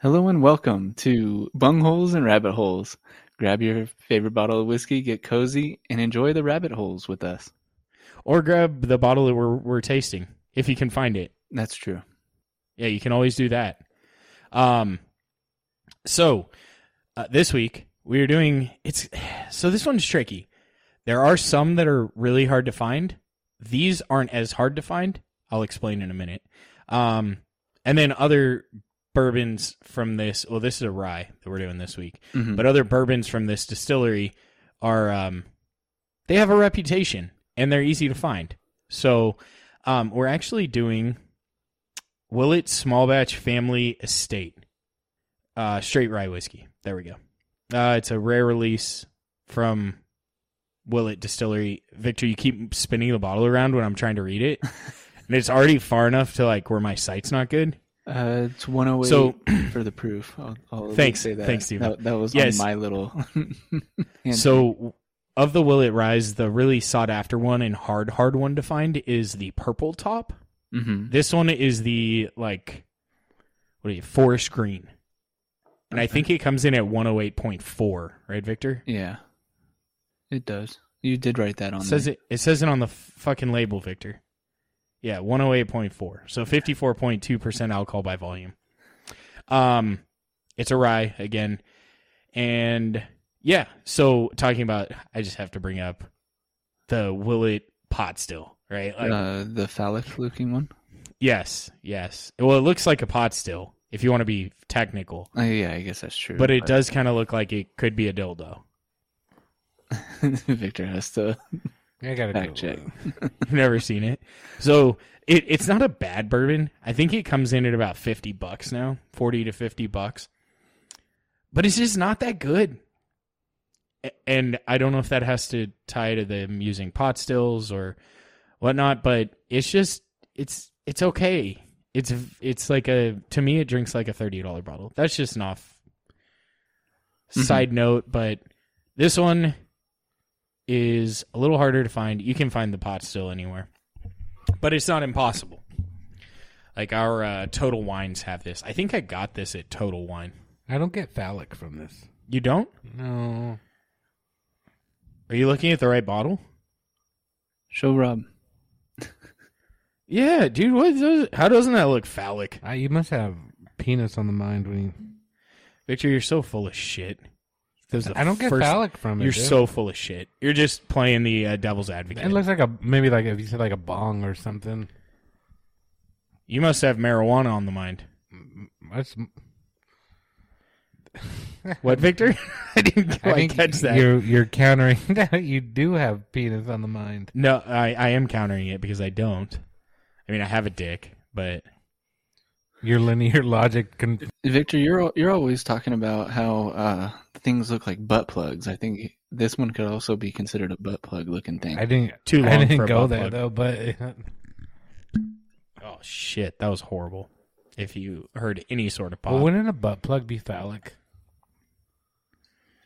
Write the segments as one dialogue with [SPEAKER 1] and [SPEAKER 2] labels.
[SPEAKER 1] Hello and welcome to Bungholes and Rabbit Holes. Grab your favorite bottle of whiskey, get cozy, and enjoy the rabbit holes with us.
[SPEAKER 2] Or grab the bottle that we're, we're tasting if you can find it.
[SPEAKER 1] That's true.
[SPEAKER 2] Yeah, you can always do that. Um, so uh, this week we are doing it's. So this one's tricky. There are some that are really hard to find. These aren't as hard to find. I'll explain in a minute. Um, and then other bourbons from this. Well, this is a rye that we're doing this week,
[SPEAKER 1] Mhm.
[SPEAKER 2] but other bourbons from this distillery are um, they have a reputation and they're easy to find. So um, we're actually doing Willett Small Batch Family Estate uh, Straight Rye Whiskey. There we go. Uh, it's a rare release from Willett Distillery. Victor, you keep spinning the bottle around when I'm trying to read it, and it's already far enough to like where my sight's not good.
[SPEAKER 1] Uh, it's 108
[SPEAKER 2] So-
[SPEAKER 1] for the proof. I'll, I'll at least
[SPEAKER 2] Thanks.
[SPEAKER 1] say that.
[SPEAKER 2] Thanks, Steven.
[SPEAKER 1] That, that was
[SPEAKER 2] Yes.
[SPEAKER 1] on my little. hand.
[SPEAKER 2] So, of the Will It Rise, the really sought after one and hard, hard one to find is the purple top.
[SPEAKER 1] Mhm.
[SPEAKER 2] This one is the like, what are you, forest green. And I think it comes in at 108.4, right, Victor?
[SPEAKER 1] yeah, it does. You did write that on.
[SPEAKER 2] It says
[SPEAKER 1] there.
[SPEAKER 2] it, it says it on the fucking label, Victor. Yeah, 108.4. So 54.2% alcohol by volume. Um it's a rye again. And yeah, so talking about I just have to bring up the Willet pot still, right? Like,
[SPEAKER 1] uh, the phallic looking one.
[SPEAKER 2] yes, yes. Well, it looks like a pot still if you want to be technical,
[SPEAKER 1] Uh, yeah, I guess that's true.
[SPEAKER 2] but it does kind of look like it could be a dildo.
[SPEAKER 1] Victor has to
[SPEAKER 3] I gotta
[SPEAKER 1] fact
[SPEAKER 3] Google
[SPEAKER 1] check.
[SPEAKER 2] uh,
[SPEAKER 3] it.
[SPEAKER 2] I've never seen it. So it, it's not a bad bourbon. I think it comes in at about fifty bucks now, forty to fifty bucks. But it's just not that good. A- And I don't know if that has to tie to them using pot stills or whatnot, but it's just it's it's okay. It's it's like a to me it drinks like a thirty dollar bottle. That's just an off
[SPEAKER 1] Mhm.
[SPEAKER 2] side note, but this one is a little harder to find. You can find the pot still anywhere, but it's not impossible. Like our uh, Total Wines have this. I think I got this at Total Wine.
[SPEAKER 3] I don't get phallic from this.
[SPEAKER 2] You don't?
[SPEAKER 3] No.
[SPEAKER 2] Are you looking at the right bottle?
[SPEAKER 1] show Rob.
[SPEAKER 2] Yeah, dude. What? Does, how doesn't that look phallic?
[SPEAKER 3] I, you must have penis on the mind when you.
[SPEAKER 2] Victor, you're so full of shit. That was the
[SPEAKER 3] I don't get
[SPEAKER 2] first-
[SPEAKER 3] phallic from it.
[SPEAKER 2] You're
[SPEAKER 3] dude.
[SPEAKER 2] so full of shit. You're just playing the uh, devil's advocate.
[SPEAKER 3] It looks like a maybe like if you said like a bong or something.
[SPEAKER 2] you must have marijuana on the mind.
[SPEAKER 3] That's,
[SPEAKER 2] What, Victor? I didn't
[SPEAKER 3] I
[SPEAKER 2] quite
[SPEAKER 3] think
[SPEAKER 2] catch that.
[SPEAKER 3] You're you're countering that you do have penis on the mind.
[SPEAKER 2] No, I, I am countering it because I don't. I mean, I have a dick, but
[SPEAKER 3] Your linear logic can.
[SPEAKER 1] Victor, you're al- you're always talking about how uh, things look like butt plugs. I think this one could also be considered a butt plug looking thing.
[SPEAKER 3] I didn't.
[SPEAKER 2] Too
[SPEAKER 3] I
[SPEAKER 2] long
[SPEAKER 3] didn't
[SPEAKER 2] for a
[SPEAKER 3] go
[SPEAKER 2] butt
[SPEAKER 3] there
[SPEAKER 2] plug.
[SPEAKER 3] though. But
[SPEAKER 2] oh shit, that was horrible. If you heard any sort of pop,
[SPEAKER 3] well, wouldn't a butt plug be phallic?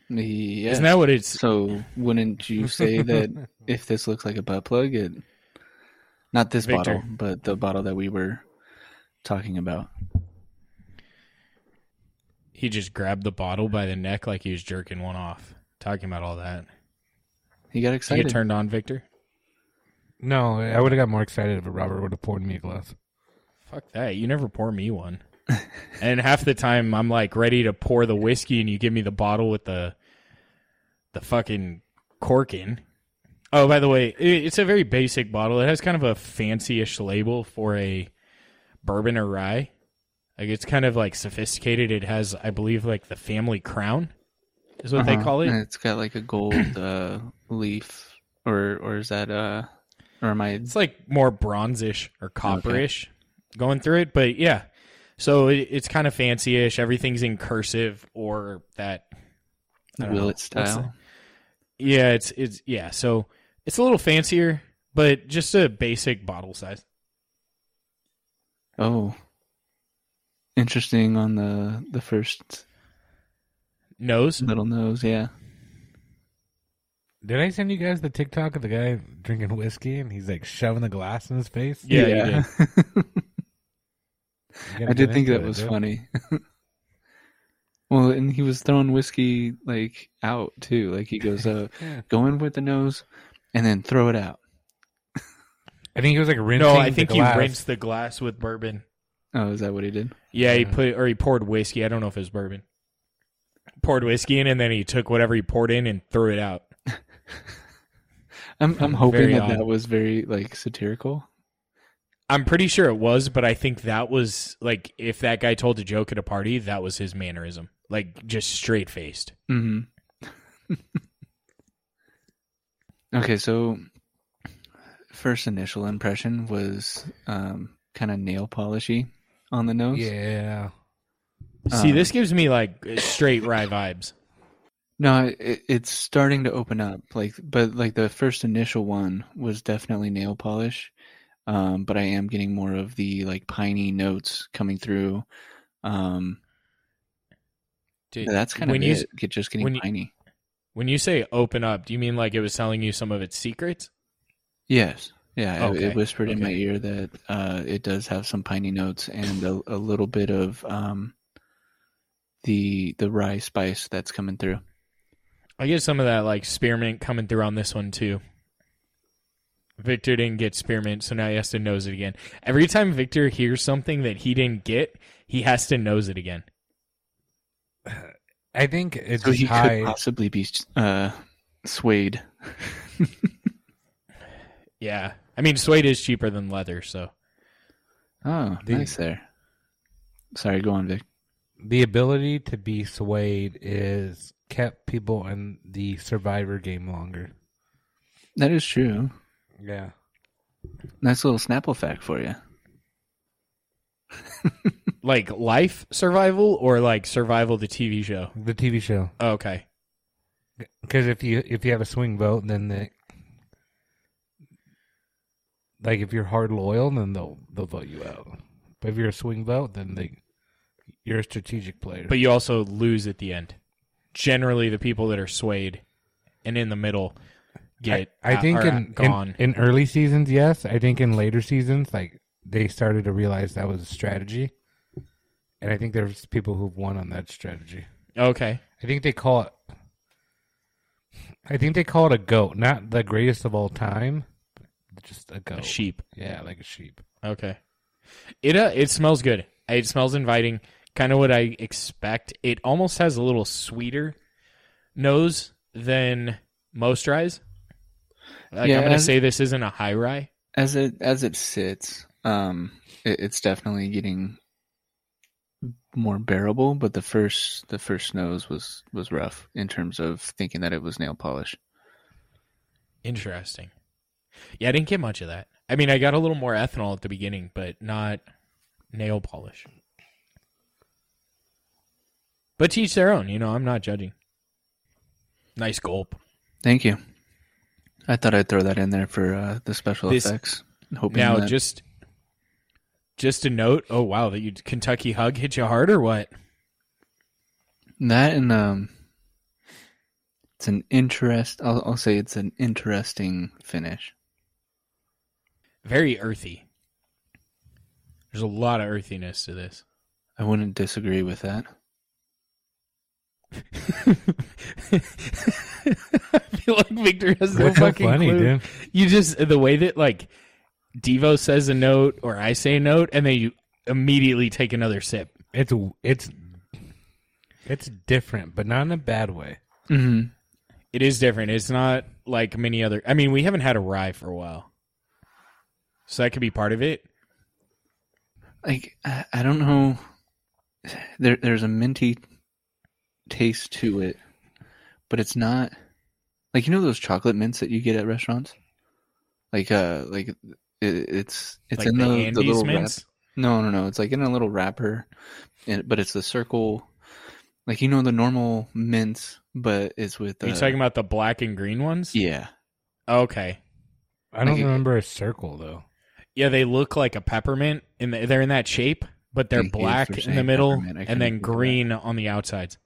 [SPEAKER 1] yeah.
[SPEAKER 2] isn't that what it's?
[SPEAKER 1] so wouldn't you say that if this looks like a butt plug, it not this
[SPEAKER 2] Victor.
[SPEAKER 1] bottle, but the bottle that we were talking about?
[SPEAKER 2] He just grabbed the bottle by the neck like he was jerking one off. Talking about all that,
[SPEAKER 1] He got
[SPEAKER 2] Did you
[SPEAKER 1] excited.
[SPEAKER 2] get turned on, Victor.
[SPEAKER 3] No, I would have got more excited if Robert would have poured me a glass.
[SPEAKER 2] Fuck that! You never pour me one. and half the time, I'm like ready to pour the whiskey, and you give me the bottle with the, the fucking cork in. Oh, by the way, i- it's a very basic bottle. It has kind of a fancy-ish label for a bourbon or rye. Like it's kind of like sophisticated. It has, I believe, like the family crown, is what they
[SPEAKER 1] Uh-huh.
[SPEAKER 2] call it.
[SPEAKER 1] And it's got like a gold uh, leaf, or or is that uh, or am I?
[SPEAKER 2] it's like more bronzish or copperish going through it but yeah so it, it's kind of fancy-ish everything's in cursive or that I don't know.
[SPEAKER 1] Willet
[SPEAKER 2] What's the-
[SPEAKER 1] style.
[SPEAKER 2] yeah it's it's yeah so it's a little fancier but just a basic bottle size
[SPEAKER 1] Oh, interesting on the the first
[SPEAKER 2] nose
[SPEAKER 1] little nose. Yeah.
[SPEAKER 3] Did I send you guys the TikTok of the guy drinking whiskey and he's like shoving the glass in his face?
[SPEAKER 2] Yeah, you
[SPEAKER 1] I did think that was funny. Well, and he was throwing whiskey like out too. Like he goes, uh,
[SPEAKER 3] Yeah.
[SPEAKER 1] go in with the nose, and then throw it out.
[SPEAKER 3] I think he was like rinsing.
[SPEAKER 2] No, I think
[SPEAKER 3] the
[SPEAKER 2] he
[SPEAKER 3] glass.
[SPEAKER 2] rinsed the glass with bourbon.
[SPEAKER 1] Oh, is that what he did?
[SPEAKER 2] Yeah, he
[SPEAKER 3] Yeah.
[SPEAKER 2] put or he poured whiskey. I don't know if it was bourbon. Poured whiskey in, and then he took whatever he poured in and threw it out.
[SPEAKER 1] I'm I'm hoping
[SPEAKER 2] Very
[SPEAKER 1] that
[SPEAKER 2] odd.
[SPEAKER 1] that was very like satirical.
[SPEAKER 2] I'm pretty sure it was, but I think that was like if that guy told a joke at a party, that was his mannerism, like just straight faced.
[SPEAKER 1] hmm okay, so first initial impression was um, kind of nail polishy on the nose.
[SPEAKER 3] Yeah.
[SPEAKER 2] See,
[SPEAKER 1] Um,
[SPEAKER 2] this gives me like uh, straight rye vibes.
[SPEAKER 1] No, it, it's starting to open up. Like, but like the first initial one was definitely nail polish. Um, but I am getting more of the like piney notes coming through. Um,
[SPEAKER 2] Dude,
[SPEAKER 1] that's kind of
[SPEAKER 2] when
[SPEAKER 1] it.
[SPEAKER 2] you
[SPEAKER 1] get- just getting
[SPEAKER 2] when you-
[SPEAKER 1] piney.
[SPEAKER 2] when you say open up, do you mean like it was telling you some of its secrets?
[SPEAKER 1] Yes. Yeah. it- It,
[SPEAKER 2] Okay,
[SPEAKER 1] whispered in my
[SPEAKER 2] okay.
[SPEAKER 1] ear that uh, it does have some piney notes and a, a little bit of um, the the rye spice that's coming through.
[SPEAKER 2] I get some of that like spearmint coming through on this one too. Victor didn't get spearmint, so now he has to nose it again. Every time Victor hears something that he didn't get, he has to nose it again.
[SPEAKER 3] I think it's
[SPEAKER 1] So he could
[SPEAKER 3] high.
[SPEAKER 1] possibly be uh, swayed.
[SPEAKER 2] Yeah. I mean, suede is cheaper than leather, so.
[SPEAKER 1] Oh,
[SPEAKER 3] The-
[SPEAKER 1] nice there. Sorry, go on, Vic.
[SPEAKER 3] The ability to be swayed is kept people in the Survivor game longer.
[SPEAKER 1] That is true.
[SPEAKER 3] Yeah.
[SPEAKER 1] Nice little Snapple fact for you.
[SPEAKER 2] Like life survival or like survival the TV show? Oh,
[SPEAKER 3] The TV show.
[SPEAKER 2] Okay.
[SPEAKER 3] Because if you if you have a swing vote, then the like if you're hard loyal, then they'll they'll vote you out. But if you're a swing vote, then they you're a strategic player.
[SPEAKER 2] But you also lose at the end. Generally, the people that are swayed and in the middle get
[SPEAKER 3] I, I
[SPEAKER 2] uh,
[SPEAKER 3] think
[SPEAKER 2] are
[SPEAKER 3] in,
[SPEAKER 2] gone.
[SPEAKER 3] in in early seasons, yes. I think in later seasons, like they started to realize that was a strategy, and I think there's people who've won on that strategy.
[SPEAKER 2] okay.
[SPEAKER 3] I think they call it. I think they call it a goat, not the greatest of all time, but just a goat.
[SPEAKER 2] A sheep.
[SPEAKER 3] Yeah, like a sheep.
[SPEAKER 2] Okay. It uh, it smells good. It smells inviting. Kind of what I expect. It almost has a little sweeter nose than most ryes. Like
[SPEAKER 1] Yeah,
[SPEAKER 2] I'm gonna
[SPEAKER 1] as-
[SPEAKER 2] say this isn't a high rye.
[SPEAKER 1] As it as it sits, um, it, it's definitely getting more bearable. But the first the first nose was was rough in terms of thinking that it was nail polish.
[SPEAKER 2] Interesting. Yeah, I didn't get much of that. I mean, I got a little more ethanol at the beginning, but not nail polish. But to each their own. You know, I'm not judging. Nice gulp.
[SPEAKER 1] Thank you. I thought I'd throw that in there for uh, the special
[SPEAKER 2] This-
[SPEAKER 1] effects. Hoping
[SPEAKER 2] Now,
[SPEAKER 1] that-
[SPEAKER 2] just just a note. Oh wow, that you Kentucky hug hit you hard or what?
[SPEAKER 1] That and um, it's an interest. I'll, I'll say it's an interesting finish.
[SPEAKER 2] Very earthy. There's a lot of earthiness to this.
[SPEAKER 1] I wouldn't disagree with that.
[SPEAKER 2] I feel like Victor has no
[SPEAKER 3] What's so
[SPEAKER 2] fucking
[SPEAKER 3] funny,
[SPEAKER 2] clue.
[SPEAKER 3] dude?
[SPEAKER 2] You just the way that like Devo says a note or I say a note, and then you immediately take another sip.
[SPEAKER 3] It's it's it's different, but not in a bad way.
[SPEAKER 2] Mm-hmm.
[SPEAKER 1] hmm
[SPEAKER 2] It is different. It's not like many other. I mean, we haven't had a rye for a while, so that could be part of it.
[SPEAKER 1] Like I, I don't know. There, there's a minty taste to it, but it's not like you know those chocolate mints that you get at restaurants. Like uh, like it, it's it's
[SPEAKER 2] like
[SPEAKER 1] in the, the
[SPEAKER 2] Andes
[SPEAKER 1] little wrap-
[SPEAKER 2] mints.
[SPEAKER 1] No, no, no. It's like in a little wrapper, and, but it's the circle, like you know the normal mints, but it's with.
[SPEAKER 2] Are you
[SPEAKER 1] uh,
[SPEAKER 2] talking about the black and green ones?
[SPEAKER 1] Yeah,
[SPEAKER 2] Okay.
[SPEAKER 3] I don't
[SPEAKER 1] Like-
[SPEAKER 3] remember a circle though.
[SPEAKER 2] Yeah, they look like a peppermint, and the, they're in that shape, but they're
[SPEAKER 1] Thank you for
[SPEAKER 2] black in the
[SPEAKER 1] saying
[SPEAKER 2] middle
[SPEAKER 1] peppermint. I couldn't
[SPEAKER 2] and then
[SPEAKER 1] think of
[SPEAKER 2] green on the outsides.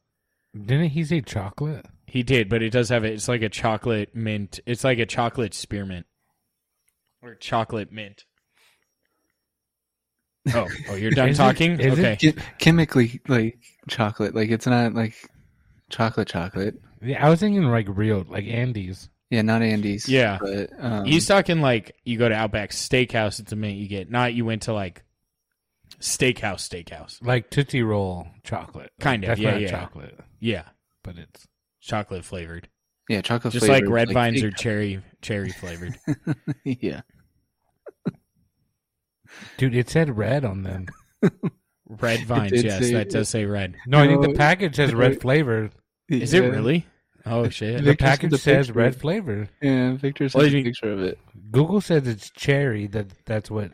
[SPEAKER 3] Didn't he say chocolate?
[SPEAKER 2] He did, but it does have it. It's like a chocolate mint. It's like a chocolate spearmint or chocolate mint. Oh, oh, you're done
[SPEAKER 3] Is it-
[SPEAKER 2] talking.
[SPEAKER 3] is it
[SPEAKER 2] okay.
[SPEAKER 1] Chem- chemically like chocolate. Like it's not like chocolate chocolate.
[SPEAKER 3] Yeah, I was thinking like real, like Andes.
[SPEAKER 1] Yeah, not Andes.
[SPEAKER 2] Yeah.
[SPEAKER 1] but um,
[SPEAKER 2] He's talking like you go to Outback Steakhouse. It's the minute you get. Not you went to like steakhouse, steakhouse.
[SPEAKER 3] like Tootsie Roll chocolate.
[SPEAKER 2] Kind of,
[SPEAKER 3] That's
[SPEAKER 2] yeah,
[SPEAKER 3] not
[SPEAKER 2] yeah.
[SPEAKER 3] chocolate,
[SPEAKER 2] Yeah,
[SPEAKER 3] but it's
[SPEAKER 2] chocolate flavored,
[SPEAKER 1] yeah, chocolate.
[SPEAKER 2] just
[SPEAKER 1] flavored,
[SPEAKER 2] like red vines
[SPEAKER 1] fig-
[SPEAKER 2] are cherry, cherry flavored.
[SPEAKER 1] yeah,
[SPEAKER 3] dude. It said red on them.
[SPEAKER 2] red vines.
[SPEAKER 1] did
[SPEAKER 2] yes,
[SPEAKER 1] say-
[SPEAKER 2] that does say red.
[SPEAKER 3] No, I think
[SPEAKER 1] No,
[SPEAKER 3] the package says red
[SPEAKER 1] it-
[SPEAKER 3] flavor.
[SPEAKER 2] Is
[SPEAKER 1] Yeah.
[SPEAKER 2] it really? Oh shit!
[SPEAKER 1] They
[SPEAKER 3] The
[SPEAKER 1] just did
[SPEAKER 3] package
[SPEAKER 1] the
[SPEAKER 3] says
[SPEAKER 1] picture.
[SPEAKER 3] red flavor.
[SPEAKER 1] Yeah, Victor
[SPEAKER 2] Well,
[SPEAKER 1] sent
[SPEAKER 2] you
[SPEAKER 1] a
[SPEAKER 2] mean-
[SPEAKER 1] picture of it.
[SPEAKER 3] Google says it's cherry. That that's what.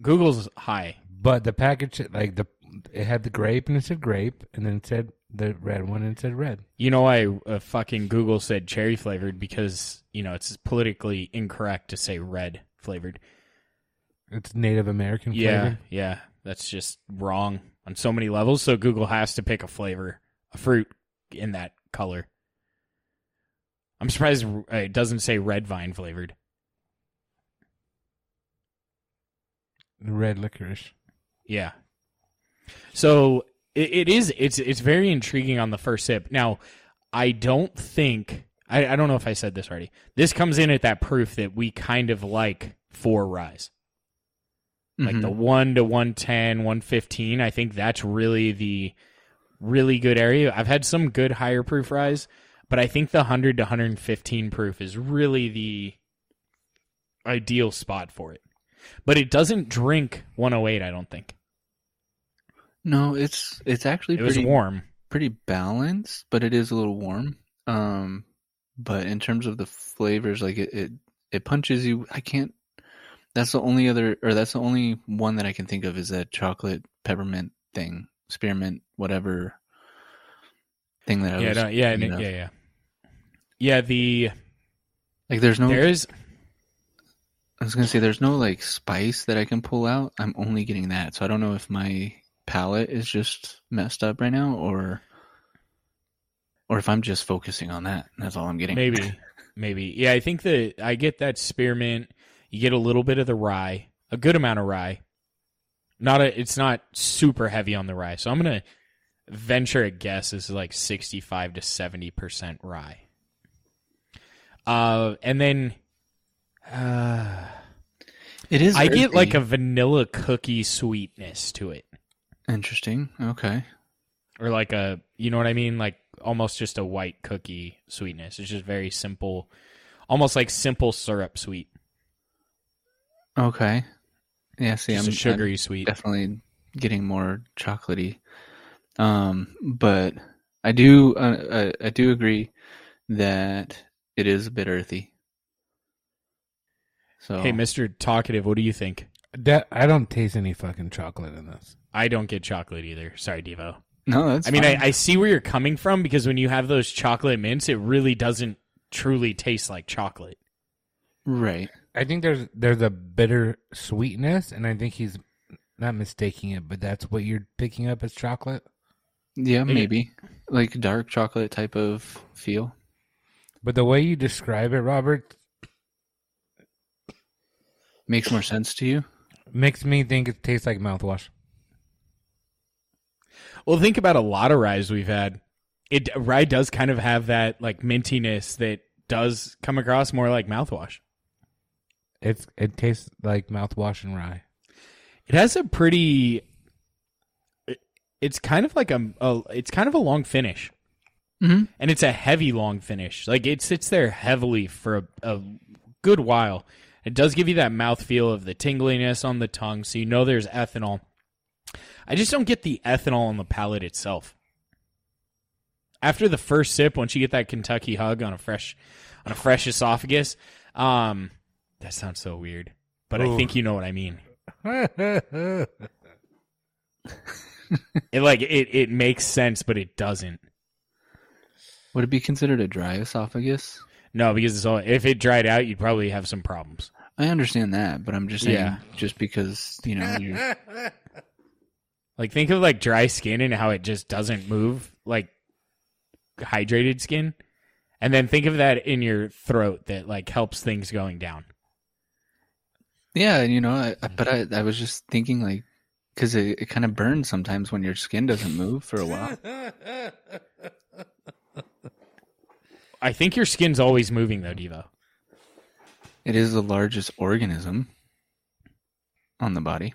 [SPEAKER 2] Google's high.
[SPEAKER 3] But the package, like the, it had the grape and it said grape, and then it said the red one and it said red.
[SPEAKER 2] You know why uh, fucking Google said cherry flavored? Because you know it's politically incorrect to say red flavored.
[SPEAKER 3] It's Native American
[SPEAKER 2] Yeah,
[SPEAKER 3] flavor.
[SPEAKER 2] yeah, that's just wrong on so many levels. So Google has to pick a flavor, a fruit in that color. I'm surprised uh, it doesn't say red vine flavored.
[SPEAKER 3] Red licorice.
[SPEAKER 2] Yeah. So it, it is it's it's very intriguing on the first sip. Now, I don't think I, I don't know if I said this already. This comes in at that proof that we kind of like for rise. Like
[SPEAKER 1] Mhm.
[SPEAKER 2] the 1 to 110, 115, I think that's really the really good area. I've had some good higher proof rise, but I think the 100 to 115 proof is really the ideal spot for it. But it doesn't drink 108, I don't think.
[SPEAKER 1] no, it's it's actually
[SPEAKER 2] It was
[SPEAKER 1] pretty
[SPEAKER 2] warm.
[SPEAKER 1] pretty balanced, but it is a little warm. Um, but in terms of the flavors, like it it, it punches you. I can't. That's the only other, or that's the only one that I can think of is that chocolate peppermint thing, spearmint, whatever thing that I
[SPEAKER 2] Yeah,
[SPEAKER 1] was.
[SPEAKER 2] no, yeah,
[SPEAKER 1] thinking
[SPEAKER 2] yeah,
[SPEAKER 1] of.
[SPEAKER 2] yeah, yeah. Yeah, the
[SPEAKER 1] Like there's no.
[SPEAKER 2] there's
[SPEAKER 1] I was gonna say there's no like spice that I can pull out. I'm only getting that, so I don't know if my palate is just messed up right now, or or if I'm just focusing on that. and That's all I'm getting.
[SPEAKER 2] maybe, maybe. Yeah, I think that I get that spearmint. You get a little bit of the rye, a good amount of rye. Not a, it's not super heavy on the rye, so I'm gonna venture a guess. This is like 65 to 70 percent rye. Uh, and then, uh,
[SPEAKER 1] It is.
[SPEAKER 2] I get
[SPEAKER 1] earthy.
[SPEAKER 2] like a vanilla cookie sweetness to it.
[SPEAKER 1] interesting. Okay.
[SPEAKER 2] or like a you know what I mean, like almost just a white cookie sweetness. It's just very simple, almost like simple syrup sweet,
[SPEAKER 1] Okay. Yeah. See,
[SPEAKER 2] just
[SPEAKER 1] I'm
[SPEAKER 2] a sugary sweet.
[SPEAKER 1] definitely getting more chocolatey. Um, but I do, uh, I, I do agree that it is a bit earthy. So
[SPEAKER 2] Hey, Mister Talkative, what do you think?
[SPEAKER 3] That I don't taste any fucking chocolate in this.
[SPEAKER 2] I don't get chocolate either. Sorry, Devo.
[SPEAKER 1] no, that's.
[SPEAKER 2] I mean, I,
[SPEAKER 1] fine.
[SPEAKER 2] I see where you're coming from because when you have those chocolate mints, it really doesn't truly taste like chocolate.
[SPEAKER 1] right.
[SPEAKER 3] I think there's there's a bitter sweetness, and I think he's not mistaking it, but that's what you're picking up as chocolate.
[SPEAKER 1] Yeah,
[SPEAKER 2] Maybe.
[SPEAKER 1] maybe like dark chocolate type of feel.
[SPEAKER 3] But the way you describe it, Robert,
[SPEAKER 1] Makes more sense to you.
[SPEAKER 3] makes me think it tastes like mouthwash.
[SPEAKER 2] Well, think about a lot of ryes we've had. It rye does kind of have that like mintiness that does come across more like mouthwash.
[SPEAKER 3] It's it tastes like mouthwash and rye.
[SPEAKER 2] It has a pretty. it- It's kind of like a, a it's kind of a long finish,
[SPEAKER 1] Mm-hmm.
[SPEAKER 2] and it's a heavy long finish. Like it sits there heavily for a, a good while. It does give you that mouthfeel of the tingliness on the tongue, so you know there's ethanol. I just don't get the ethanol on the palate itself. After the first sip, once you get that Kentucky hug on a fresh, on a fresh esophagus, um, that sounds so weird, but I
[SPEAKER 3] Ooh.
[SPEAKER 2] think you know what I mean.
[SPEAKER 3] I
[SPEAKER 2] It like it it makes sense, but it doesn't.
[SPEAKER 1] Would it be considered a dry esophagus?
[SPEAKER 2] No, because it's all if it dried out, you'd probably have some problems.
[SPEAKER 1] I understand that, but I'm just saying,
[SPEAKER 2] Yeah.
[SPEAKER 1] just because you know, you're,
[SPEAKER 2] Like think of like dry skin and how it just doesn't move, like hydrated skin. And then think of that in your throat that like helps things going down.
[SPEAKER 1] Yeah, you know, I, I- but I,
[SPEAKER 2] Mm-hmm.
[SPEAKER 1] I was just thinking like, because it, it kind of burns sometimes when your skin doesn't move for a while.
[SPEAKER 2] I think your skin's always moving though, Devo.
[SPEAKER 1] It is the largest organism on the body,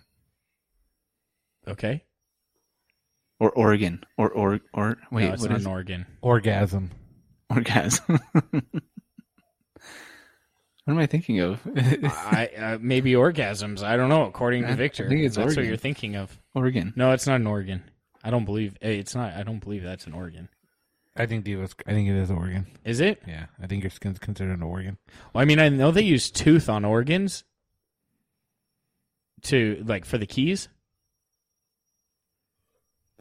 [SPEAKER 2] Okay.
[SPEAKER 1] or organ, or or or wait,
[SPEAKER 2] no, it's
[SPEAKER 1] what
[SPEAKER 2] not
[SPEAKER 1] is
[SPEAKER 2] an organ.
[SPEAKER 3] Orgasm.
[SPEAKER 1] orgasm? what am I thinking of?
[SPEAKER 2] I uh, maybe orgasms. I don't know. According
[SPEAKER 1] I-
[SPEAKER 2] to
[SPEAKER 1] I
[SPEAKER 2] Victor,
[SPEAKER 1] think it's
[SPEAKER 2] that's what
[SPEAKER 1] organ.
[SPEAKER 2] you're thinking of.
[SPEAKER 1] organ.
[SPEAKER 2] No, it's not an organ. I don't believe eh, it's not. I don't believe that's an organ.
[SPEAKER 3] I think Diva's, I think it is Oregon.
[SPEAKER 2] Is it?
[SPEAKER 3] Yeah, I think your skin's considered an organ.
[SPEAKER 2] Well, I mean, I know they use tooth on organs to like for the keys.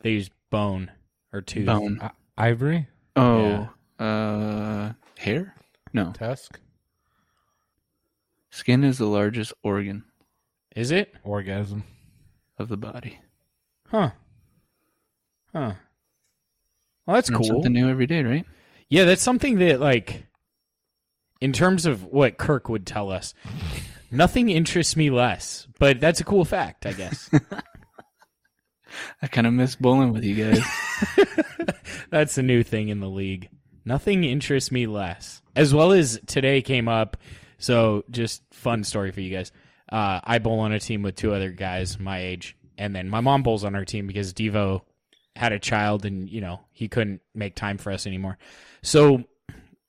[SPEAKER 2] They use bone or tooth.
[SPEAKER 1] Bone.
[SPEAKER 3] I- ivory
[SPEAKER 1] Oh, uh, hair? No,
[SPEAKER 3] tusk
[SPEAKER 1] skin is the largest organ
[SPEAKER 2] Is it?
[SPEAKER 3] orgasm.
[SPEAKER 1] of the body.
[SPEAKER 2] Huh. Huh. Well, that's
[SPEAKER 1] And
[SPEAKER 2] cool.
[SPEAKER 1] Something new every day, right?
[SPEAKER 2] Yeah, that's something that like in terms of what Kirk would tell us, nothing interests me less. But that's a cool fact, I guess.
[SPEAKER 1] I kind of miss bowling with you guys.
[SPEAKER 2] that's a new thing in the league. Nothing interests me less. As well as today came up, so just fun story for you guys. Uh, I bowl on a team with two other guys my age, and then my mom bowls on our team because Devo had a child, and you know he couldn't make time for us anymore. So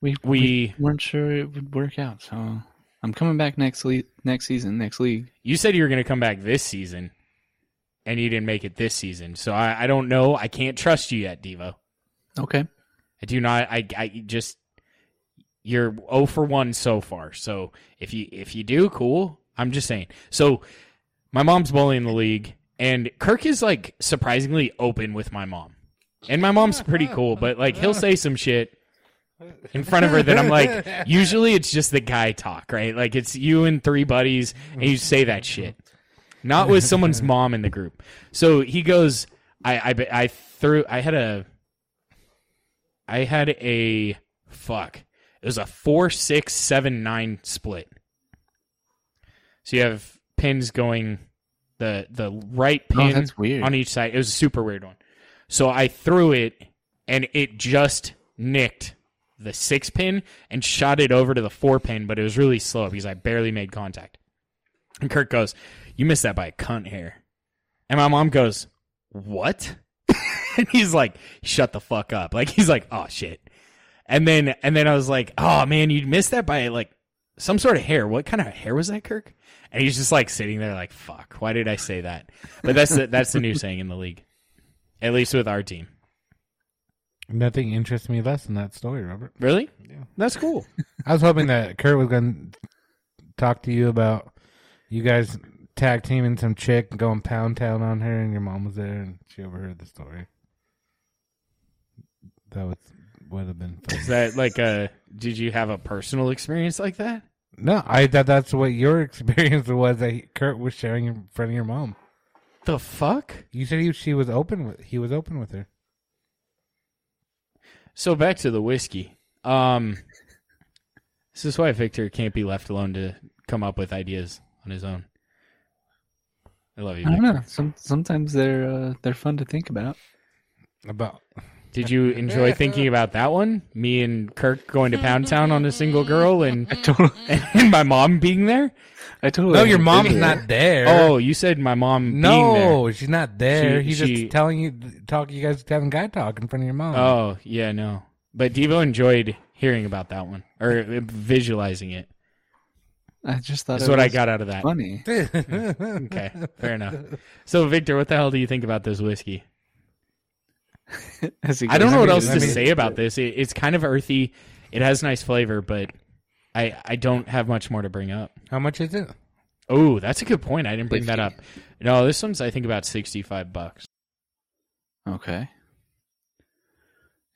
[SPEAKER 1] We
[SPEAKER 2] we
[SPEAKER 1] weren't sure it would work out, so I'm coming back next le- next season, next league.
[SPEAKER 2] You said you were going to come back this season, and you didn't make it this season. So I, I don't know. I can't trust you yet, Devo.
[SPEAKER 1] Okay.
[SPEAKER 2] I do not. I, I just you're zero for one so far. So if you if you do, cool. I'm just saying. So my mom's bowling in the league, and Kirk is like surprisingly open with my mom, and my mom's pretty cool. But like he'll say some shit in front of her that I'm like. Usually it's just the guy talk, right? Like it's you and three buddies, and you say that shit. Not with someone's mom in the group. So he goes, I, I, I threw, I had a, I had a, fuck. It was a four, six, seven, nine split. So you have pins going, the the right
[SPEAKER 1] Oh,
[SPEAKER 2] pin
[SPEAKER 1] that's weird.
[SPEAKER 2] on each side. It was a super weird one. So I threw it, and it just nicked the six pin and shot it over to the four pin, but it was really slow because I barely made contact. And Kirk goes, You missed that by a cunt hair. And my mom goes, What? and he's like, Shut the fuck up. Like, he's like, Oh shit. And then, and then I was like, Oh man, you missed that by like some sort of hair. What kind of hair was that, Kirk? And he's just like sitting there, like, Fuck, why did I say that? But that's the, that's the new saying in the league, at least with our team.
[SPEAKER 3] Nothing interests me less than that story, Robert.
[SPEAKER 2] Really?
[SPEAKER 3] Yeah.
[SPEAKER 2] That's cool.
[SPEAKER 3] I was hoping that Kurt was going to talk to you about you guys tag teaming some chick and going pound town on her, and your mom was there and she overheard the story. That would would have been fun.
[SPEAKER 2] Is that like a? Did you have a personal experience like that?
[SPEAKER 3] No, I thought that's what your experience was that Kurt was sharing in front of your mom.
[SPEAKER 2] The fuck?
[SPEAKER 3] You said he, she was open with he was open with her.
[SPEAKER 2] So back to the whiskey. Um, this is why Victor can't be left alone to come up with ideas on his own. I love you.
[SPEAKER 1] I don't
[SPEAKER 2] Victor.
[SPEAKER 1] know. Some, sometimes they're uh, they're fun to think about.
[SPEAKER 3] About
[SPEAKER 2] Did you enjoy thinking about that one? Me and Kirk going to Pound Town on a single girl, and
[SPEAKER 1] Totally,
[SPEAKER 2] and my mom being there.
[SPEAKER 1] I totally.
[SPEAKER 3] no, your
[SPEAKER 1] did
[SPEAKER 3] mom's
[SPEAKER 1] that.
[SPEAKER 3] not there.
[SPEAKER 2] Oh, you said my mom being there.
[SPEAKER 3] no, she's not there.
[SPEAKER 2] She-
[SPEAKER 3] He's
[SPEAKER 2] she-
[SPEAKER 3] just telling you talk. You guys having guy talk in front of your mom.
[SPEAKER 2] Oh yeah, no. But Devo enjoyed hearing about that one or uh, visualizing it.
[SPEAKER 1] I just thought
[SPEAKER 2] That's
[SPEAKER 1] it
[SPEAKER 2] what I
[SPEAKER 1] was
[SPEAKER 2] got out of that.
[SPEAKER 1] Funny.
[SPEAKER 3] Oh.
[SPEAKER 2] Okay, fair enough. So Victor, what the hell do you think about this whiskey?
[SPEAKER 1] As he
[SPEAKER 2] I don't
[SPEAKER 1] goes,
[SPEAKER 2] know what
[SPEAKER 3] mean,
[SPEAKER 2] else
[SPEAKER 3] I
[SPEAKER 2] to
[SPEAKER 3] mean-
[SPEAKER 2] say about this. It, it's kind of earthy. It has nice flavor, but I I don't have much more to bring up.
[SPEAKER 3] How much is it?
[SPEAKER 2] Oh, that's a good point. I didn't bring that up.
[SPEAKER 1] 50.
[SPEAKER 2] No, this one's I think about sixty five bucks.
[SPEAKER 1] Okay.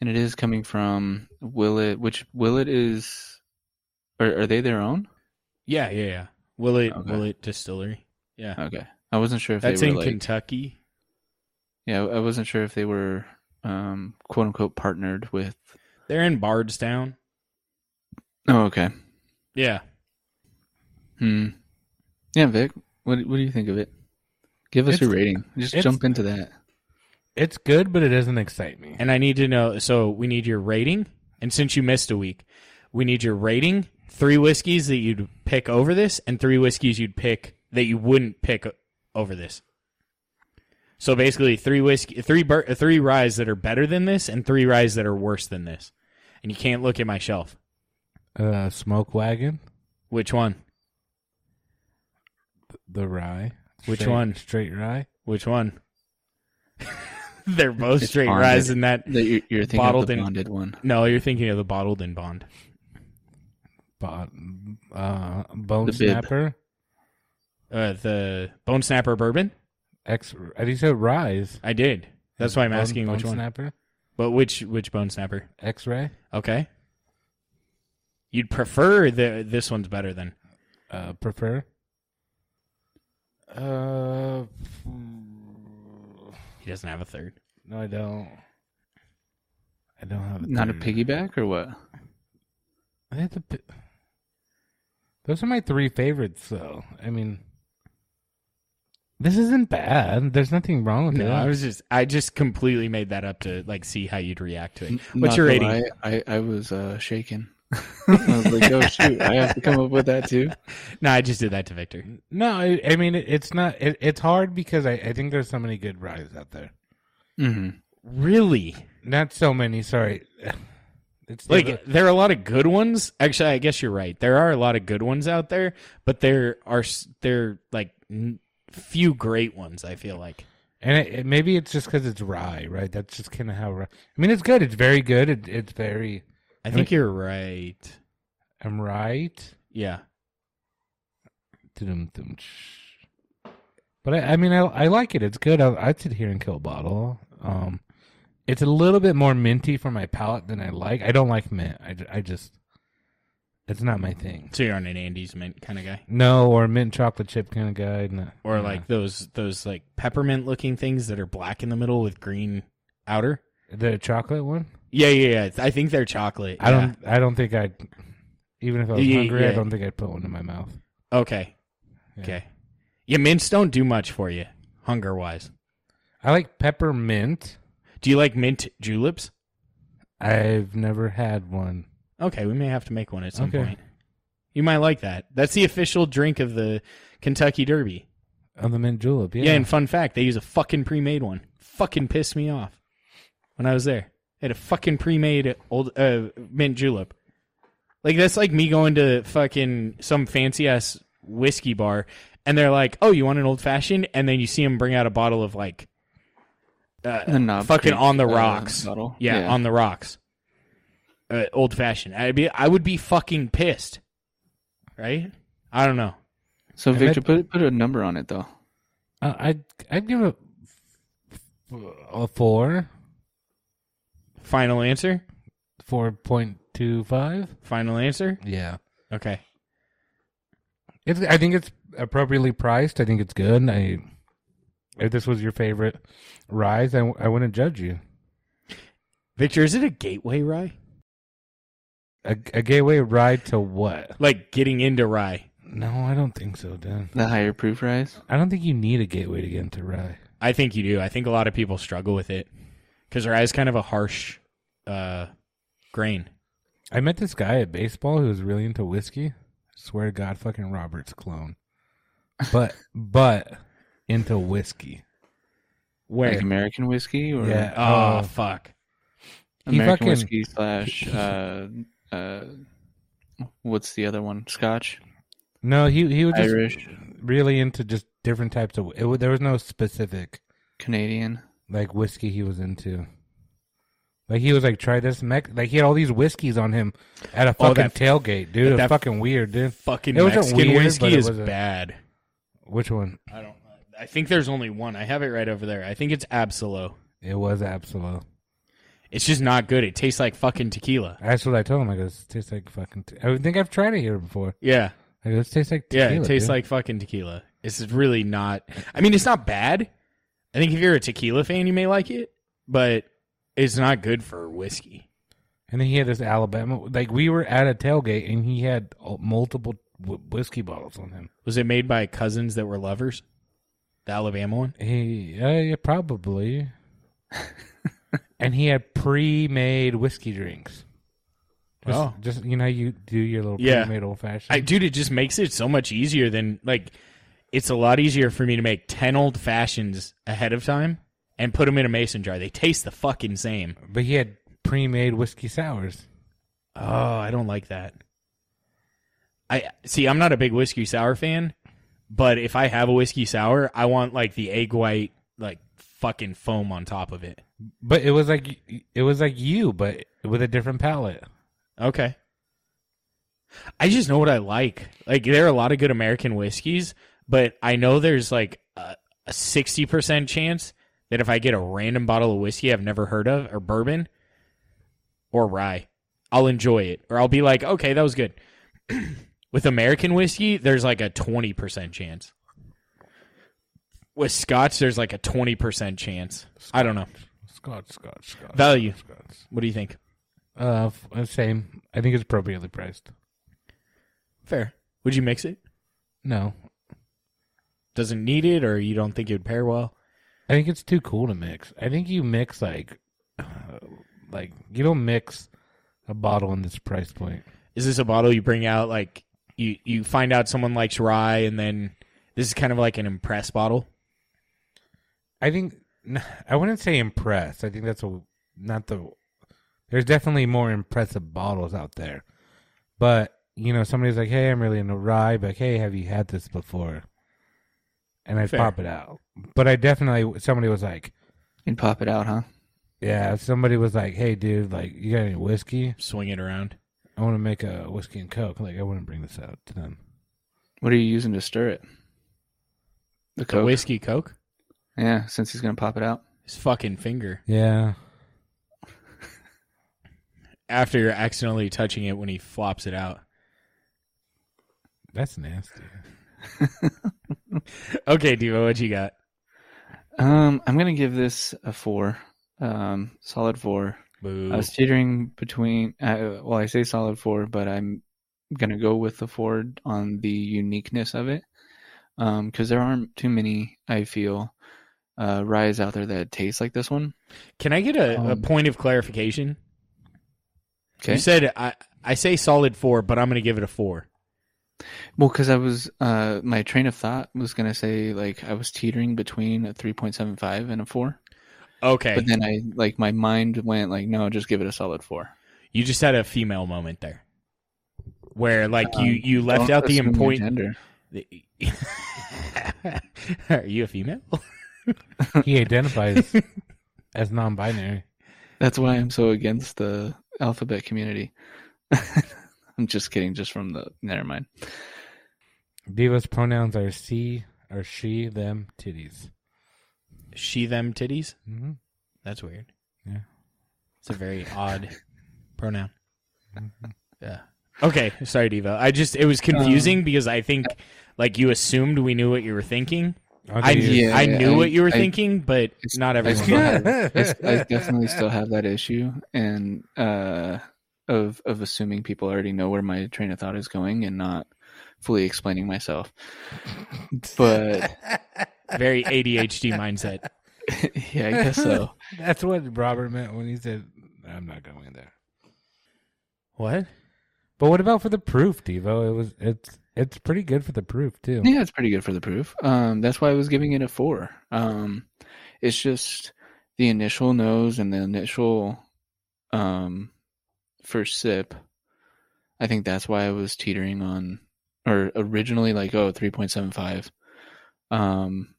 [SPEAKER 1] And it is coming from Willet, which Willet is. Are, are they their own?
[SPEAKER 2] Yeah, yeah, yeah. Will it
[SPEAKER 1] Okay.
[SPEAKER 2] will it distillery? Yeah,
[SPEAKER 1] Okay, I wasn't sure if
[SPEAKER 2] that's
[SPEAKER 1] they were
[SPEAKER 2] in
[SPEAKER 1] like.
[SPEAKER 2] Kentucky.
[SPEAKER 1] yeah, I wasn't sure if they were, um, quote unquote, partnered with.
[SPEAKER 2] They're in Bardstown.
[SPEAKER 1] Oh, okay.
[SPEAKER 2] Yeah,
[SPEAKER 1] Hmm. Yeah, Vic, what what do you think of it? Give us
[SPEAKER 3] It's-
[SPEAKER 1] your rating. Just
[SPEAKER 3] it's-
[SPEAKER 1] jump into that.
[SPEAKER 3] It's good, but it doesn't excite me.
[SPEAKER 2] And I need to know. So we need your rating. And since you missed a week, we need your rating. Three whiskeys that you'd pick over this, and three whiskeys you'd pick that you wouldn't pick o- over this. So basically, three whiskey, three bur- three ryes that are better than this, and three ryes that are worse than this. And you can't look at my shelf.
[SPEAKER 3] Uh, smoke wagon,
[SPEAKER 2] Which one?
[SPEAKER 3] the rye.
[SPEAKER 2] Which
[SPEAKER 3] Straight-
[SPEAKER 2] one?
[SPEAKER 3] Straight rye.
[SPEAKER 2] Which one? They're both
[SPEAKER 1] It's
[SPEAKER 2] straight
[SPEAKER 1] bonded.
[SPEAKER 2] ryes in that.
[SPEAKER 1] That you're, you're thinking of
[SPEAKER 2] Bottled
[SPEAKER 1] the
[SPEAKER 2] in-
[SPEAKER 1] bonded one.
[SPEAKER 2] No, you're thinking of the bottled in bond.
[SPEAKER 3] Bot, uh, bone
[SPEAKER 1] The bib.
[SPEAKER 3] snapper.
[SPEAKER 2] Uh, the bone snapper bourbon.
[SPEAKER 3] Ex. I think you said rise.
[SPEAKER 2] I did. That's why I'm
[SPEAKER 3] Bone-
[SPEAKER 2] asking
[SPEAKER 3] bone
[SPEAKER 2] which one.
[SPEAKER 3] Snapper.
[SPEAKER 2] But which which bone snapper?
[SPEAKER 3] X ray.
[SPEAKER 2] Okay. You'd prefer the this one's better than
[SPEAKER 3] Uh, prefer. Uh,
[SPEAKER 2] he doesn't have a third.
[SPEAKER 3] no, I don't. I don't have a
[SPEAKER 1] Not a
[SPEAKER 3] third.
[SPEAKER 1] piggyback or what?
[SPEAKER 3] I think the pi- Those are my three favorites, though. I mean, this isn't bad. There's nothing wrong with
[SPEAKER 2] No,
[SPEAKER 3] it.
[SPEAKER 2] I was just I just completely made that up to like see how you'd react to it.
[SPEAKER 1] N-
[SPEAKER 2] What's
[SPEAKER 1] not
[SPEAKER 2] your
[SPEAKER 1] gonna
[SPEAKER 2] rating?
[SPEAKER 1] lie, I, I was uh, shaken. I was like, oh shoot, I have to come up with that too.
[SPEAKER 2] No, I just did that to Victor.
[SPEAKER 3] No, I, I mean it, it's not. It, it's hard because I, I think there's so many good rides out there.
[SPEAKER 2] Mm-hmm.
[SPEAKER 1] hmm
[SPEAKER 2] Really?
[SPEAKER 3] Not so many. Sorry. It's the other-
[SPEAKER 2] Like there are a lot of good ones. Actually, I guess you're right. There are a lot of good ones out there, but there are s- there like n- few great ones. I feel like.
[SPEAKER 3] and it, it- maybe it's just because it's rye, right? That's just kind of how. Rye, I mean, it's good. It's very good. It, it's very.
[SPEAKER 2] I
[SPEAKER 3] I
[SPEAKER 2] think you're right.
[SPEAKER 3] I'm right.
[SPEAKER 2] Yeah.
[SPEAKER 3] Dum, dum, sh- But I, I mean, I I like it. It's good. I, I'd sit here and kill a bottle. Um, it's a little bit more minty for my palate than I like. I don't like mint. I, ju- I just, it's not my thing.
[SPEAKER 2] So you're on an Andes mint kind of guy.
[SPEAKER 3] No, or mint chocolate chip kind of guy. No,
[SPEAKER 2] or
[SPEAKER 3] no.
[SPEAKER 2] like those those like peppermint looking things that are black in the middle with green outer.
[SPEAKER 3] the chocolate one.
[SPEAKER 2] Yeah, yeah, yeah. I think they're chocolate.
[SPEAKER 3] I
[SPEAKER 2] yeah.
[SPEAKER 3] don't. I don't think I'd. Even if I was
[SPEAKER 2] Yeah,
[SPEAKER 3] hungry, I
[SPEAKER 2] yeah.
[SPEAKER 3] don't think I'd put one in my mouth.
[SPEAKER 2] Okay.
[SPEAKER 3] Yeah.
[SPEAKER 2] Okay. Yeah, mints don't do much for you, hunger wise.
[SPEAKER 3] I like peppermint.
[SPEAKER 2] Do you like mint juleps?
[SPEAKER 3] I've never had one.
[SPEAKER 2] Okay, we may have to make one at some
[SPEAKER 3] Okay.
[SPEAKER 2] point. You might like that. That's the official drink of the Kentucky Derby.
[SPEAKER 3] Oh, the mint julep. Yeah.
[SPEAKER 2] Yeah, and fun fact, they use a fucking pre-made one. Fucking pissed me off when I was there. They had a fucking pre-made old uh, mint julep. Like that's like me going to fucking some fancy ass whiskey bar, and they're like, "Oh, you want an old fashioned?" And then you see them bring out a bottle of like, uh,
[SPEAKER 1] The knob
[SPEAKER 2] fucking
[SPEAKER 1] creek,
[SPEAKER 2] on the
[SPEAKER 1] uh,
[SPEAKER 2] rocks.
[SPEAKER 1] bottle.
[SPEAKER 2] yeah, on the rocks, uh, old fashioned. I'd be, I would be fucking pissed, right? I don't know.
[SPEAKER 1] so
[SPEAKER 3] I
[SPEAKER 1] Victor,
[SPEAKER 3] bet-
[SPEAKER 1] put put a number on it though.
[SPEAKER 3] Uh, I'd I'd give it a four,
[SPEAKER 2] Final answer.
[SPEAKER 3] four point two five.
[SPEAKER 2] Final answer.
[SPEAKER 3] Yeah,
[SPEAKER 2] Okay.
[SPEAKER 3] it's. I think it's appropriately priced. I think it's good. I if this was your favorite rise, I, w- I wouldn't judge you.
[SPEAKER 2] Victor, is it a gateway rye?
[SPEAKER 3] A, a gateway ride to what?
[SPEAKER 2] Like getting into rye.
[SPEAKER 3] No, I don't think so, Dan.
[SPEAKER 1] The higher proof rise.
[SPEAKER 3] I don't think you need a gateway to get into rye.
[SPEAKER 2] I think you do. I think a lot of people struggle with it because rye is kind of a harsh uh, grain.
[SPEAKER 3] I met this guy at baseball who was really into whiskey. Swear to God, fucking Robert's clone, but but into whiskey.
[SPEAKER 1] Like
[SPEAKER 2] Where?
[SPEAKER 1] American whiskey or
[SPEAKER 3] Yeah.
[SPEAKER 2] oh,
[SPEAKER 3] uh,
[SPEAKER 2] fuck.
[SPEAKER 3] He
[SPEAKER 1] American
[SPEAKER 3] fucking-
[SPEAKER 1] whiskey slash uh, uh, what's the other one? Scotch,
[SPEAKER 3] No, he he was just
[SPEAKER 1] Irish,
[SPEAKER 3] really into just different types of. It, wa- there was no specific
[SPEAKER 1] Canadian.
[SPEAKER 3] like whiskey he was into. Like he was like try this Mex. Like he had all these whiskeys on him at a
[SPEAKER 2] Oh,
[SPEAKER 3] fucking
[SPEAKER 2] that-
[SPEAKER 3] tailgate, dude. It was
[SPEAKER 2] that-
[SPEAKER 3] fucking weird, dude.
[SPEAKER 2] Fucking
[SPEAKER 3] It wasn't
[SPEAKER 2] Mexican
[SPEAKER 3] weird, but
[SPEAKER 2] whiskey
[SPEAKER 3] it
[SPEAKER 2] is
[SPEAKER 3] wasn't-
[SPEAKER 2] bad.
[SPEAKER 3] Which one?
[SPEAKER 2] I don't. I think there's only one. I have it right over there. I think it's Absolo.
[SPEAKER 3] It was Absolo.
[SPEAKER 2] It's just not good. It tastes like fucking tequila.
[SPEAKER 3] That's what I told him. I go, this tastes like fucking. Te- I think I've tried it here before.
[SPEAKER 2] Yeah.
[SPEAKER 3] I go, this tastes like
[SPEAKER 2] Yeah,
[SPEAKER 3] tequila.
[SPEAKER 2] it tastes
[SPEAKER 3] dude."
[SPEAKER 2] like fucking tequila. It's really not. I mean, it's not bad. I think if you're a tequila fan, you may like it, but it's not good for whiskey.
[SPEAKER 3] And then he had this Alabama. Like we were at a tailgate, and he had all- uh, multiple wh- whiskey bottles on him.
[SPEAKER 2] Was it made by cousins that were lovers? The Alabama one?
[SPEAKER 3] He, uh, yeah, probably. and he had pre-made whiskey drinks. Just,
[SPEAKER 2] Oh.
[SPEAKER 3] just you know, how you do your little
[SPEAKER 2] Yeah.
[SPEAKER 3] pre-made old fashioned.
[SPEAKER 2] I, dude, it just makes it so much easier than like it's a lot easier for me to make 10 old fashions ahead of time and put them in a mason jar. They taste the fucking same.
[SPEAKER 3] but he had pre-made whiskey sours.
[SPEAKER 2] Oh, I don't like that. I see. I'm not a big whiskey sour fan, but if I have a whiskey sour, I want like the egg white, like fucking foam on top of it.
[SPEAKER 3] But it was like it was like you, but with a different palate.
[SPEAKER 2] Okay. I just know what I like. Like there are a lot of good American whiskeys, but I know there's like a sixty percent chance that if I get a random bottle of whiskey I've never heard of or bourbon or rye, I'll enjoy it or I'll be like, okay, that was good. With American whiskey, there's like a twenty percent chance. With Scotch, there's like a twenty percent chance. I don't know.
[SPEAKER 3] Scotch, Scotch, Scotch.
[SPEAKER 2] Value.
[SPEAKER 3] Scotch, Scotch.
[SPEAKER 2] What do you think?
[SPEAKER 3] Uh, f- uh, same. I think it's appropriately priced.
[SPEAKER 2] Fair. Would you mix it?
[SPEAKER 3] No,
[SPEAKER 2] doesn't need it or you don't think it would pair well.
[SPEAKER 3] I think it's too cool to mix. I think you mix like, like you don't mix a bottle in this price point.
[SPEAKER 2] Is this a bottle you bring out like you you find out someone likes rye and then this is kind of like an impress bottle?
[SPEAKER 3] I think n- I wouldn't say impressed. I think that's a not the. There's definitely more impressive bottles out there, but you know somebody's like, "Hey, I'm really into rye," but hey, have you had this before? And I
[SPEAKER 2] Fair.
[SPEAKER 3] pop it out. But I definitely somebody was like,
[SPEAKER 1] and pop it out, huh?
[SPEAKER 3] "Yeah," somebody was like, "Hey, dude, like you got any whiskey?
[SPEAKER 2] Swing it around.
[SPEAKER 3] I want to make a whiskey and coke." Like I wouldn't bring this out to them.
[SPEAKER 1] What are you using to stir it? The
[SPEAKER 2] The
[SPEAKER 1] coke.
[SPEAKER 2] whiskey coke?
[SPEAKER 1] yeah, since he's gonna pop it out.
[SPEAKER 2] His fucking finger.
[SPEAKER 3] Yeah.
[SPEAKER 2] After accidentally touching it when he flops it out.
[SPEAKER 3] That's nasty.
[SPEAKER 2] Okay, Devo, what you got?
[SPEAKER 1] Um, I'm gonna give this a four. Um, solid four.
[SPEAKER 2] Boo.
[SPEAKER 1] I was teetering between. Uh, well, I say solid four, but I'm gonna go with the four on the uniqueness of it, because there aren't too many. I feel uh, ryes out there that taste like this one.
[SPEAKER 2] Can I get a, a
[SPEAKER 1] Um,
[SPEAKER 2] point of clarification?
[SPEAKER 1] Okay.
[SPEAKER 2] You said I I say solid four, but I'm gonna give it a four.
[SPEAKER 1] Well, because I was, uh, my train of thought was gonna say like I was teetering between a three point seven five and a four,
[SPEAKER 2] Okay.
[SPEAKER 1] but then I like my mind went like, no, just give it a solid four.
[SPEAKER 2] you just had a female moment there. Where like you,
[SPEAKER 1] Um,
[SPEAKER 2] you left
[SPEAKER 1] Don't
[SPEAKER 2] out the
[SPEAKER 1] assume your
[SPEAKER 2] important
[SPEAKER 1] gender.
[SPEAKER 2] Are you a female?
[SPEAKER 3] he identifies as non-binary.
[SPEAKER 1] That's why I'm so against the alphabet community. I'm just kidding. Just from the never mind.
[SPEAKER 3] Diva's pronouns are she or she, them, titties.
[SPEAKER 2] She them titties?
[SPEAKER 3] Mm-hmm.
[SPEAKER 2] That's weird.
[SPEAKER 3] Yeah.
[SPEAKER 2] It's a very odd pronoun.
[SPEAKER 1] Mm-hmm.
[SPEAKER 2] Yeah. Okay, sorry Diva. I just it
[SPEAKER 1] Um,
[SPEAKER 2] was confusing because I think like you assumed we knew what you were thinking. I
[SPEAKER 1] Yeah,
[SPEAKER 2] I
[SPEAKER 1] yeah,
[SPEAKER 2] knew
[SPEAKER 1] I-
[SPEAKER 2] what you were
[SPEAKER 1] I-
[SPEAKER 2] thinking, but it's not everyone.
[SPEAKER 1] still have- I, s- I definitely still have that issue, and uh, of of assuming people already know where my train of thought is going and not fully explaining myself. But
[SPEAKER 2] very ADHD mindset.
[SPEAKER 1] yeah, I guess so.
[SPEAKER 3] That's what Robert meant when he said, "I'm not going there."
[SPEAKER 2] What?
[SPEAKER 3] But what about for the proof, Devo? It was it's it's pretty good for the proof too.
[SPEAKER 1] Yeah, it's pretty good for the proof. Um, that's why I was giving it a four. Um, it's just the initial nose and the initial um, first sip. I think that's why I was teetering on, or originally like oh 3.75. Um,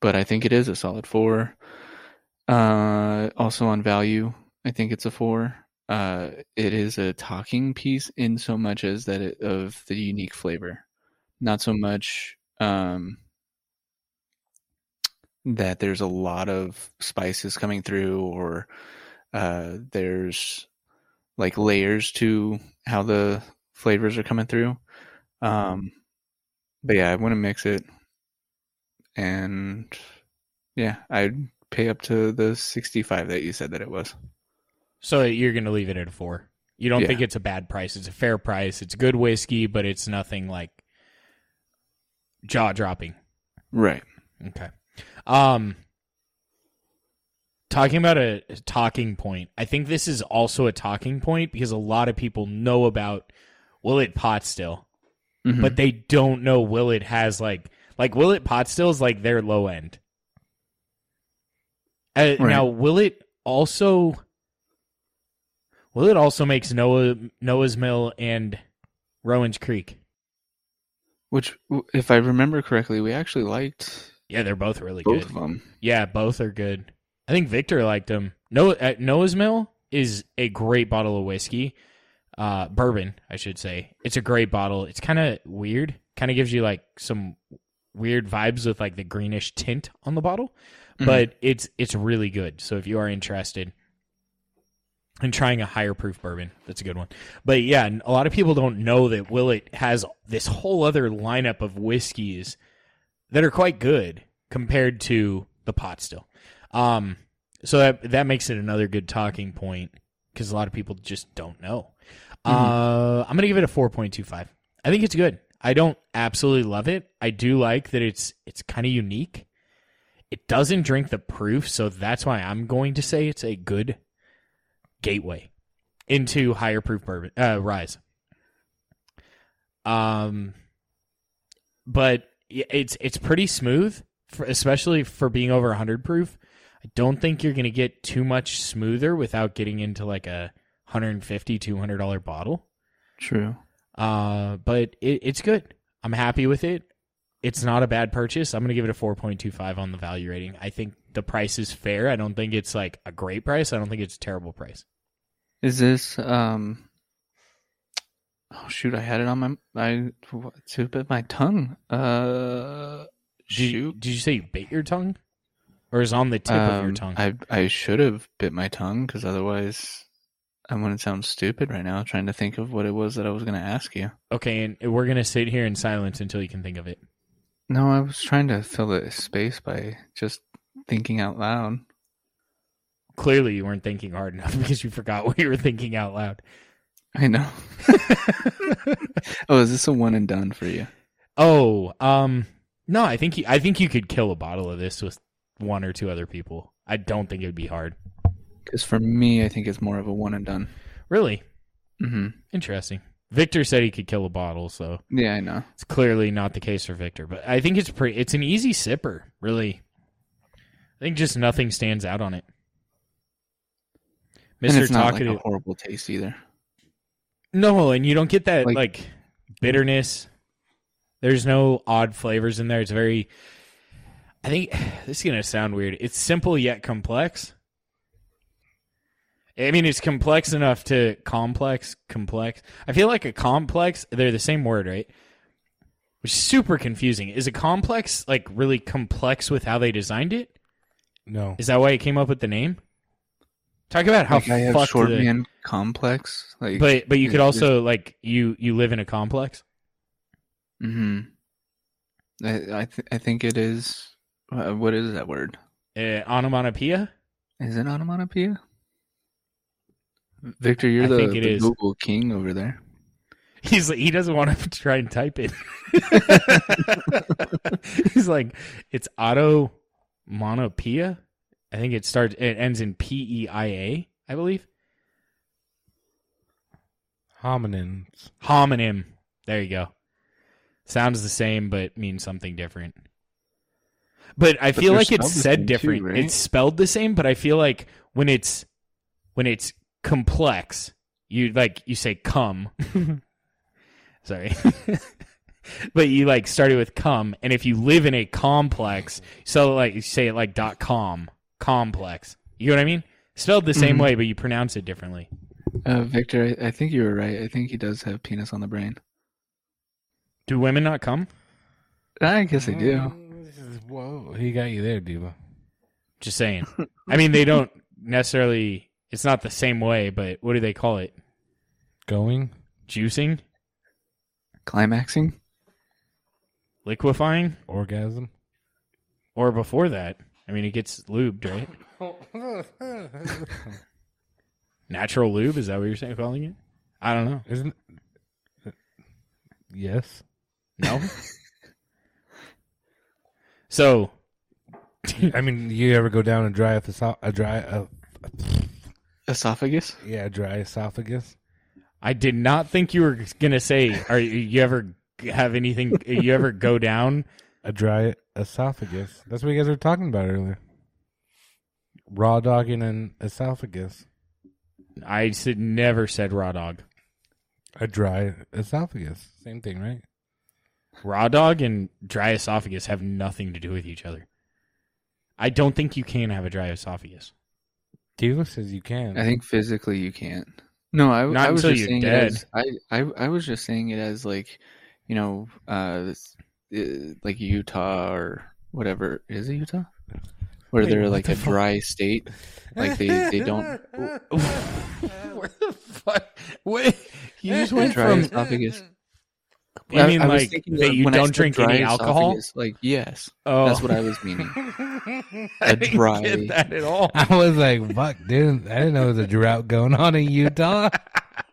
[SPEAKER 1] but I think it is a solid four. Uh, also on value, I think it's a four. Uh, it is a talking piece in so much as that it, of the unique flavor not so much um, that there's a lot of spices coming through or uh, there's like layers to how the flavors are coming through um, but yeah i want to mix it and yeah i'd pay up to the 65 that you said that it was
[SPEAKER 2] So you're going to leave it at a four. You don't
[SPEAKER 1] Yeah.
[SPEAKER 2] think it's a bad price. It's a fair price. It's good whiskey, but it's nothing like jaw dropping.
[SPEAKER 1] Right.
[SPEAKER 2] Okay. Um talking about a talking point. I think this is also a talking point because a lot of people know about Willet Pot still,
[SPEAKER 1] Mhm.
[SPEAKER 2] but they don't know Willet has like like Willet Pot still is like their low end. Uh,
[SPEAKER 1] Right.
[SPEAKER 2] Now Willet also Willet also makes Noah Noah's Mill and Rowan's Creek.
[SPEAKER 1] which, w- if I remember correctly, we actually liked
[SPEAKER 2] Yeah, they're both really
[SPEAKER 1] both
[SPEAKER 2] good.
[SPEAKER 1] of them.
[SPEAKER 2] Yeah, both are good. I think Victor liked them. Noah, uh, Noah's Mill is a great bottle of whiskey, uh, bourbon, I should say. It's a great bottle. It's kind of weird. Kind of gives you like some weird vibes with like the greenish tint on the bottle,
[SPEAKER 1] Mhm.
[SPEAKER 2] but it's it's really good. So if you are interested in trying a higher proof bourbon, that's a good one. But yeah, a lot of people don't know that Willet has this whole other lineup of whiskeys that are quite good compared to the pot still. Um, so that that makes it another good talking point because a lot of people just don't know. Uh, I'm gonna give it a 4.25. I think it's good. I don't absolutely love it. I do like that it's it's kind of unique. It doesn't drink the proof, so that's why I'm going to say it's a good gateway into higher proof bourbon uh, rise. Um, but yeah, it's it's pretty smooth, for, especially for being over 100 proof. I don't think you're going to get too much smoother without getting into like a 150 200 dollar bottle.
[SPEAKER 1] True.
[SPEAKER 2] Uh, but it, it's good. I'm happy with it. It's not a bad purchase. I'm going to give it a 4.25 on the value rating. I think the price is fair. I don't think it's like a great price. I don't think it's a terrible price.
[SPEAKER 1] Is this um? Oh shoot! I had it on my I tip of my tongue. Uh,
[SPEAKER 2] Did you,
[SPEAKER 1] shoot.
[SPEAKER 2] did you say you bit your tongue, or is on the tip of your
[SPEAKER 1] Um,
[SPEAKER 2] tongue?
[SPEAKER 1] I I should have bit my tongue because otherwise, I wouldn't sound stupid right now trying to think of what it was that I was going to ask you.
[SPEAKER 2] okay, and we're going to sit here in silence until you can think of it.
[SPEAKER 1] No, I was trying to fill the space by just thinking out loud.
[SPEAKER 2] clearly you weren't thinking hard enough because you forgot what you were thinking out loud.
[SPEAKER 1] I know. oh, is this a one and done for you?
[SPEAKER 2] Oh, um, no, I think you, I think you could kill a bottle of this with one or two other people. I don't think it would be hard.
[SPEAKER 1] Because for me, I think it's more of a one and done.
[SPEAKER 2] Really
[SPEAKER 1] hmm
[SPEAKER 2] interesting. Victor said he could kill a bottle, so
[SPEAKER 1] Yeah, I know.
[SPEAKER 2] it's clearly not the case for Victor. But I think it's pretty. It's an easy sipper, really. I think just nothing stands out on it.
[SPEAKER 1] and
[SPEAKER 2] Mister
[SPEAKER 1] it's not like
[SPEAKER 2] Talkative.
[SPEAKER 1] a horrible taste either.
[SPEAKER 2] No, and you don't get that like,
[SPEAKER 1] Like-
[SPEAKER 2] bitterness. There's no odd flavors in there. It's very I think this is going to sound weird. It's simple yet complex. I mean, it's complex enough to complex, complex. I feel like a complex, they're the same word, right? Which is super confusing. Is a complex like really complex with how they designed it?
[SPEAKER 3] No.
[SPEAKER 2] Is that why it came up with the name? Talk about how
[SPEAKER 1] like I have
[SPEAKER 2] fucked
[SPEAKER 1] short
[SPEAKER 2] the-
[SPEAKER 1] man complex. Like,
[SPEAKER 2] but but you could
[SPEAKER 1] Yeah,
[SPEAKER 2] also like you you live in a complex.
[SPEAKER 1] hmm I I, th- I think it is. Uh, what is that word?
[SPEAKER 2] Uh, onomatopoeia.
[SPEAKER 1] Is it onomatopoeia? Victor, you're
[SPEAKER 2] I
[SPEAKER 1] the,
[SPEAKER 2] think it
[SPEAKER 1] the
[SPEAKER 2] is.
[SPEAKER 1] Google king over there.
[SPEAKER 2] He's he doesn't want to try and type it. He's like it's auto monopoeia. I think it starts it ends in P E I A, I believe.
[SPEAKER 3] Hominins.
[SPEAKER 2] Homonym. There you go. Sounds the same but means something different. But I
[SPEAKER 1] But
[SPEAKER 2] feel
[SPEAKER 1] they're
[SPEAKER 2] like it's
[SPEAKER 1] spelled the same
[SPEAKER 2] said
[SPEAKER 1] too,
[SPEAKER 2] different.
[SPEAKER 1] right?
[SPEAKER 2] It's spelled the same, but I feel like when it's when it's complex, you like you say come. Sorry. but you like started with come and if you live in a complex, so like you say it like dot com, complex. You know what I mean? Spelled the same
[SPEAKER 1] Mhm.
[SPEAKER 2] way but you pronounce it differently.
[SPEAKER 1] Uh, Victor, I, I think you were right. I think he does have penis on the brain.
[SPEAKER 2] Do women not come?
[SPEAKER 1] I guess I
[SPEAKER 2] Uh,
[SPEAKER 1] do.
[SPEAKER 3] Mm, Whoa. He got you there, Diva.
[SPEAKER 2] Just saying. I mean, they don't necessarily. It's not the same way, but what do they call it?
[SPEAKER 3] Going?
[SPEAKER 2] Juicing,
[SPEAKER 1] Climaxing?
[SPEAKER 2] liquefying,
[SPEAKER 3] Orgasm?
[SPEAKER 2] or before that. I mean, it gets lubed, right? Natural lube is that what you're saying? Calling it? I don't know.
[SPEAKER 3] Isn't. Yes.
[SPEAKER 2] No. So
[SPEAKER 3] I mean, you ever go down a dry esoph- a dry uh,
[SPEAKER 1] Esophagus?
[SPEAKER 3] yeah, dry esophagus?
[SPEAKER 2] I did not think you were gonna say, "Are you you ever have anything? You ever go down?"
[SPEAKER 3] A dry esophagus. That's what you guys were talking about earlier. Raw dogging an esophagus.
[SPEAKER 2] I said never said raw dog.
[SPEAKER 3] A dry esophagus. Same thing, right?
[SPEAKER 2] Raw dog and dry esophagus have nothing to do with each other. I don't think you can have a dry esophagus.
[SPEAKER 3] Diva says you can.
[SPEAKER 1] I think physically you can't. No, I,
[SPEAKER 2] Mm-hmm. Not
[SPEAKER 1] I was
[SPEAKER 2] until
[SPEAKER 1] just
[SPEAKER 2] you're
[SPEAKER 1] saying
[SPEAKER 2] dead.
[SPEAKER 1] it as I, I I was just saying it as like, you know, uh, this, uh like Utah or whatever is it Utah, where
[SPEAKER 3] Wait,
[SPEAKER 1] they're
[SPEAKER 3] what
[SPEAKER 1] like
[SPEAKER 3] the
[SPEAKER 1] a
[SPEAKER 3] fuck?
[SPEAKER 1] dry state. Like, they- they don't-
[SPEAKER 2] Where the fuck? Wait, you just went
[SPEAKER 1] Dry
[SPEAKER 2] from.
[SPEAKER 1] esophagus.
[SPEAKER 2] You
[SPEAKER 1] I-
[SPEAKER 2] mean
[SPEAKER 1] I was
[SPEAKER 2] like
[SPEAKER 1] thinking
[SPEAKER 2] that
[SPEAKER 1] of
[SPEAKER 2] you
[SPEAKER 1] when I
[SPEAKER 2] don't
[SPEAKER 1] said
[SPEAKER 2] drink
[SPEAKER 1] dry
[SPEAKER 2] any alcohol?
[SPEAKER 1] esophagus, Like yes,
[SPEAKER 2] Oh,
[SPEAKER 1] that's what I was meaning.
[SPEAKER 2] I
[SPEAKER 1] a
[SPEAKER 2] didn't
[SPEAKER 1] dry-
[SPEAKER 2] get that at all.
[SPEAKER 3] I was like, fuck, dude. I didn't know there was a drought going on in Utah.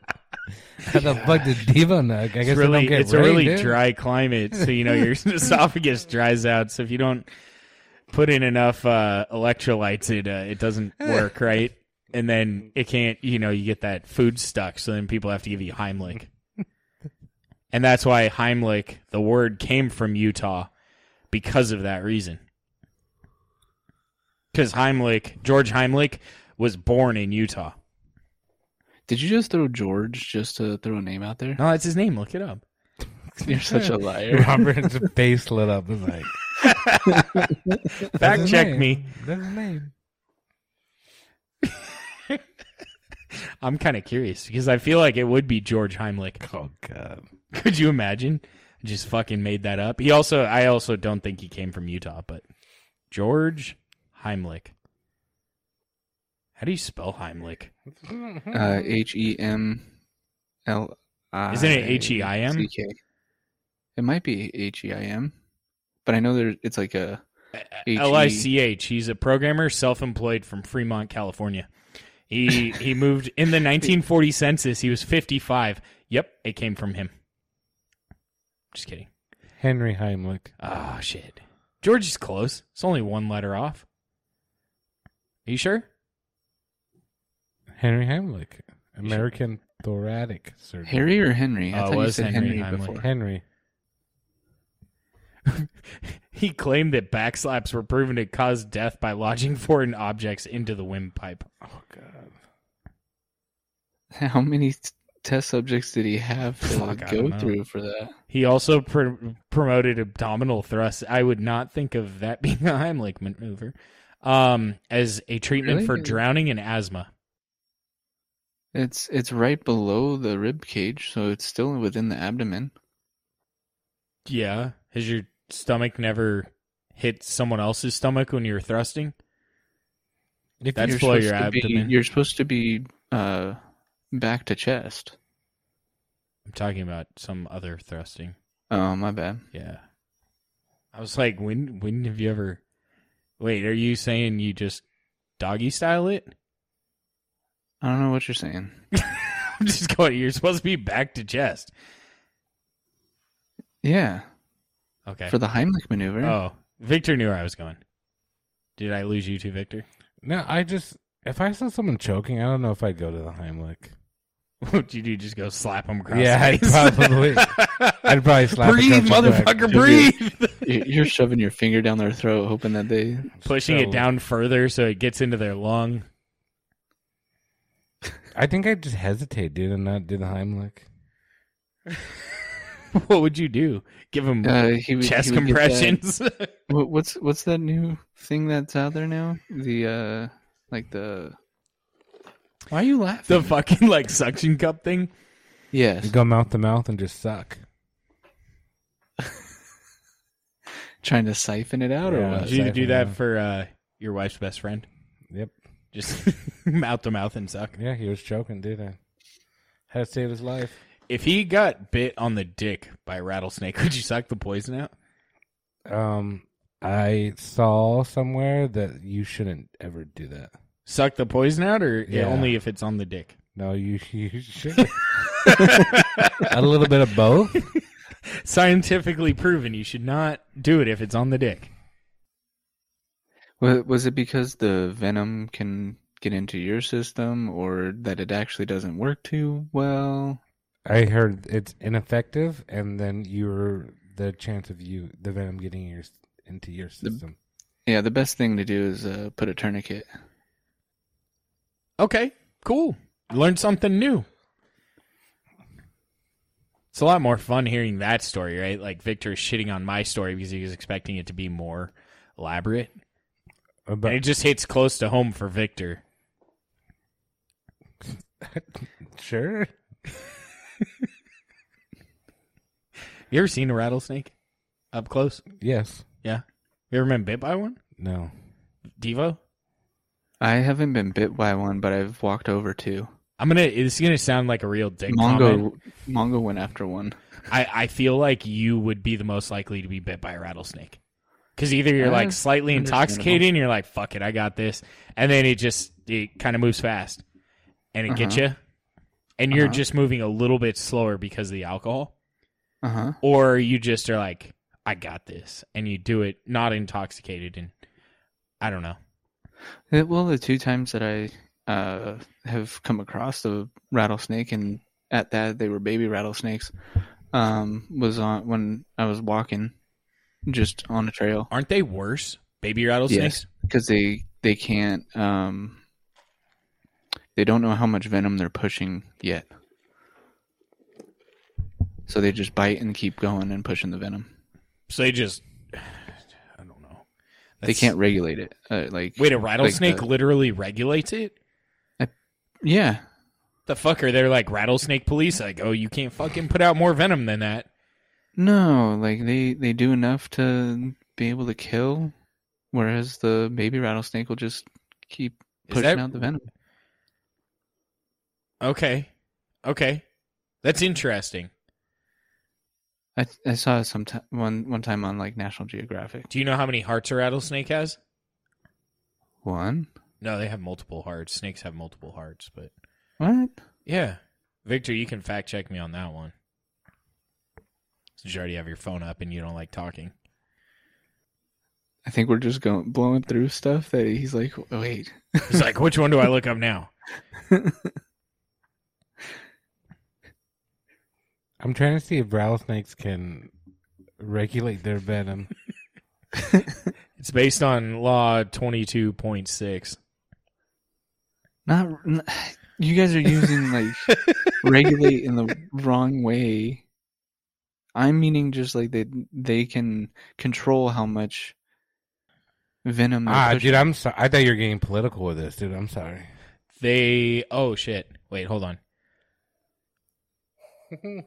[SPEAKER 3] How the fuck did Diva know? I
[SPEAKER 2] It's
[SPEAKER 3] guess they
[SPEAKER 2] really,
[SPEAKER 3] don't get
[SPEAKER 2] it's
[SPEAKER 3] rain,
[SPEAKER 2] a really
[SPEAKER 3] dude.
[SPEAKER 2] dry climate, so you know your esophagus dries out. So if you don't put in enough uh, electrolytes, it uh, it doesn't
[SPEAKER 3] Eh.
[SPEAKER 2] work right, and then it can't. You know, you get that food stuck, so then people have to give you Heimlich, and that's why Heimlich, the word, came from Utah because of that reason. Because Heimlich, George Heimlich, was born in Utah.
[SPEAKER 1] Did you just throw George just to throw a name out there?
[SPEAKER 2] No, that's his name. Look it up.
[SPEAKER 1] You're such a liar.
[SPEAKER 3] Robert's face lit up. It's like, that's
[SPEAKER 2] Fact
[SPEAKER 3] his
[SPEAKER 2] check
[SPEAKER 3] name.
[SPEAKER 2] me.
[SPEAKER 3] That's his name.
[SPEAKER 2] I'm kind of curious because I feel like it would be George Heimlich.
[SPEAKER 3] Oh, God.
[SPEAKER 2] Could you imagine? Just fucking made that up. He also, I also don't think he came from Utah, but George Heimlich. How do you spell Heimlich?
[SPEAKER 1] Uh, H E M L I.
[SPEAKER 2] Isn't it E H-E-I-M?
[SPEAKER 1] C K. It might be H E I M, but I know there. It's like a. H E-
[SPEAKER 2] L I C H. He's a programmer, self-employed from Fremont, California. He he moved in the 1940 census. He was 55. Yep, it came from him. Just kidding.
[SPEAKER 3] Henry Heimlich.
[SPEAKER 2] Oh shit. George is close. It's only one letter off. Are you sure?
[SPEAKER 3] Henry Heimlich. American thoracic surgeon.
[SPEAKER 1] Harry or Henry? I
[SPEAKER 2] Oh, it
[SPEAKER 1] thought you
[SPEAKER 2] was
[SPEAKER 1] said
[SPEAKER 2] Henry
[SPEAKER 1] Henry,
[SPEAKER 2] Heimlich.
[SPEAKER 1] before.
[SPEAKER 3] Henry.
[SPEAKER 2] He claimed that backslaps were proven to cause death by lodging foreign objects into the windpipe.
[SPEAKER 3] Oh, God.
[SPEAKER 1] How many t- test subjects did he have to
[SPEAKER 2] Fuck, I don't
[SPEAKER 1] go
[SPEAKER 2] know.
[SPEAKER 1] through for that?
[SPEAKER 2] He also pr- promoted abdominal thrusts. I would not think of that being a Heimlich maneuver um, as a treatment
[SPEAKER 1] Really?
[SPEAKER 2] for drowning and asthma.
[SPEAKER 1] It's it's right below the rib cage, so it's still within the abdomen.
[SPEAKER 2] Yeah. Has your stomach never hit someone else's stomach when you're thrusting?
[SPEAKER 3] If
[SPEAKER 2] That's
[SPEAKER 1] You're
[SPEAKER 2] below your
[SPEAKER 1] supposed to be-
[SPEAKER 2] abdomen.
[SPEAKER 1] you're supposed to be uh, back to chest.
[SPEAKER 2] I'm talking about some other thrusting.
[SPEAKER 1] Oh my bad.
[SPEAKER 2] Yeah. I was like, when when have you ever wait, are you saying you just doggy style it?
[SPEAKER 1] I don't know what you're saying.
[SPEAKER 2] I'm just going, you're supposed to be back to chest.
[SPEAKER 1] Yeah,
[SPEAKER 2] Okay.
[SPEAKER 1] for the Heimlich maneuver.
[SPEAKER 2] oh. Victor knew where I was going. Did I lose you too, Victor?
[SPEAKER 3] No, I just... If I saw someone choking, I don't know if I'd go to the Heimlich.
[SPEAKER 2] What'd you do? Just go slap him across
[SPEAKER 3] Yeah,
[SPEAKER 2] the
[SPEAKER 3] I'd
[SPEAKER 2] face?
[SPEAKER 3] probably- I'd probably slap a
[SPEAKER 2] breathe,
[SPEAKER 3] couple back.
[SPEAKER 2] motherfucker, breathe.
[SPEAKER 1] You- You're shoving your finger down their throat, hoping that they.
[SPEAKER 2] Pushing
[SPEAKER 3] So-
[SPEAKER 2] it down further so it gets into their lung.
[SPEAKER 3] I think I'd just hesitate, dude, and not do the Heimlich.
[SPEAKER 2] what would you do? Give him
[SPEAKER 1] Uh, he would,
[SPEAKER 2] chest
[SPEAKER 1] he would get that-
[SPEAKER 2] compressions?
[SPEAKER 1] What, what's what's that new thing that's out there now? The uh, like the. Why are you laughing?
[SPEAKER 2] the fucking like suction cup thing?
[SPEAKER 1] yes,
[SPEAKER 3] You go mouth to mouth and just suck.
[SPEAKER 1] trying to siphon it out or
[SPEAKER 3] Yeah.
[SPEAKER 1] what?
[SPEAKER 2] Did you
[SPEAKER 3] Aside
[SPEAKER 2] do
[SPEAKER 3] from
[SPEAKER 2] that
[SPEAKER 3] that.
[SPEAKER 2] Uh, for uh, your wife's best friend?
[SPEAKER 3] Yep.
[SPEAKER 2] Just mouth to mouth and suck.
[SPEAKER 3] Yeah, he was choking, dude. I had to save his life.
[SPEAKER 2] If he got bit on the dick by a rattlesnake, would you suck the poison out?
[SPEAKER 3] Um, I saw somewhere that you shouldn't ever do that.
[SPEAKER 2] Suck the poison out, or
[SPEAKER 3] Yeah.
[SPEAKER 2] only if it's on the dick?
[SPEAKER 3] No, you you should a little bit of both.
[SPEAKER 2] Scientifically proven, you should not do it if it's on the dick.
[SPEAKER 1] Wa- Was it because the venom can get into your system, or that it actually doesn't work too well?
[SPEAKER 3] I heard it's ineffective, and then you're the chance of you the venom getting your into your system.
[SPEAKER 1] Yeah, the best thing to do is uh, put a tourniquet.
[SPEAKER 2] Okay, cool. Learn something new. It's a lot more fun hearing that story, right? Like Victor is shitting on my story because he was expecting it to be more elaborate. and it
[SPEAKER 3] About,
[SPEAKER 2] just hits close to home for Victor.
[SPEAKER 3] sure.
[SPEAKER 2] You ever seen a rattlesnake up close?
[SPEAKER 3] Yes.
[SPEAKER 2] You ever been bit by one?
[SPEAKER 3] No.
[SPEAKER 2] Devo?
[SPEAKER 1] I haven't been bit by one, but I've walked over two.
[SPEAKER 2] I'm gonna. It's gonna sound like a real dick comment.
[SPEAKER 1] Mongo, Mongo went after one.
[SPEAKER 2] I, I feel like you would be the most likely to be bit by a rattlesnake. Because either you're like
[SPEAKER 1] That's
[SPEAKER 2] slightly
[SPEAKER 1] understandable.
[SPEAKER 2] intoxicated and you're like, fuck it, I got this. And then it just, it kind of moves fast and it gets you. And you're
[SPEAKER 1] Uh-huh.
[SPEAKER 2] just moving a little bit slower because of the alcohol.
[SPEAKER 1] Uh huh.
[SPEAKER 2] Or you just are like, I got this. And you do it not intoxicated. And I don't know.
[SPEAKER 1] Uh, Well, the two times that I uh, have come across the rattlesnake, and at that they were baby rattlesnakes, um, was on when I was walking, just on a trail
[SPEAKER 2] Aren't they worse? Baby rattlesnakes?
[SPEAKER 1] because they they can't um, they don't know how much venom they're pushing yet, so they just bite and keep going and pushing the venom.
[SPEAKER 2] So they just, I don't know.
[SPEAKER 1] they
[SPEAKER 2] That's-
[SPEAKER 1] can't regulate it. Uh, like uh,
[SPEAKER 2] Wait, a rattlesnake
[SPEAKER 1] the-
[SPEAKER 2] literally regulates it?
[SPEAKER 1] yeah,
[SPEAKER 2] the fucker they're like rattlesnake police like oh you can't fucking put out more venom than that
[SPEAKER 1] No, like they they do enough to be able to kill, whereas the baby rattlesnake will just keep
[SPEAKER 2] Is
[SPEAKER 1] pushing
[SPEAKER 2] that-
[SPEAKER 1] out the venom.
[SPEAKER 2] okay okay that's interesting
[SPEAKER 1] I I saw it sometime one one time on like National Geographic.
[SPEAKER 2] do you know how many hearts a rattlesnake has
[SPEAKER 1] One
[SPEAKER 2] no they have multiple hearts snakes have multiple hearts but
[SPEAKER 1] what?
[SPEAKER 2] yeah victor you can fact check me on that one since you already have your phone up and you don't like talking
[SPEAKER 1] I think we're just going blowing through stuff that he's like, "Oh, wait,
[SPEAKER 2] it's like which one do i look up now
[SPEAKER 3] I'm trying to see if rattlesnakes can regulate their venom.
[SPEAKER 2] it's based on law 22.6
[SPEAKER 1] not n- you guys are using like regulate in the wrong way." I'm meaning just like they they can control how much venom. they're
[SPEAKER 3] ah,
[SPEAKER 1] pushing.
[SPEAKER 3] dude, I'm sorry. I thought you were getting political with this, dude. I'm sorry.
[SPEAKER 2] they oh shit wait hold on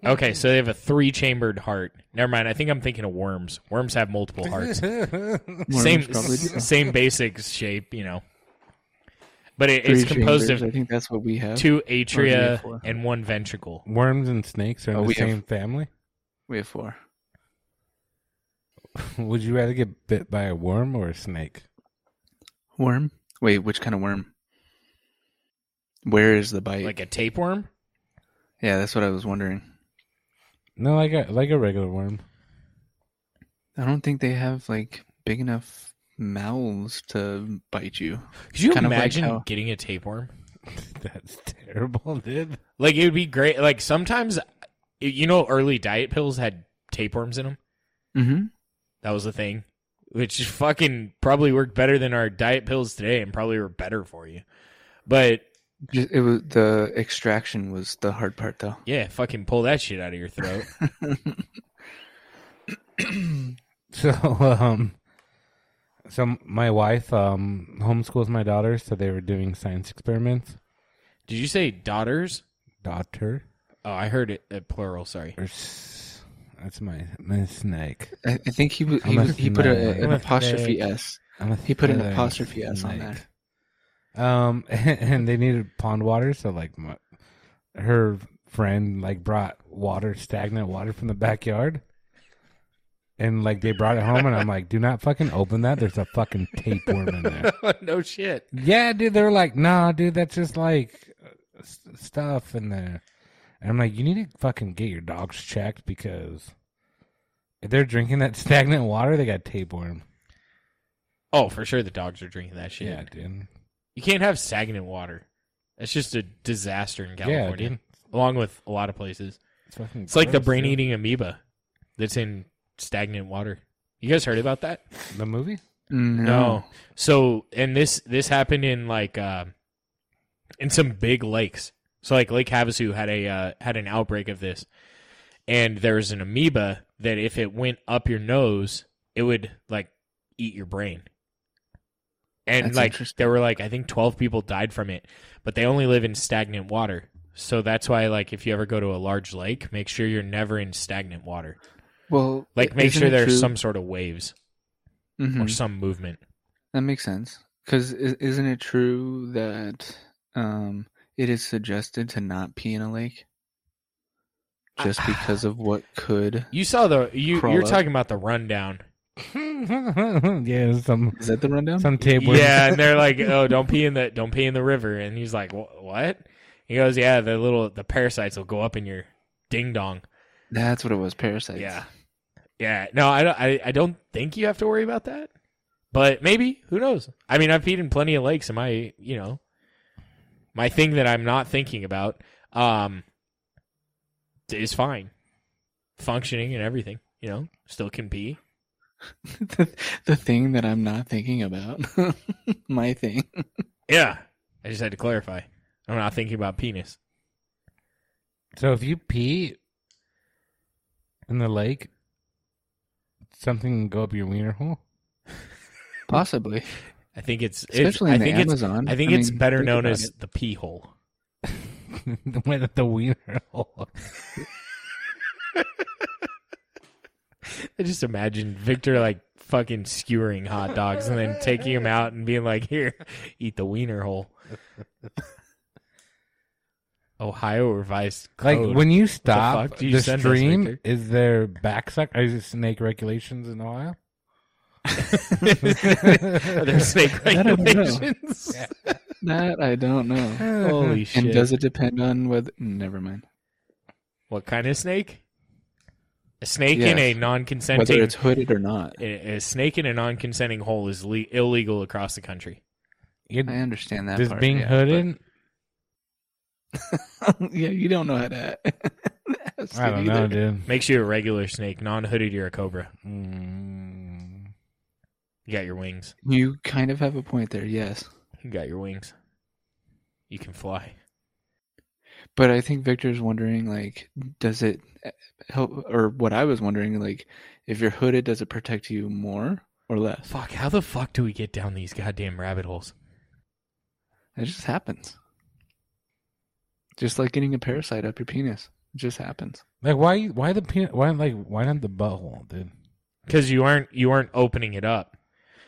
[SPEAKER 2] Okay, so they have a three chambered heart. Never mind. I think I'm thinking of worms. Worms have multiple hearts.
[SPEAKER 1] Worms
[SPEAKER 2] same
[SPEAKER 1] probably do.
[SPEAKER 2] s- same basic shape, you know. But it,
[SPEAKER 1] Three
[SPEAKER 2] it's composed
[SPEAKER 1] chambers,
[SPEAKER 2] of
[SPEAKER 1] I think that's what we have.
[SPEAKER 2] two
[SPEAKER 1] Or do we
[SPEAKER 2] atria
[SPEAKER 1] have four?
[SPEAKER 2] and one ventricle.
[SPEAKER 3] Worms and snakes are in
[SPEAKER 1] Oh,
[SPEAKER 3] the
[SPEAKER 1] we have-
[SPEAKER 3] same family.
[SPEAKER 1] We have four.
[SPEAKER 3] Would you rather get bit by a worm or a snake?
[SPEAKER 1] Worm? Wait, which kind of worm? Where is the bite?
[SPEAKER 2] Like a tapeworm?
[SPEAKER 1] yeah, that's what I was wondering.
[SPEAKER 3] No, like a like a regular worm.
[SPEAKER 1] I don't think they have like big enough mouths to bite you.
[SPEAKER 2] Could you
[SPEAKER 1] Kind of like
[SPEAKER 2] imagine
[SPEAKER 1] how-
[SPEAKER 2] getting a tapeworm?
[SPEAKER 3] That's terrible, dude.
[SPEAKER 2] Like it would be great. Like sometimes, you know, early diet pills had tapeworms in them.
[SPEAKER 1] Mm-hmm.
[SPEAKER 2] That was the thing, which fucking probably worked better than our diet pills today, and probably were better for you. But
[SPEAKER 1] It was the extraction was the hard part though.
[SPEAKER 2] yeah, fucking pull that shit out of your throat.
[SPEAKER 3] So, um, so my wife um homeschools my daughter, so they were doing science experiments.
[SPEAKER 2] Did you say daughters?
[SPEAKER 3] Daughter,
[SPEAKER 2] Oh, I heard it at plural. Sorry.
[SPEAKER 3] or s- that's my my snake.
[SPEAKER 1] I, I think he was, he,
[SPEAKER 3] I'm a
[SPEAKER 1] was, he put a,
[SPEAKER 3] snake.
[SPEAKER 1] an
[SPEAKER 3] I'm a
[SPEAKER 1] apostrophe
[SPEAKER 3] snake.
[SPEAKER 1] s.
[SPEAKER 3] I'm a
[SPEAKER 1] He put an
[SPEAKER 3] snake.
[SPEAKER 1] apostrophe s on there.
[SPEAKER 3] Snake. Um, and they needed pond water, so like my, her friend like brought water, stagnant water from the backyard, and like they brought it home, and I'm like, do not fucking open that. There's a fucking tapeworm in there.
[SPEAKER 2] no shit.
[SPEAKER 3] Yeah, dude, they were like, nah, dude, that's just like uh, s- stuff in there. And I'm like, you need to fucking get your dogs checked because if they're drinking that stagnant water, they got tapeworm.
[SPEAKER 2] Oh, for sure the dogs are drinking that shit.
[SPEAKER 3] Yeah, dude.
[SPEAKER 2] You can't have stagnant water. That's just a disaster in
[SPEAKER 3] Yeah,
[SPEAKER 2] California,
[SPEAKER 3] dude.
[SPEAKER 2] along with a lot of places.
[SPEAKER 3] It's, fucking
[SPEAKER 2] It's like the
[SPEAKER 3] gross, dude.
[SPEAKER 2] brain eating amoeba that's in stagnant water. You guys heard about that?
[SPEAKER 3] The movie?
[SPEAKER 1] Mm,
[SPEAKER 2] No. So, and this this happened in like um in some big lakes. So like Lake Havasu had a uh, had an outbreak of this, and there was an amoeba that if it went up your nose, it would like eat your brain. And
[SPEAKER 1] That's
[SPEAKER 2] like
[SPEAKER 1] interesting.
[SPEAKER 2] there were like I think twelve people died from it, but they only live in stagnant water. So that's why like if you ever go to a large lake, make sure you're never in stagnant water.
[SPEAKER 1] Well,
[SPEAKER 2] Like make
[SPEAKER 1] isn't
[SPEAKER 2] sure
[SPEAKER 1] it
[SPEAKER 2] there's
[SPEAKER 1] true-
[SPEAKER 2] some sort of waves
[SPEAKER 1] Mhm.
[SPEAKER 2] or some movement.
[SPEAKER 1] That makes sense. Because isn't it true that um, it is suggested to not pee in a lake
[SPEAKER 2] Ah,
[SPEAKER 1] just because of what could?
[SPEAKER 2] You saw the you
[SPEAKER 1] Crawl
[SPEAKER 2] you're
[SPEAKER 1] up.
[SPEAKER 2] talking about the rundown.
[SPEAKER 3] yeah, there's some
[SPEAKER 1] Is that the rundown?
[SPEAKER 3] some table.
[SPEAKER 2] Yeah, and they're like, "Oh, don't pee in the don't pee in the river." And he's like, "Wha- "What?" He goes, "Yeah, the little the parasites will go up in your ding dong."
[SPEAKER 1] That's what it was. Parasites.
[SPEAKER 2] Yeah. Yeah. No, I don't I, I don't think you have to worry about that. But maybe, who knows? I mean, I've peed in plenty of lakes and my, you know, my thing that I'm not thinking about um is fine. Functioning and everything, you know, still can pee.
[SPEAKER 1] the, the thing that I'm not thinking about. My thing.
[SPEAKER 2] Yeah. I just had to clarify. I'm not thinking about penis.
[SPEAKER 3] So if you pee in the lake, something can go up your wiener hole.
[SPEAKER 1] Possibly.
[SPEAKER 2] I think it's, it's-
[SPEAKER 1] Especially
[SPEAKER 2] I
[SPEAKER 1] in
[SPEAKER 2] think
[SPEAKER 1] the
[SPEAKER 2] it's
[SPEAKER 1] Amazon.
[SPEAKER 2] I think it's
[SPEAKER 1] mean,
[SPEAKER 2] better
[SPEAKER 1] think
[SPEAKER 2] known
[SPEAKER 1] about
[SPEAKER 2] as
[SPEAKER 1] it.
[SPEAKER 2] the pee hole.
[SPEAKER 3] Went the wiener hole.
[SPEAKER 2] I just imagine Victor like fucking skewering hot dogs and then taking them out and being like, "Here, eat the wiener hole." Ohio revised
[SPEAKER 3] Like
[SPEAKER 2] code.
[SPEAKER 3] when you stop
[SPEAKER 2] fuck do
[SPEAKER 3] the,
[SPEAKER 2] you send us,
[SPEAKER 3] stream,
[SPEAKER 2] Victor?
[SPEAKER 3] is there back suck? Is it snake regulations in Ohio?
[SPEAKER 2] Are there snake
[SPEAKER 1] I don't know.
[SPEAKER 2] regulations?
[SPEAKER 1] That I don't know.
[SPEAKER 2] Holy shit!
[SPEAKER 1] And does it depend on whether? Never mind.
[SPEAKER 2] what kind of snake? A snake in a
[SPEAKER 1] Yes. Whether
[SPEAKER 2] non-consenting
[SPEAKER 1] it's hooded or not,
[SPEAKER 2] a, a snake in a non-consenting hole is le- illegal across the country.
[SPEAKER 1] I
[SPEAKER 3] It,
[SPEAKER 1] understand that.
[SPEAKER 3] does
[SPEAKER 1] part,
[SPEAKER 3] being
[SPEAKER 1] yeah,
[SPEAKER 3] hooded?
[SPEAKER 1] but- yeah, you don't know how to. ask
[SPEAKER 3] I
[SPEAKER 1] it
[SPEAKER 3] don't know,
[SPEAKER 1] either.
[SPEAKER 3] dude.
[SPEAKER 2] Makes you a regular snake, non-hooded. You're a cobra.
[SPEAKER 3] Mm.
[SPEAKER 2] You got your wings.
[SPEAKER 1] You kind of have a point there, yes.
[SPEAKER 2] You got your wings. You can fly.
[SPEAKER 1] But I think Victor's wondering, like, does it eh, help? Or what I was wondering, like, if you're hooded, does it protect you more or less?
[SPEAKER 2] Fuck, how the fuck do we get down these goddamn rabbit holes?
[SPEAKER 1] It just happens. Just like getting a parasite up your penis, it just happens.
[SPEAKER 3] Like why? Why the peanut? Why like why not the butthole, dude?
[SPEAKER 2] Because you aren't you aren't opening it up.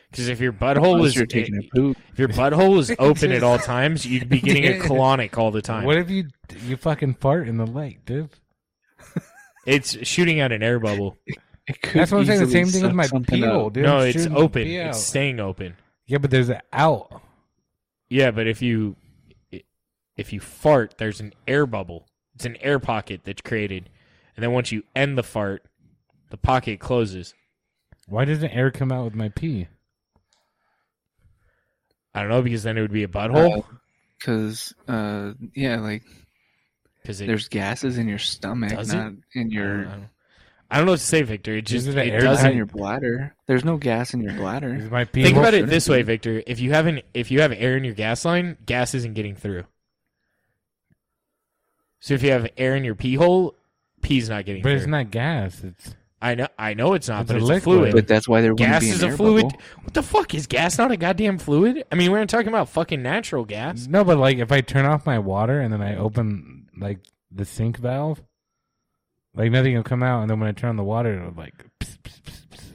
[SPEAKER 2] Because if your butthole
[SPEAKER 1] Unless
[SPEAKER 2] is
[SPEAKER 1] you're taking a
[SPEAKER 2] if
[SPEAKER 1] poop.
[SPEAKER 2] your butthole is open at all times, you'd be getting a colonic all the time.
[SPEAKER 3] What if you you fucking fart in the lake, dude?
[SPEAKER 2] It's shooting out an air bubble.
[SPEAKER 1] It could
[SPEAKER 3] That's what I'm saying. The
[SPEAKER 1] easily
[SPEAKER 3] same thing with
[SPEAKER 1] suck
[SPEAKER 3] my
[SPEAKER 1] something
[SPEAKER 3] pee
[SPEAKER 1] up.
[SPEAKER 3] hole, dude.
[SPEAKER 2] no,
[SPEAKER 3] I'm
[SPEAKER 2] it's
[SPEAKER 3] shooting
[SPEAKER 2] open.
[SPEAKER 3] pee out.
[SPEAKER 2] It's staying open.
[SPEAKER 3] yeah, but there's an out.
[SPEAKER 2] Yeah, but if you if you fart, there's an air bubble. It's an air pocket that's created, and then once you end the fart, the pocket closes.
[SPEAKER 3] Why doesn't air come out with my pee?
[SPEAKER 2] I don't know because then it would be a
[SPEAKER 1] Uh,
[SPEAKER 2] butthole.
[SPEAKER 1] Because, uh, yeah, like,
[SPEAKER 2] Because
[SPEAKER 1] there's gases in your stomach,
[SPEAKER 2] Does it?
[SPEAKER 1] not in
[SPEAKER 2] I
[SPEAKER 1] your.
[SPEAKER 2] don't, know. I don't know what to say, Victor. It just
[SPEAKER 3] Is
[SPEAKER 2] it,
[SPEAKER 3] it an air
[SPEAKER 1] Not
[SPEAKER 2] doesn't.
[SPEAKER 1] in your bladder. There's no gas in your bladder.
[SPEAKER 3] Is my pee?
[SPEAKER 2] Think
[SPEAKER 3] hole-
[SPEAKER 2] about it
[SPEAKER 1] shouldn't
[SPEAKER 2] this
[SPEAKER 1] be.
[SPEAKER 2] way, Victor. If you haven't, if you have air in your gas line, gas isn't getting through. So if you have air in your pee hole, pee's not getting
[SPEAKER 3] But
[SPEAKER 2] through.
[SPEAKER 3] it's not gas. It's
[SPEAKER 2] I know, I know it's not,
[SPEAKER 3] It's
[SPEAKER 2] but
[SPEAKER 3] a
[SPEAKER 2] it's a
[SPEAKER 3] liquid.
[SPEAKER 2] fluid.
[SPEAKER 1] But that's why there wouldn't
[SPEAKER 2] gas
[SPEAKER 1] be an
[SPEAKER 2] is a
[SPEAKER 1] air
[SPEAKER 2] fluid.
[SPEAKER 1] bubble.
[SPEAKER 2] What the fuck is gas? Not a goddamn fluid. I mean, we're not talking about fucking natural gas.
[SPEAKER 3] no, but like if I turn off my water and then I open like the sink valve, like nothing will come out, and then when I turn on the water, it'll like, pss, pss, pss, pss.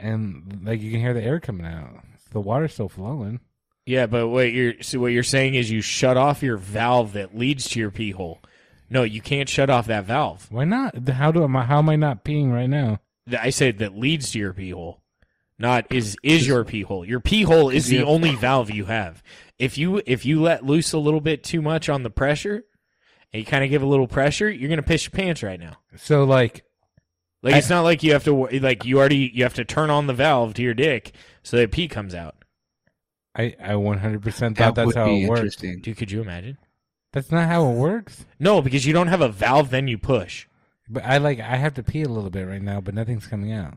[SPEAKER 3] and like you can hear the air coming out. The water's still flowing.
[SPEAKER 2] Yeah, but what you're so what you're saying is you shut off your valve that leads to your pee hole. No, you can't shut off that valve.
[SPEAKER 3] Why not? How do I? How am I not peeing right now?
[SPEAKER 2] that I said that leads to your pee hole, not is is your pee hole. Your pee hole is the only valve you have. If you if you let loose a little bit too much on the pressure, and you kind of give a little pressure, you're gonna piss your pants right now.
[SPEAKER 3] So like
[SPEAKER 2] Like
[SPEAKER 3] I-
[SPEAKER 2] it's not like you have to wo- like you already you have to turn on the valve to your dick so that pee comes out.
[SPEAKER 3] I, I 100% thought that's how it works.
[SPEAKER 1] interesting.
[SPEAKER 2] Dude, could you imagine?
[SPEAKER 3] That's not how it works.
[SPEAKER 2] No, because you don't have a valve, then you push
[SPEAKER 3] But I like I have to pee a little bit right now, but nothing's coming out.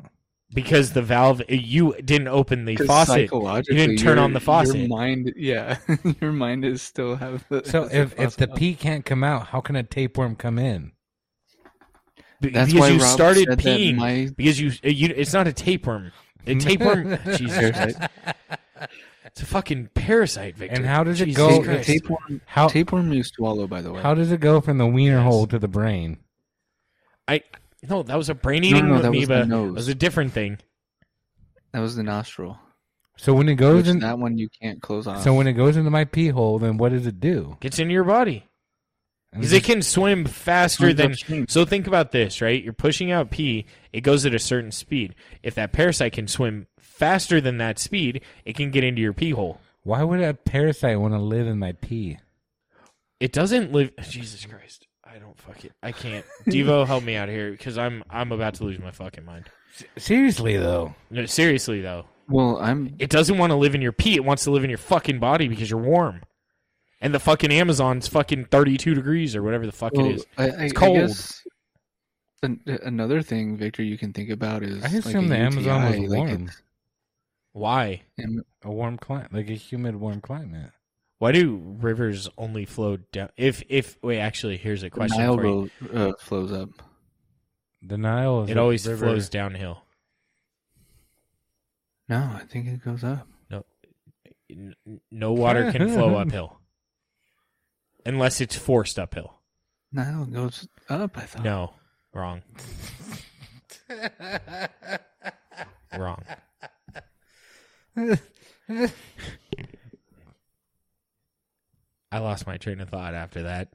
[SPEAKER 2] because the valve you didn't open the
[SPEAKER 1] 'Cause
[SPEAKER 2] faucet.
[SPEAKER 1] psychologically,
[SPEAKER 2] You didn't turn
[SPEAKER 1] your-
[SPEAKER 2] on the faucet.
[SPEAKER 1] Your mind, yeah, your mind is still have the.
[SPEAKER 3] So
[SPEAKER 1] has
[SPEAKER 3] if, if the
[SPEAKER 1] faucet on.
[SPEAKER 3] pee can't come out, how can a tapeworm come in?
[SPEAKER 2] B-
[SPEAKER 1] That's
[SPEAKER 2] because
[SPEAKER 1] why
[SPEAKER 2] you
[SPEAKER 1] Rob
[SPEAKER 2] started
[SPEAKER 1] said that
[SPEAKER 2] peeing.
[SPEAKER 1] my-
[SPEAKER 2] Because you, uh, you, it's not a tapeworm. A tapeworm, Jesus Christ,
[SPEAKER 1] Parasite.
[SPEAKER 2] it's a fucking parasite, Victor.
[SPEAKER 3] And how does it
[SPEAKER 2] Jesus
[SPEAKER 3] go-
[SPEAKER 1] Tape-
[SPEAKER 2] Christ.
[SPEAKER 1] tapeworm,
[SPEAKER 3] How
[SPEAKER 1] tapeworm you swallow, by the way.
[SPEAKER 3] how does it go from the wiener
[SPEAKER 2] Yes.
[SPEAKER 3] hole to the brain?
[SPEAKER 2] I no, that was a brain eating
[SPEAKER 1] No, no, that was
[SPEAKER 2] amoeba.
[SPEAKER 1] the nose.
[SPEAKER 2] That was a different thing.
[SPEAKER 1] that was the nostril.
[SPEAKER 3] So when it
[SPEAKER 1] Which uh,
[SPEAKER 3] goes in,
[SPEAKER 1] that one you can't close off.
[SPEAKER 3] so when it goes into my pee hole, then what does it do?
[SPEAKER 2] Gets into your body.
[SPEAKER 3] And
[SPEAKER 2] Because it can swim faster
[SPEAKER 1] Swims
[SPEAKER 2] than.
[SPEAKER 1] upstream.
[SPEAKER 2] So think about this, right? You're pushing out pee, it goes at a certain speed. If that parasite can swim faster than that speed, it can get into your pee hole.
[SPEAKER 3] Why would a parasite want to live in my pee?
[SPEAKER 2] It doesn't live. Jesus Christ. I don't fuck it. I can't. Devo, help me out here because I'm I'm about to lose my fucking mind.
[SPEAKER 3] Seriously though,
[SPEAKER 2] No, seriously though,
[SPEAKER 1] well, I'm
[SPEAKER 2] it doesn't want to live in your pee. It wants to live in your fucking body because you're warm, and the fucking Amazon's fucking 32 degrees or whatever the fuck
[SPEAKER 1] well,
[SPEAKER 2] it is.
[SPEAKER 1] I, I,
[SPEAKER 2] It's cold.
[SPEAKER 1] I guess an, another thing, Victor, you can think about is
[SPEAKER 3] I
[SPEAKER 1] like a
[SPEAKER 3] assume the Amazon was
[SPEAKER 1] UTI, like
[SPEAKER 3] warm.
[SPEAKER 1] it's-
[SPEAKER 2] Why?
[SPEAKER 1] and-
[SPEAKER 3] a warm climate, like a humid, warm climate.
[SPEAKER 2] Why do rivers only flow down? If if wait, actually, here's a question
[SPEAKER 1] Nile
[SPEAKER 2] for you.
[SPEAKER 1] road, uh, flows up.
[SPEAKER 3] The Nile. Is
[SPEAKER 2] It
[SPEAKER 3] a
[SPEAKER 2] always
[SPEAKER 3] river.
[SPEAKER 2] flows downhill.
[SPEAKER 1] No, I think it goes up.
[SPEAKER 2] N- n- No water can flow uphill unless it's forced uphill.
[SPEAKER 1] Nile goes up. I thought.
[SPEAKER 2] No, wrong, wrong. I lost my train of thought after that.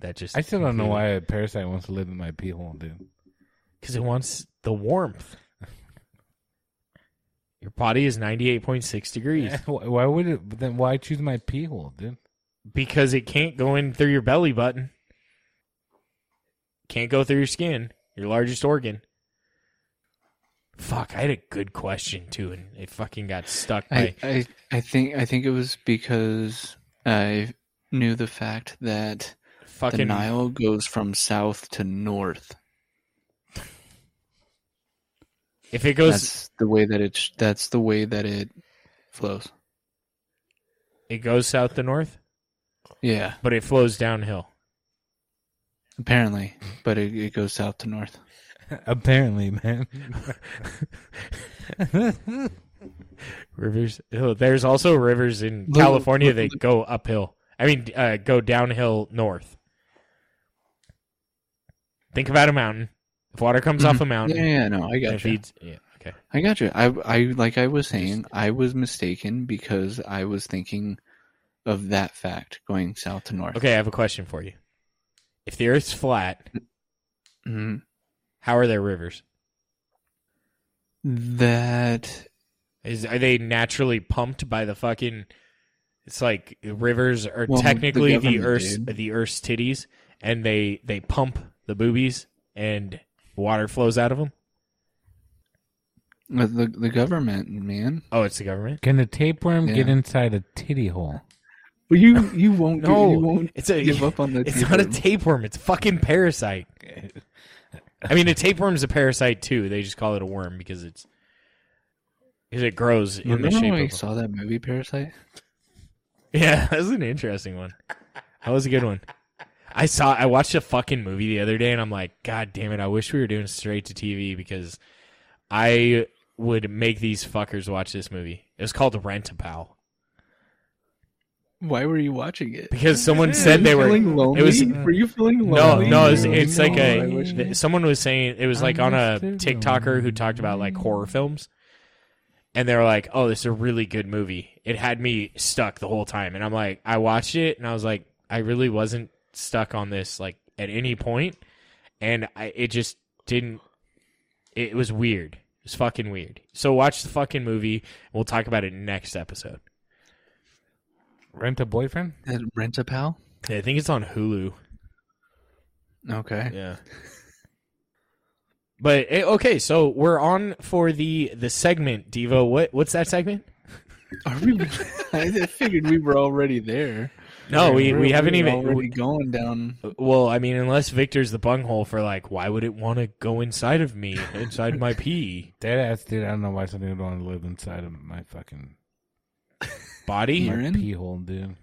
[SPEAKER 2] That just
[SPEAKER 3] I still don't know why a parasite wants to live in my pee hole, dude.
[SPEAKER 2] because it wants the warmth. Your body is ninety eight point six degrees
[SPEAKER 3] Why why would it? Then why choose my pee hole, dude?
[SPEAKER 2] because it can't go in through your belly button. Can't go through your skin, your largest organ. Fuck, I had a good question too, and it fucking got stuck. By
[SPEAKER 1] I, I I think I think it was because I knew the fact that the
[SPEAKER 2] fucking
[SPEAKER 1] Nile goes from south to north.
[SPEAKER 2] if it goes
[SPEAKER 1] that's the way that it. That's the way that it flows.
[SPEAKER 2] it goes south to north,
[SPEAKER 1] Yeah,
[SPEAKER 2] but it flows downhill.
[SPEAKER 1] apparently, but it, it goes south to north.
[SPEAKER 3] Apparently, man.
[SPEAKER 2] Rivers. Oh, there's also rivers in
[SPEAKER 1] Look-
[SPEAKER 2] California
[SPEAKER 1] look-
[SPEAKER 2] that go uphill. I mean, uh, go downhill north. Think about a mountain. If water comes off a mountain,
[SPEAKER 1] Mm-hmm. Yeah, yeah, no, I
[SPEAKER 2] and
[SPEAKER 1] got
[SPEAKER 2] it
[SPEAKER 1] you.
[SPEAKER 2] feeds. Yeah, okay.
[SPEAKER 1] I got you. I, I, like I was saying, I was mistaken because I was thinking of that fact going south to north.
[SPEAKER 2] Okay, I have a question for you. If the Earth's flat,
[SPEAKER 1] Mhm.
[SPEAKER 2] how are there rivers?
[SPEAKER 1] That
[SPEAKER 2] Is are they naturally pumped by the fucking? It's like rivers are
[SPEAKER 1] Well, the
[SPEAKER 2] technically the,
[SPEAKER 1] government
[SPEAKER 2] Earth's
[SPEAKER 1] did.
[SPEAKER 2] the Earth's titties, and they they pump the boobies, and water flows out of them.
[SPEAKER 1] uh, the the the government, man.
[SPEAKER 2] Oh, it's the government.
[SPEAKER 3] Can a tapeworm get
[SPEAKER 1] Yeah.
[SPEAKER 3] inside a titty hole?
[SPEAKER 1] Well, you you won't
[SPEAKER 2] No,
[SPEAKER 1] you won't
[SPEAKER 2] It's a
[SPEAKER 1] give up on the.
[SPEAKER 2] it's not a tapeworm. It's a fucking parasite. I mean, a tapeworm's a parasite too. They just call it a worm because it's because it grows in
[SPEAKER 1] Remember
[SPEAKER 2] the
[SPEAKER 1] when
[SPEAKER 2] shape of.
[SPEAKER 1] we
[SPEAKER 2] a-
[SPEAKER 1] saw that movie Parasite?
[SPEAKER 2] Yeah, that was an interesting one. That was a good one. I saw I watched a fucking movie the other day and I'm like, God damn it, I wish we were doing straight to TV because I would make these fuckers watch this movie. It was called Rent a Pal.
[SPEAKER 1] Why were you watching it?
[SPEAKER 2] Because someone said they were
[SPEAKER 1] Feeling lonely?
[SPEAKER 2] it was
[SPEAKER 1] were you feeling
[SPEAKER 2] no,
[SPEAKER 1] lonely?
[SPEAKER 2] no, it's,
[SPEAKER 3] No,
[SPEAKER 2] it's like
[SPEAKER 3] I wish-
[SPEAKER 2] a th- someone was saying it was
[SPEAKER 3] I
[SPEAKER 2] like on a
[SPEAKER 3] missed it.
[SPEAKER 2] TikToker who talked about like horror films, and they were like, "Oh, this is a really good movie." It had me stuck the whole time, and I'm like, I watched it, and I was like, I really wasn't stuck on this like at any point, and I it just didn't. It was weird. It was fucking weird. So watch the fucking movie. We'll talk about it next episode.
[SPEAKER 3] Rent a boyfriend?
[SPEAKER 1] Rent a pal.
[SPEAKER 2] I think it's on Hulu.
[SPEAKER 1] Okay.
[SPEAKER 2] Yeah. But eh, okay, so we're on for the the segment, Devo. What what's that segment?
[SPEAKER 1] Are we? I figured we were already there.
[SPEAKER 2] No, we,
[SPEAKER 1] We're-
[SPEAKER 2] we haven't
[SPEAKER 1] we're
[SPEAKER 2] even.
[SPEAKER 1] already going down.
[SPEAKER 2] well, I mean, unless Victor's the bunghole for like, why would it want to go inside of me, inside my pee
[SPEAKER 3] Dead ass, dude. I don't know why something would want to live inside of my fucking
[SPEAKER 2] body?
[SPEAKER 1] Urine?
[SPEAKER 3] pee hole, dude.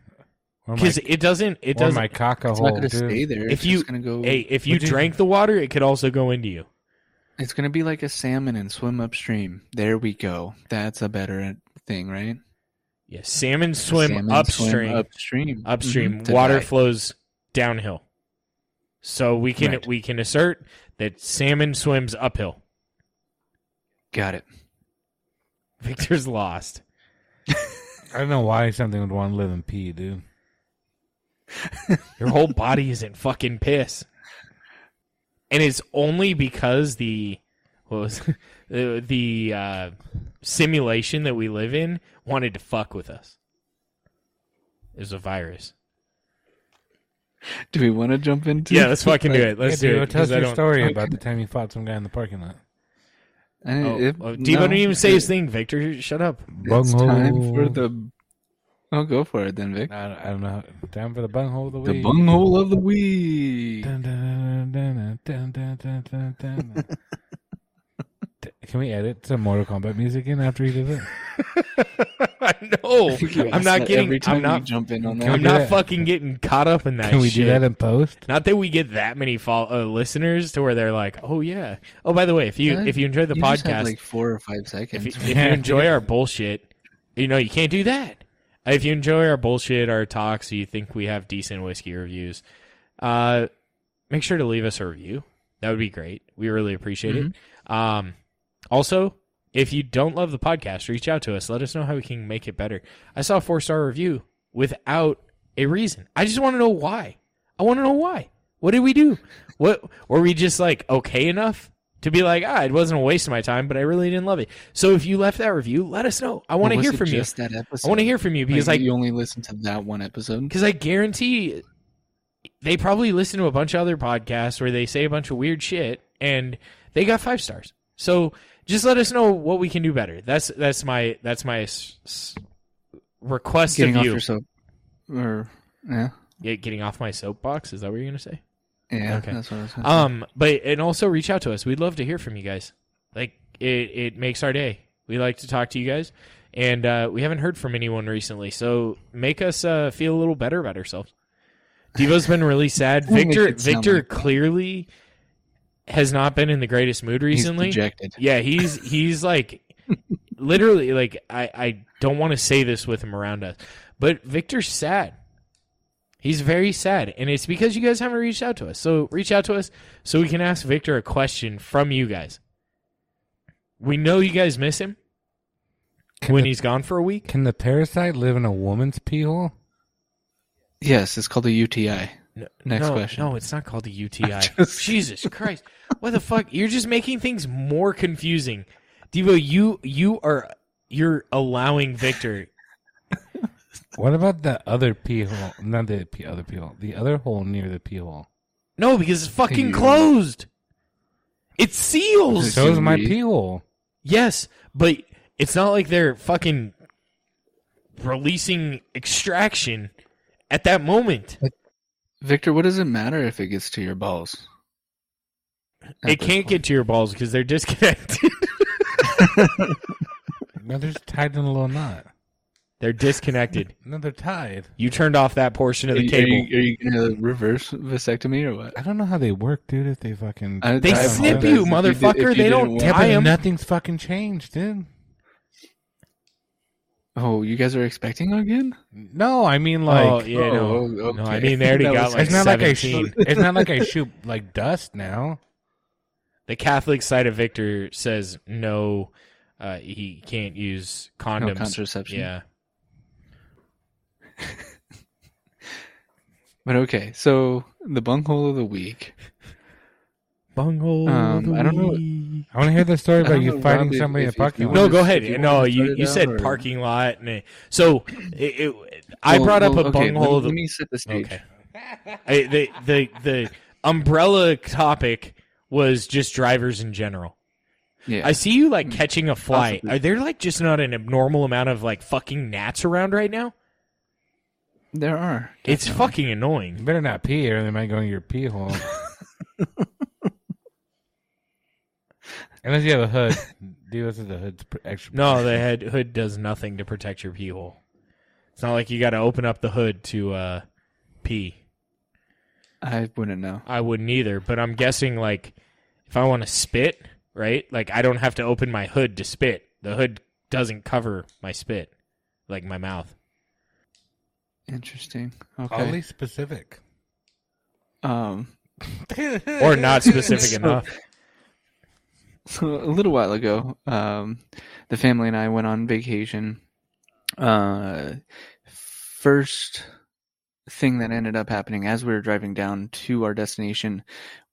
[SPEAKER 3] Or my,
[SPEAKER 2] Because it doesn't. It
[SPEAKER 3] or
[SPEAKER 2] doesn't.
[SPEAKER 3] my cock a
[SPEAKER 1] It's not
[SPEAKER 3] hole,
[SPEAKER 1] going to stay
[SPEAKER 3] dude.
[SPEAKER 1] there.
[SPEAKER 2] If
[SPEAKER 1] it's
[SPEAKER 2] you-
[SPEAKER 1] just going to go,
[SPEAKER 2] Hey, if you
[SPEAKER 3] Would you-
[SPEAKER 2] drank the water, it could also go into you.
[SPEAKER 1] it's going to be like a salmon and swim upstream. There we go. That's a better thing, right?
[SPEAKER 2] Yeah, salmon swim
[SPEAKER 1] Salmon
[SPEAKER 2] upstream.
[SPEAKER 1] upstream,
[SPEAKER 2] upstream.
[SPEAKER 1] Mhm, to
[SPEAKER 2] Water
[SPEAKER 1] die.
[SPEAKER 2] flows downhill. So we can
[SPEAKER 1] Right.
[SPEAKER 2] we can assert that salmon swims uphill.
[SPEAKER 1] Got it.
[SPEAKER 2] Victor's lost.
[SPEAKER 3] I don't know why something would want to live in pee, dude.
[SPEAKER 2] Your whole body is in fucking piss. And it's only because the what was the, the uh, simulation that we live in wanted to fuck with us. It was a virus.
[SPEAKER 1] Do we want to jump into?
[SPEAKER 2] Yeah, let's fucking do it. Let's
[SPEAKER 3] Yeah,
[SPEAKER 2] do
[SPEAKER 3] dude,
[SPEAKER 2] it.
[SPEAKER 3] Tell us
[SPEAKER 2] 'cause I
[SPEAKER 3] your
[SPEAKER 2] don't-
[SPEAKER 3] story about the time you fought some guy in the parking lot.
[SPEAKER 1] I,
[SPEAKER 2] Oh,
[SPEAKER 1] if-
[SPEAKER 2] oh,
[SPEAKER 1] no.
[SPEAKER 2] Devo didn't even say his thing. Victor, shut up.
[SPEAKER 1] It's
[SPEAKER 3] Bunghole.
[SPEAKER 1] time for the. Oh, go for it then, Vic.
[SPEAKER 3] I don't, I don't know. Time for the bunghole of the week.
[SPEAKER 1] The bunghole of the week.
[SPEAKER 3] Dun, dun, dun, dun, dun, dun, dun, dun, dun, dun. D- Can we edit some Mortal Kombat music in after he does it?
[SPEAKER 2] I know.
[SPEAKER 1] I think you
[SPEAKER 2] I'm
[SPEAKER 1] ask
[SPEAKER 2] not
[SPEAKER 1] that
[SPEAKER 2] getting.
[SPEAKER 1] Every time
[SPEAKER 2] I'm
[SPEAKER 1] you
[SPEAKER 2] not.
[SPEAKER 1] jump in on
[SPEAKER 3] Can
[SPEAKER 1] that.
[SPEAKER 2] I'm
[SPEAKER 3] we do
[SPEAKER 2] not
[SPEAKER 3] that?
[SPEAKER 2] fucking getting caught up in that.
[SPEAKER 3] Can we
[SPEAKER 2] shit.
[SPEAKER 3] do that in post?
[SPEAKER 2] Not that we get that many fol- uh, listeners to where they're like, "Oh yeah." Oh, by the way, if you
[SPEAKER 1] Yeah,
[SPEAKER 2] if you enjoy the
[SPEAKER 1] you just
[SPEAKER 2] podcast,
[SPEAKER 1] had like four or five seconds.
[SPEAKER 2] if, you, if you enjoy our bullshit, you know you can't do that. If you enjoy our bullshit, our talks, you think we have decent whiskey reviews, uh, make sure to leave us a review. That would be great. We really appreciate
[SPEAKER 1] Mm-hmm.
[SPEAKER 2] it. Um, also, if you don't love the podcast, reach out to us. Let us know how we can make it better. I saw a four star review without a reason. I just want to know why. I want to know why. What did we do? What were we just like okay enough to be like, ah, it wasn't a waste of my time, but I really didn't love it. So if you left that review, let us know. I want to
[SPEAKER 1] Was
[SPEAKER 2] hear
[SPEAKER 1] it
[SPEAKER 2] from you.
[SPEAKER 1] just That episode?
[SPEAKER 2] I want to hear from you because
[SPEAKER 1] like,
[SPEAKER 2] I
[SPEAKER 1] you only listened to that one episode.
[SPEAKER 2] because I guarantee they probably listen to a bunch of other podcasts where they say a bunch of weird shit and they got five stars. So just let us know what we can do better. That's that's my that's my s- s- request
[SPEAKER 1] Getting
[SPEAKER 2] of
[SPEAKER 1] off
[SPEAKER 2] you.
[SPEAKER 1] your soap. Or yeah,
[SPEAKER 2] Yeah, getting off my soapbox. Is that what you're gonna say?
[SPEAKER 1] yeah.
[SPEAKER 2] Okay.
[SPEAKER 1] That's what I was. Gonna
[SPEAKER 2] Um, but and also reach out to us. We'd love to hear from you guys. Like it, it makes our day. We like to talk to you guys, and uh, we haven't heard from anyone recently. So make us uh, feel a little better about ourselves. Devo's been really sad.
[SPEAKER 1] Don't make
[SPEAKER 2] Victor,
[SPEAKER 1] it sound
[SPEAKER 2] Victor
[SPEAKER 1] like
[SPEAKER 2] clearly has not been in the greatest mood
[SPEAKER 1] say.
[SPEAKER 2] recently.
[SPEAKER 1] He's dejected.
[SPEAKER 2] Yeah, he's he's like literally like I I don't want to say this with him around us, but Victor's sad. He's very sad, and it's because you guys haven't reached out to us. So reach out to us so we can ask Victor a question from you guys. We know you guys miss him
[SPEAKER 3] Can
[SPEAKER 2] when
[SPEAKER 3] the,
[SPEAKER 2] he's gone for a week.
[SPEAKER 3] can the parasite live in a woman's pee hole?
[SPEAKER 1] Yes, it's called a UTI.
[SPEAKER 2] No,
[SPEAKER 1] Next
[SPEAKER 2] no,
[SPEAKER 1] question.
[SPEAKER 2] No, it's not called a UTI.
[SPEAKER 1] just-
[SPEAKER 2] Jesus Christ. What the fuck? You're just making things more confusing. Devo, you you are you're allowing Victor
[SPEAKER 3] What about the other pee hole? Not the pee, other pee hole. The other hole near the pee hole.
[SPEAKER 2] No, because it's fucking
[SPEAKER 1] Ew.
[SPEAKER 2] closed. It's seals.
[SPEAKER 1] Is it
[SPEAKER 3] So is my
[SPEAKER 1] Seaweed.
[SPEAKER 3] pee hole.
[SPEAKER 2] yes, but it's not like they're fucking releasing extraction at that moment.
[SPEAKER 1] Victor, what does it matter if it gets to your balls? At
[SPEAKER 2] it
[SPEAKER 1] this
[SPEAKER 2] can't
[SPEAKER 1] point.
[SPEAKER 2] get to your balls because they're disconnected.
[SPEAKER 3] No, they're just tied in a little knot.
[SPEAKER 2] they're disconnected.
[SPEAKER 3] No, they're tied.
[SPEAKER 2] You turned off that portion of
[SPEAKER 1] Are
[SPEAKER 2] the
[SPEAKER 1] you,
[SPEAKER 2] cable.
[SPEAKER 1] Are you, are you gonna reverse vasectomy or what?
[SPEAKER 3] I don't know how they work, dude. If they fucking
[SPEAKER 1] I-
[SPEAKER 2] they
[SPEAKER 1] I
[SPEAKER 3] I've
[SPEAKER 2] snip
[SPEAKER 1] apologize
[SPEAKER 2] you,
[SPEAKER 1] if did-
[SPEAKER 2] motherfucker.
[SPEAKER 1] if you
[SPEAKER 2] they
[SPEAKER 1] didn't
[SPEAKER 2] don't
[SPEAKER 1] want-
[SPEAKER 2] tie
[SPEAKER 3] Yeah, but
[SPEAKER 2] 'em.
[SPEAKER 3] nothing's fucking changed, dude.
[SPEAKER 1] Oh, you guys are expecting again?
[SPEAKER 3] No, I mean like
[SPEAKER 2] oh yeah, no,
[SPEAKER 1] oh,
[SPEAKER 2] no. I
[SPEAKER 1] okay.
[SPEAKER 2] mean, they already
[SPEAKER 1] That
[SPEAKER 2] got
[SPEAKER 1] was-
[SPEAKER 2] like
[SPEAKER 3] it's not like I
[SPEAKER 2] seventeen.
[SPEAKER 3] shoot. It's not like I shoot like dust now.
[SPEAKER 2] the Catholic side of Victor says no. Uh, he can't use
[SPEAKER 1] No
[SPEAKER 2] condoms.
[SPEAKER 1] contraception.
[SPEAKER 2] yeah.
[SPEAKER 1] But okay, so the bunghole of the week.
[SPEAKER 2] Bunghole.
[SPEAKER 1] Um, I don't know-
[SPEAKER 3] I want to hear the story
[SPEAKER 1] I
[SPEAKER 3] about
[SPEAKER 1] don't
[SPEAKER 3] you
[SPEAKER 1] know,
[SPEAKER 3] fighting
[SPEAKER 1] Rob, if-
[SPEAKER 3] somebody in a
[SPEAKER 1] if- if
[SPEAKER 3] parking
[SPEAKER 1] you
[SPEAKER 3] lot.
[SPEAKER 2] No,
[SPEAKER 1] wanna-
[SPEAKER 2] go ahead.
[SPEAKER 1] if you
[SPEAKER 2] no,
[SPEAKER 1] wanna
[SPEAKER 2] you,
[SPEAKER 1] start it
[SPEAKER 2] you
[SPEAKER 1] out,
[SPEAKER 2] said
[SPEAKER 1] or-
[SPEAKER 2] parking lot, and so it, it, I
[SPEAKER 1] Well,
[SPEAKER 2] brought up
[SPEAKER 1] well,
[SPEAKER 2] a
[SPEAKER 1] okay,
[SPEAKER 2] bunghole.
[SPEAKER 1] Let, let me set the
[SPEAKER 2] of the,
[SPEAKER 1] stage.
[SPEAKER 2] okay, I, the the the umbrella topic was just drivers in general.
[SPEAKER 1] Yeah. Hmm.
[SPEAKER 2] I see you like catching a fly.
[SPEAKER 1] Possibly.
[SPEAKER 2] Are there like just not an abnormal amount of like fucking gnats around right now?
[SPEAKER 1] there are.
[SPEAKER 2] It's
[SPEAKER 1] definitely.
[SPEAKER 2] fucking
[SPEAKER 3] You
[SPEAKER 2] annoying.
[SPEAKER 3] better not pee, or they might go in your pee hole. Unless you have a hood, do listen to the hood's pr- extra.
[SPEAKER 2] No, the head hood does nothing to protect your pee hole. It's not like you got to open up the hood to uh, pee.
[SPEAKER 1] I wouldn't know.
[SPEAKER 2] I wouldn't either, but I'm guessing like if I want to spit, right? Like I don't have to open my hood to spit. The hood doesn't cover my spit, like my mouth.
[SPEAKER 1] Interesting. Okay.
[SPEAKER 3] Oddly specific,
[SPEAKER 1] Um.
[SPEAKER 2] Or not specific
[SPEAKER 1] So-
[SPEAKER 2] enough.
[SPEAKER 1] so a little while ago, um, the family and I went on vacation. Uh, first thing that ended up happening as we were driving down to our destination,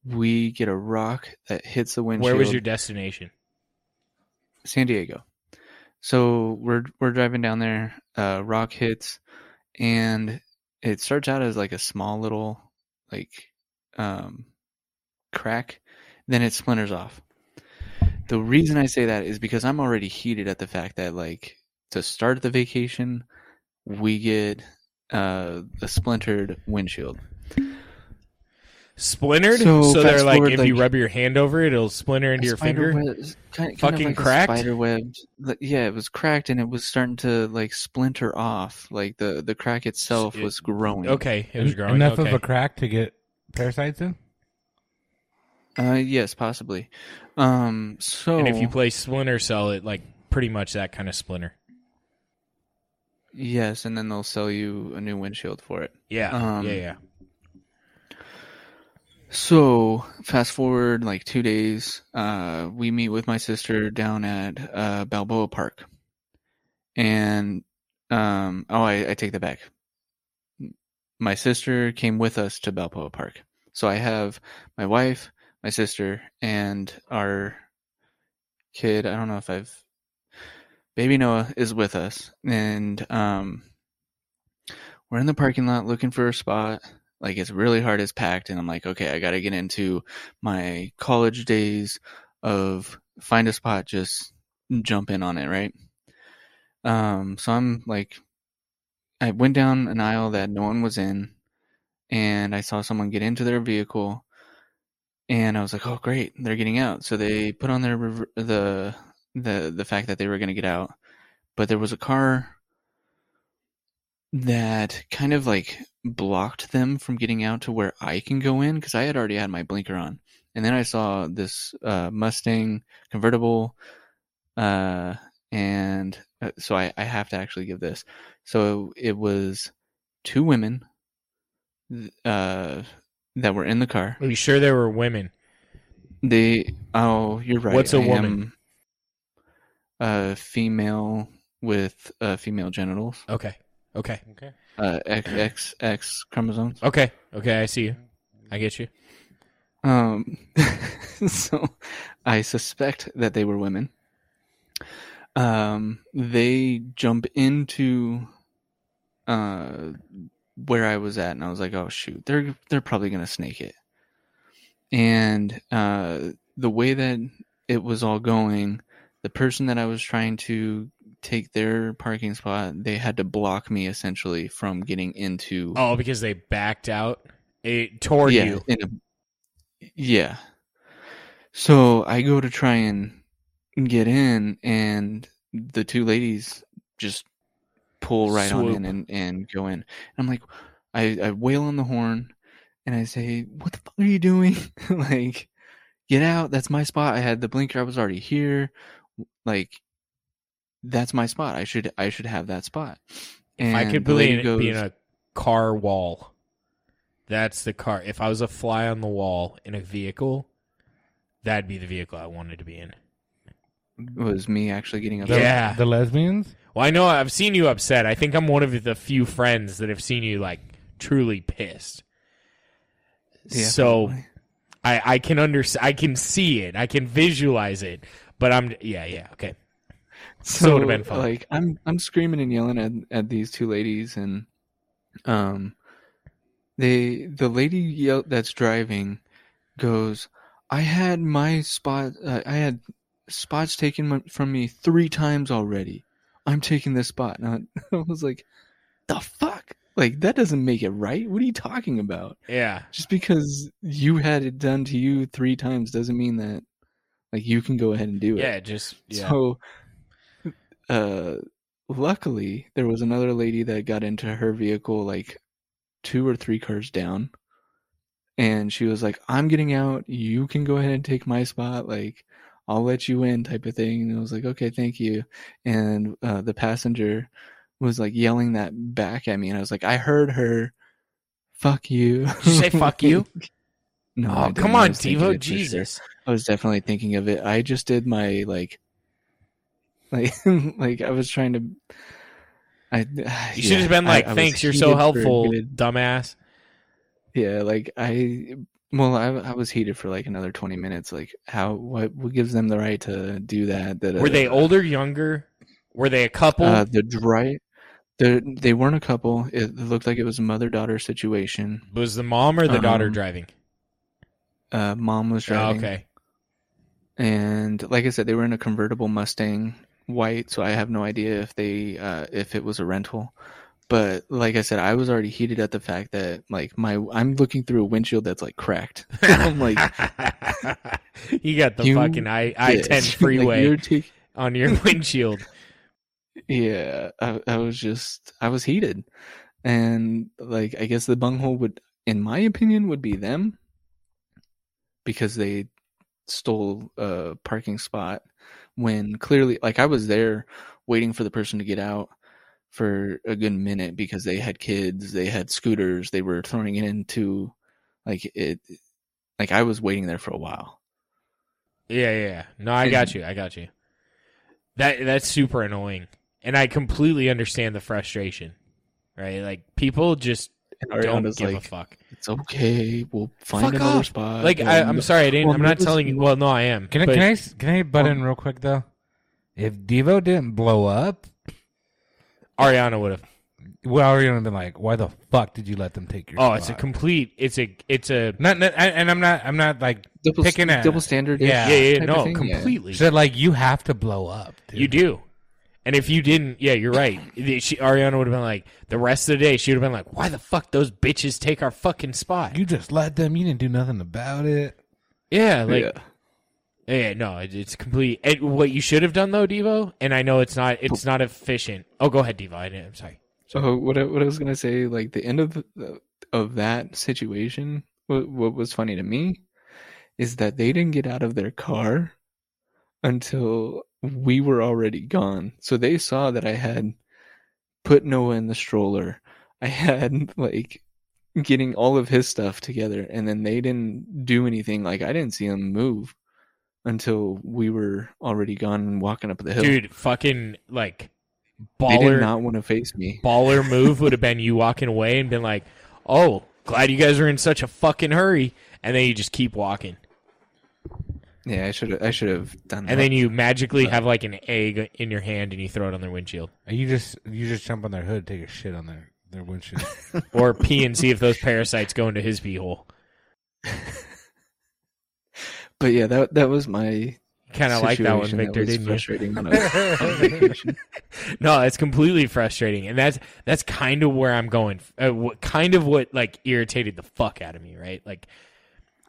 [SPEAKER 1] we get a rock that hits the windshield.
[SPEAKER 2] Where was your destination?
[SPEAKER 1] San Diego? So we're we're driving down there. Uh, rock hits, and it starts out as like a small little like um, crack, then it splinters off. The reason I say that is because I'm already heated at the fact that like to start the vacation, we get uh, a splintered windshield.
[SPEAKER 2] Splintered? So,
[SPEAKER 1] So
[SPEAKER 2] they're
[SPEAKER 1] fast
[SPEAKER 2] like
[SPEAKER 1] forward,
[SPEAKER 2] if you
[SPEAKER 1] like-
[SPEAKER 2] rub your hand over it, it'll splinter into your
[SPEAKER 1] Spider
[SPEAKER 2] finger.
[SPEAKER 1] webs- kind,
[SPEAKER 2] Fucking
[SPEAKER 1] kind of like
[SPEAKER 2] cracked?
[SPEAKER 1] Spider webbed. Yeah, it was cracked and it was starting to like splinter off. Like the the crack itself
[SPEAKER 2] It-
[SPEAKER 1] was growing.
[SPEAKER 2] Okay, it was growing.
[SPEAKER 3] enough
[SPEAKER 2] okay.
[SPEAKER 3] of a crack to get parasites in.
[SPEAKER 1] Uh, yes, possibly. Um. So
[SPEAKER 2] And if you play Splinter Cell, it like pretty much that kind of splinter.
[SPEAKER 1] yes, and then they'll sell you a new windshield for it.
[SPEAKER 2] Yeah,
[SPEAKER 1] Um,
[SPEAKER 2] yeah, yeah.
[SPEAKER 1] So fast forward like two days, uh, we meet with my sister down at uh, Balboa Park, and um, oh, I, I take that back. My sister came with us to Balboa Park, so I have my wife, my sister, and our kid. I don't know if I've baby Noah is with us, and um, we're in the parking lot looking for a spot like it's really hard it's packed and i'm like okay i gotta get into my college days of find a spot just jump in on it right um so i'm like i went down an aisle that no one was in and i saw someone get into their vehicle and i was like oh great they're getting out so they put on their rever- the the the fact that they were going to get out but there was a car that kind of like blocked them from getting out to where I can go in because I had already had my blinker on. And then I saw this uh, Mustang convertible, uh, and uh, so I, I have to actually give this. So it was two women th- uh, that were in the car.
[SPEAKER 2] Are you sure there were women?
[SPEAKER 1] They oh, you're right.
[SPEAKER 2] What's a
[SPEAKER 1] a
[SPEAKER 2] woman?
[SPEAKER 1] a female with uh, female genitals,
[SPEAKER 2] Okay, okay,
[SPEAKER 3] Okay.
[SPEAKER 1] uh, X, X, X chromosomes.
[SPEAKER 2] okay, okay. I see you. I get you.
[SPEAKER 1] Um, so I suspect that they were women. Um, they jump into uh where I was at, and I was like, "Oh shoot, they're they're probably gonna snake it." And uh, the way that it was all going, the person that I was trying to take their parking spot, they had to block me essentially from getting into.
[SPEAKER 2] Oh, because they backed out. It tore
[SPEAKER 1] yeah,
[SPEAKER 2] you.
[SPEAKER 1] in a- yeah. So I go to try and get in, and the two ladies just pull right
[SPEAKER 2] Swoop.
[SPEAKER 1] on in and, and go in. And I'm like, I, I wail on the horn and I say, What the fuck are you doing? like, get out. That's my spot. I had the blinker. I was already here. Like, that's my spot. I should I should have that spot. And
[SPEAKER 2] I could
[SPEAKER 1] the lady
[SPEAKER 2] believe it being
[SPEAKER 1] goes-
[SPEAKER 2] a car wall. That's the car. If I was a fly on the wall in a vehicle, that'd be the vehicle I wanted to be in.
[SPEAKER 1] was me actually getting up.
[SPEAKER 3] The,
[SPEAKER 2] Yeah.
[SPEAKER 3] The lesbians.
[SPEAKER 2] Well, I know I've seen you upset. I think I'm one of the few friends that have seen you like truly pissed.
[SPEAKER 1] Yeah,
[SPEAKER 2] so
[SPEAKER 1] probably.
[SPEAKER 2] I I can under I can see it. I can visualize it. But I'm yeah yeah okay. So it would've been fun.
[SPEAKER 1] Like I'm I'm screaming and yelling at, at these two ladies and um they the lady yell that's driving goes, I had my spot. Uh, I had spots taken m- from me three times already. I'm taking this spot, and I, I was like, "The fuck! Like that doesn't make it right. What are you talking about?
[SPEAKER 2] Yeah.
[SPEAKER 1] Just because you had it done to you three times doesn't mean that like you can go ahead and do it.
[SPEAKER 2] Yeah. Just yeah.
[SPEAKER 1] So, uh, luckily, there was another lady that got into her vehicle like two or three cars down, and she was like, "I'm getting out. You can go ahead and take my spot. Like, I'll let you in," type of thing. And I was like, "Okay, thank you." And uh, the passenger was like yelling that back at me, and I was like, "I heard her. Fuck you."
[SPEAKER 2] Did you say fuck you?
[SPEAKER 1] No, I
[SPEAKER 2] oh,
[SPEAKER 1] didn't.
[SPEAKER 2] come
[SPEAKER 1] I
[SPEAKER 2] on,
[SPEAKER 1] was thinking
[SPEAKER 2] Devo.
[SPEAKER 1] it for sure.
[SPEAKER 2] Jesus.
[SPEAKER 1] I was definitely thinking of it. I just did my like, like, like I was trying to. I you
[SPEAKER 2] You should have been like, "Thanks, you're so helpful, dumbass."
[SPEAKER 1] Yeah, like I, well, I, I was heated for like another twenty minutes. Like, how what what gives them the right to do that? That
[SPEAKER 2] Were they
[SPEAKER 1] uh,
[SPEAKER 2] older, younger? Were they a couple?
[SPEAKER 1] Uh, the dry, the they weren't a couple. It looked like it was a mother daughter situation.
[SPEAKER 2] was the mom or the daughter
[SPEAKER 1] um,
[SPEAKER 2] driving?
[SPEAKER 1] Uh, mom was
[SPEAKER 2] Oh,
[SPEAKER 1] driving.
[SPEAKER 2] okay.
[SPEAKER 1] and like I said, they were in a convertible Mustang white, so I have no idea if they uh, if it was a rental. But like I said, I was already heated at the fact that like my I'm looking through a windshield that's like cracked. I'm like,
[SPEAKER 2] you got the
[SPEAKER 1] You
[SPEAKER 2] fucking I I
[SPEAKER 1] "This."
[SPEAKER 2] ten
[SPEAKER 1] Like,
[SPEAKER 2] freeway
[SPEAKER 1] you're tak-
[SPEAKER 2] on your windshield.
[SPEAKER 1] yeah, I, I was just I was heated, and like I guess the bunghole would, in my opinion, would be them because they stole a parking spot when clearly like I was there waiting for the person to get out for a good minute because they had kids, they had scooters, they were throwing it into like it like I was waiting there for a while.
[SPEAKER 2] Yeah, yeah, yeah. No, I got you. I got you. That that's super annoying, and I completely understand the frustration. Right, like people just
[SPEAKER 1] And
[SPEAKER 2] don't
[SPEAKER 1] Ariana's
[SPEAKER 2] give a
[SPEAKER 1] like,
[SPEAKER 2] fuck.
[SPEAKER 1] it's okay, we'll find
[SPEAKER 2] Fuck
[SPEAKER 1] another
[SPEAKER 2] off.
[SPEAKER 1] spot.
[SPEAKER 2] Like I, I'm
[SPEAKER 1] and-
[SPEAKER 2] sorry, I didn't.
[SPEAKER 1] well,
[SPEAKER 2] I'm not
[SPEAKER 1] maybe-
[SPEAKER 2] telling you. Well, no, I am.
[SPEAKER 3] Can I
[SPEAKER 2] but-
[SPEAKER 3] can I s- can I butt
[SPEAKER 1] Well-
[SPEAKER 3] in real quick though? If Devo didn't blow up,
[SPEAKER 2] Ariana would have.
[SPEAKER 3] well, I would have been like, "Why the fuck did you let them take your?"
[SPEAKER 2] Oh, it's a
[SPEAKER 3] spot?
[SPEAKER 2] complete. It's a. It's a.
[SPEAKER 3] not, not- and and I'm not I'm not like
[SPEAKER 1] double,
[SPEAKER 3] picking at-
[SPEAKER 1] double standard.
[SPEAKER 3] Yeah.
[SPEAKER 2] Yeah, yeah.
[SPEAKER 1] Type of
[SPEAKER 2] no,
[SPEAKER 1] thing, yeah.
[SPEAKER 2] completely.
[SPEAKER 3] said like you have to blow up. Dude.
[SPEAKER 2] You do. And if you didn't, yeah, you're right. The- She, Ariana would have been like, the rest of the day, she would have been like, why the fuck those bitches take our fucking spot?
[SPEAKER 3] You just let them. You didn't do nothing about it.
[SPEAKER 2] yeah, like,
[SPEAKER 1] yeah.
[SPEAKER 2] yeah, no, it, it's complete. And what you should have done though, Devo, and I know it's not, it's not efficient. Oh, go ahead, Devo. I didn't, I'm sorry.
[SPEAKER 1] So what I, what I was gonna say, like the end of the, of that situation, what, what was funny to me is that they didn't get out of their car until we were already gone. So they saw that I had put Noah in the stroller. I had like getting all of his stuff together, and then they didn't do anything. Like I didn't see them move until we were already gone and walking up the hill.
[SPEAKER 2] Dude, fucking like
[SPEAKER 1] they did
[SPEAKER 2] baller,
[SPEAKER 1] not want to face me.
[SPEAKER 2] baller move would have been you walking away and been like, oh, glad you guys are in such a fucking hurry. And then you just keep walking.
[SPEAKER 1] Yeah, I should I should have done that.
[SPEAKER 2] And then you magically have like an egg in your hand and you throw it on their windshield.
[SPEAKER 3] And You just you just jump on their hood, take a shit on their their windshield.
[SPEAKER 2] or pee and see if those parasites go into his pee hole.
[SPEAKER 1] But yeah, that that was my
[SPEAKER 2] Kind of like that one,
[SPEAKER 1] situation
[SPEAKER 2] Victor,
[SPEAKER 1] was
[SPEAKER 2] didn't
[SPEAKER 1] frustrating when I was on vacation.
[SPEAKER 2] you? No, it's completely frustrating, and that's that's kind of where I'm going. Uh, what kind of what like irritated the fuck out of me, right? Like,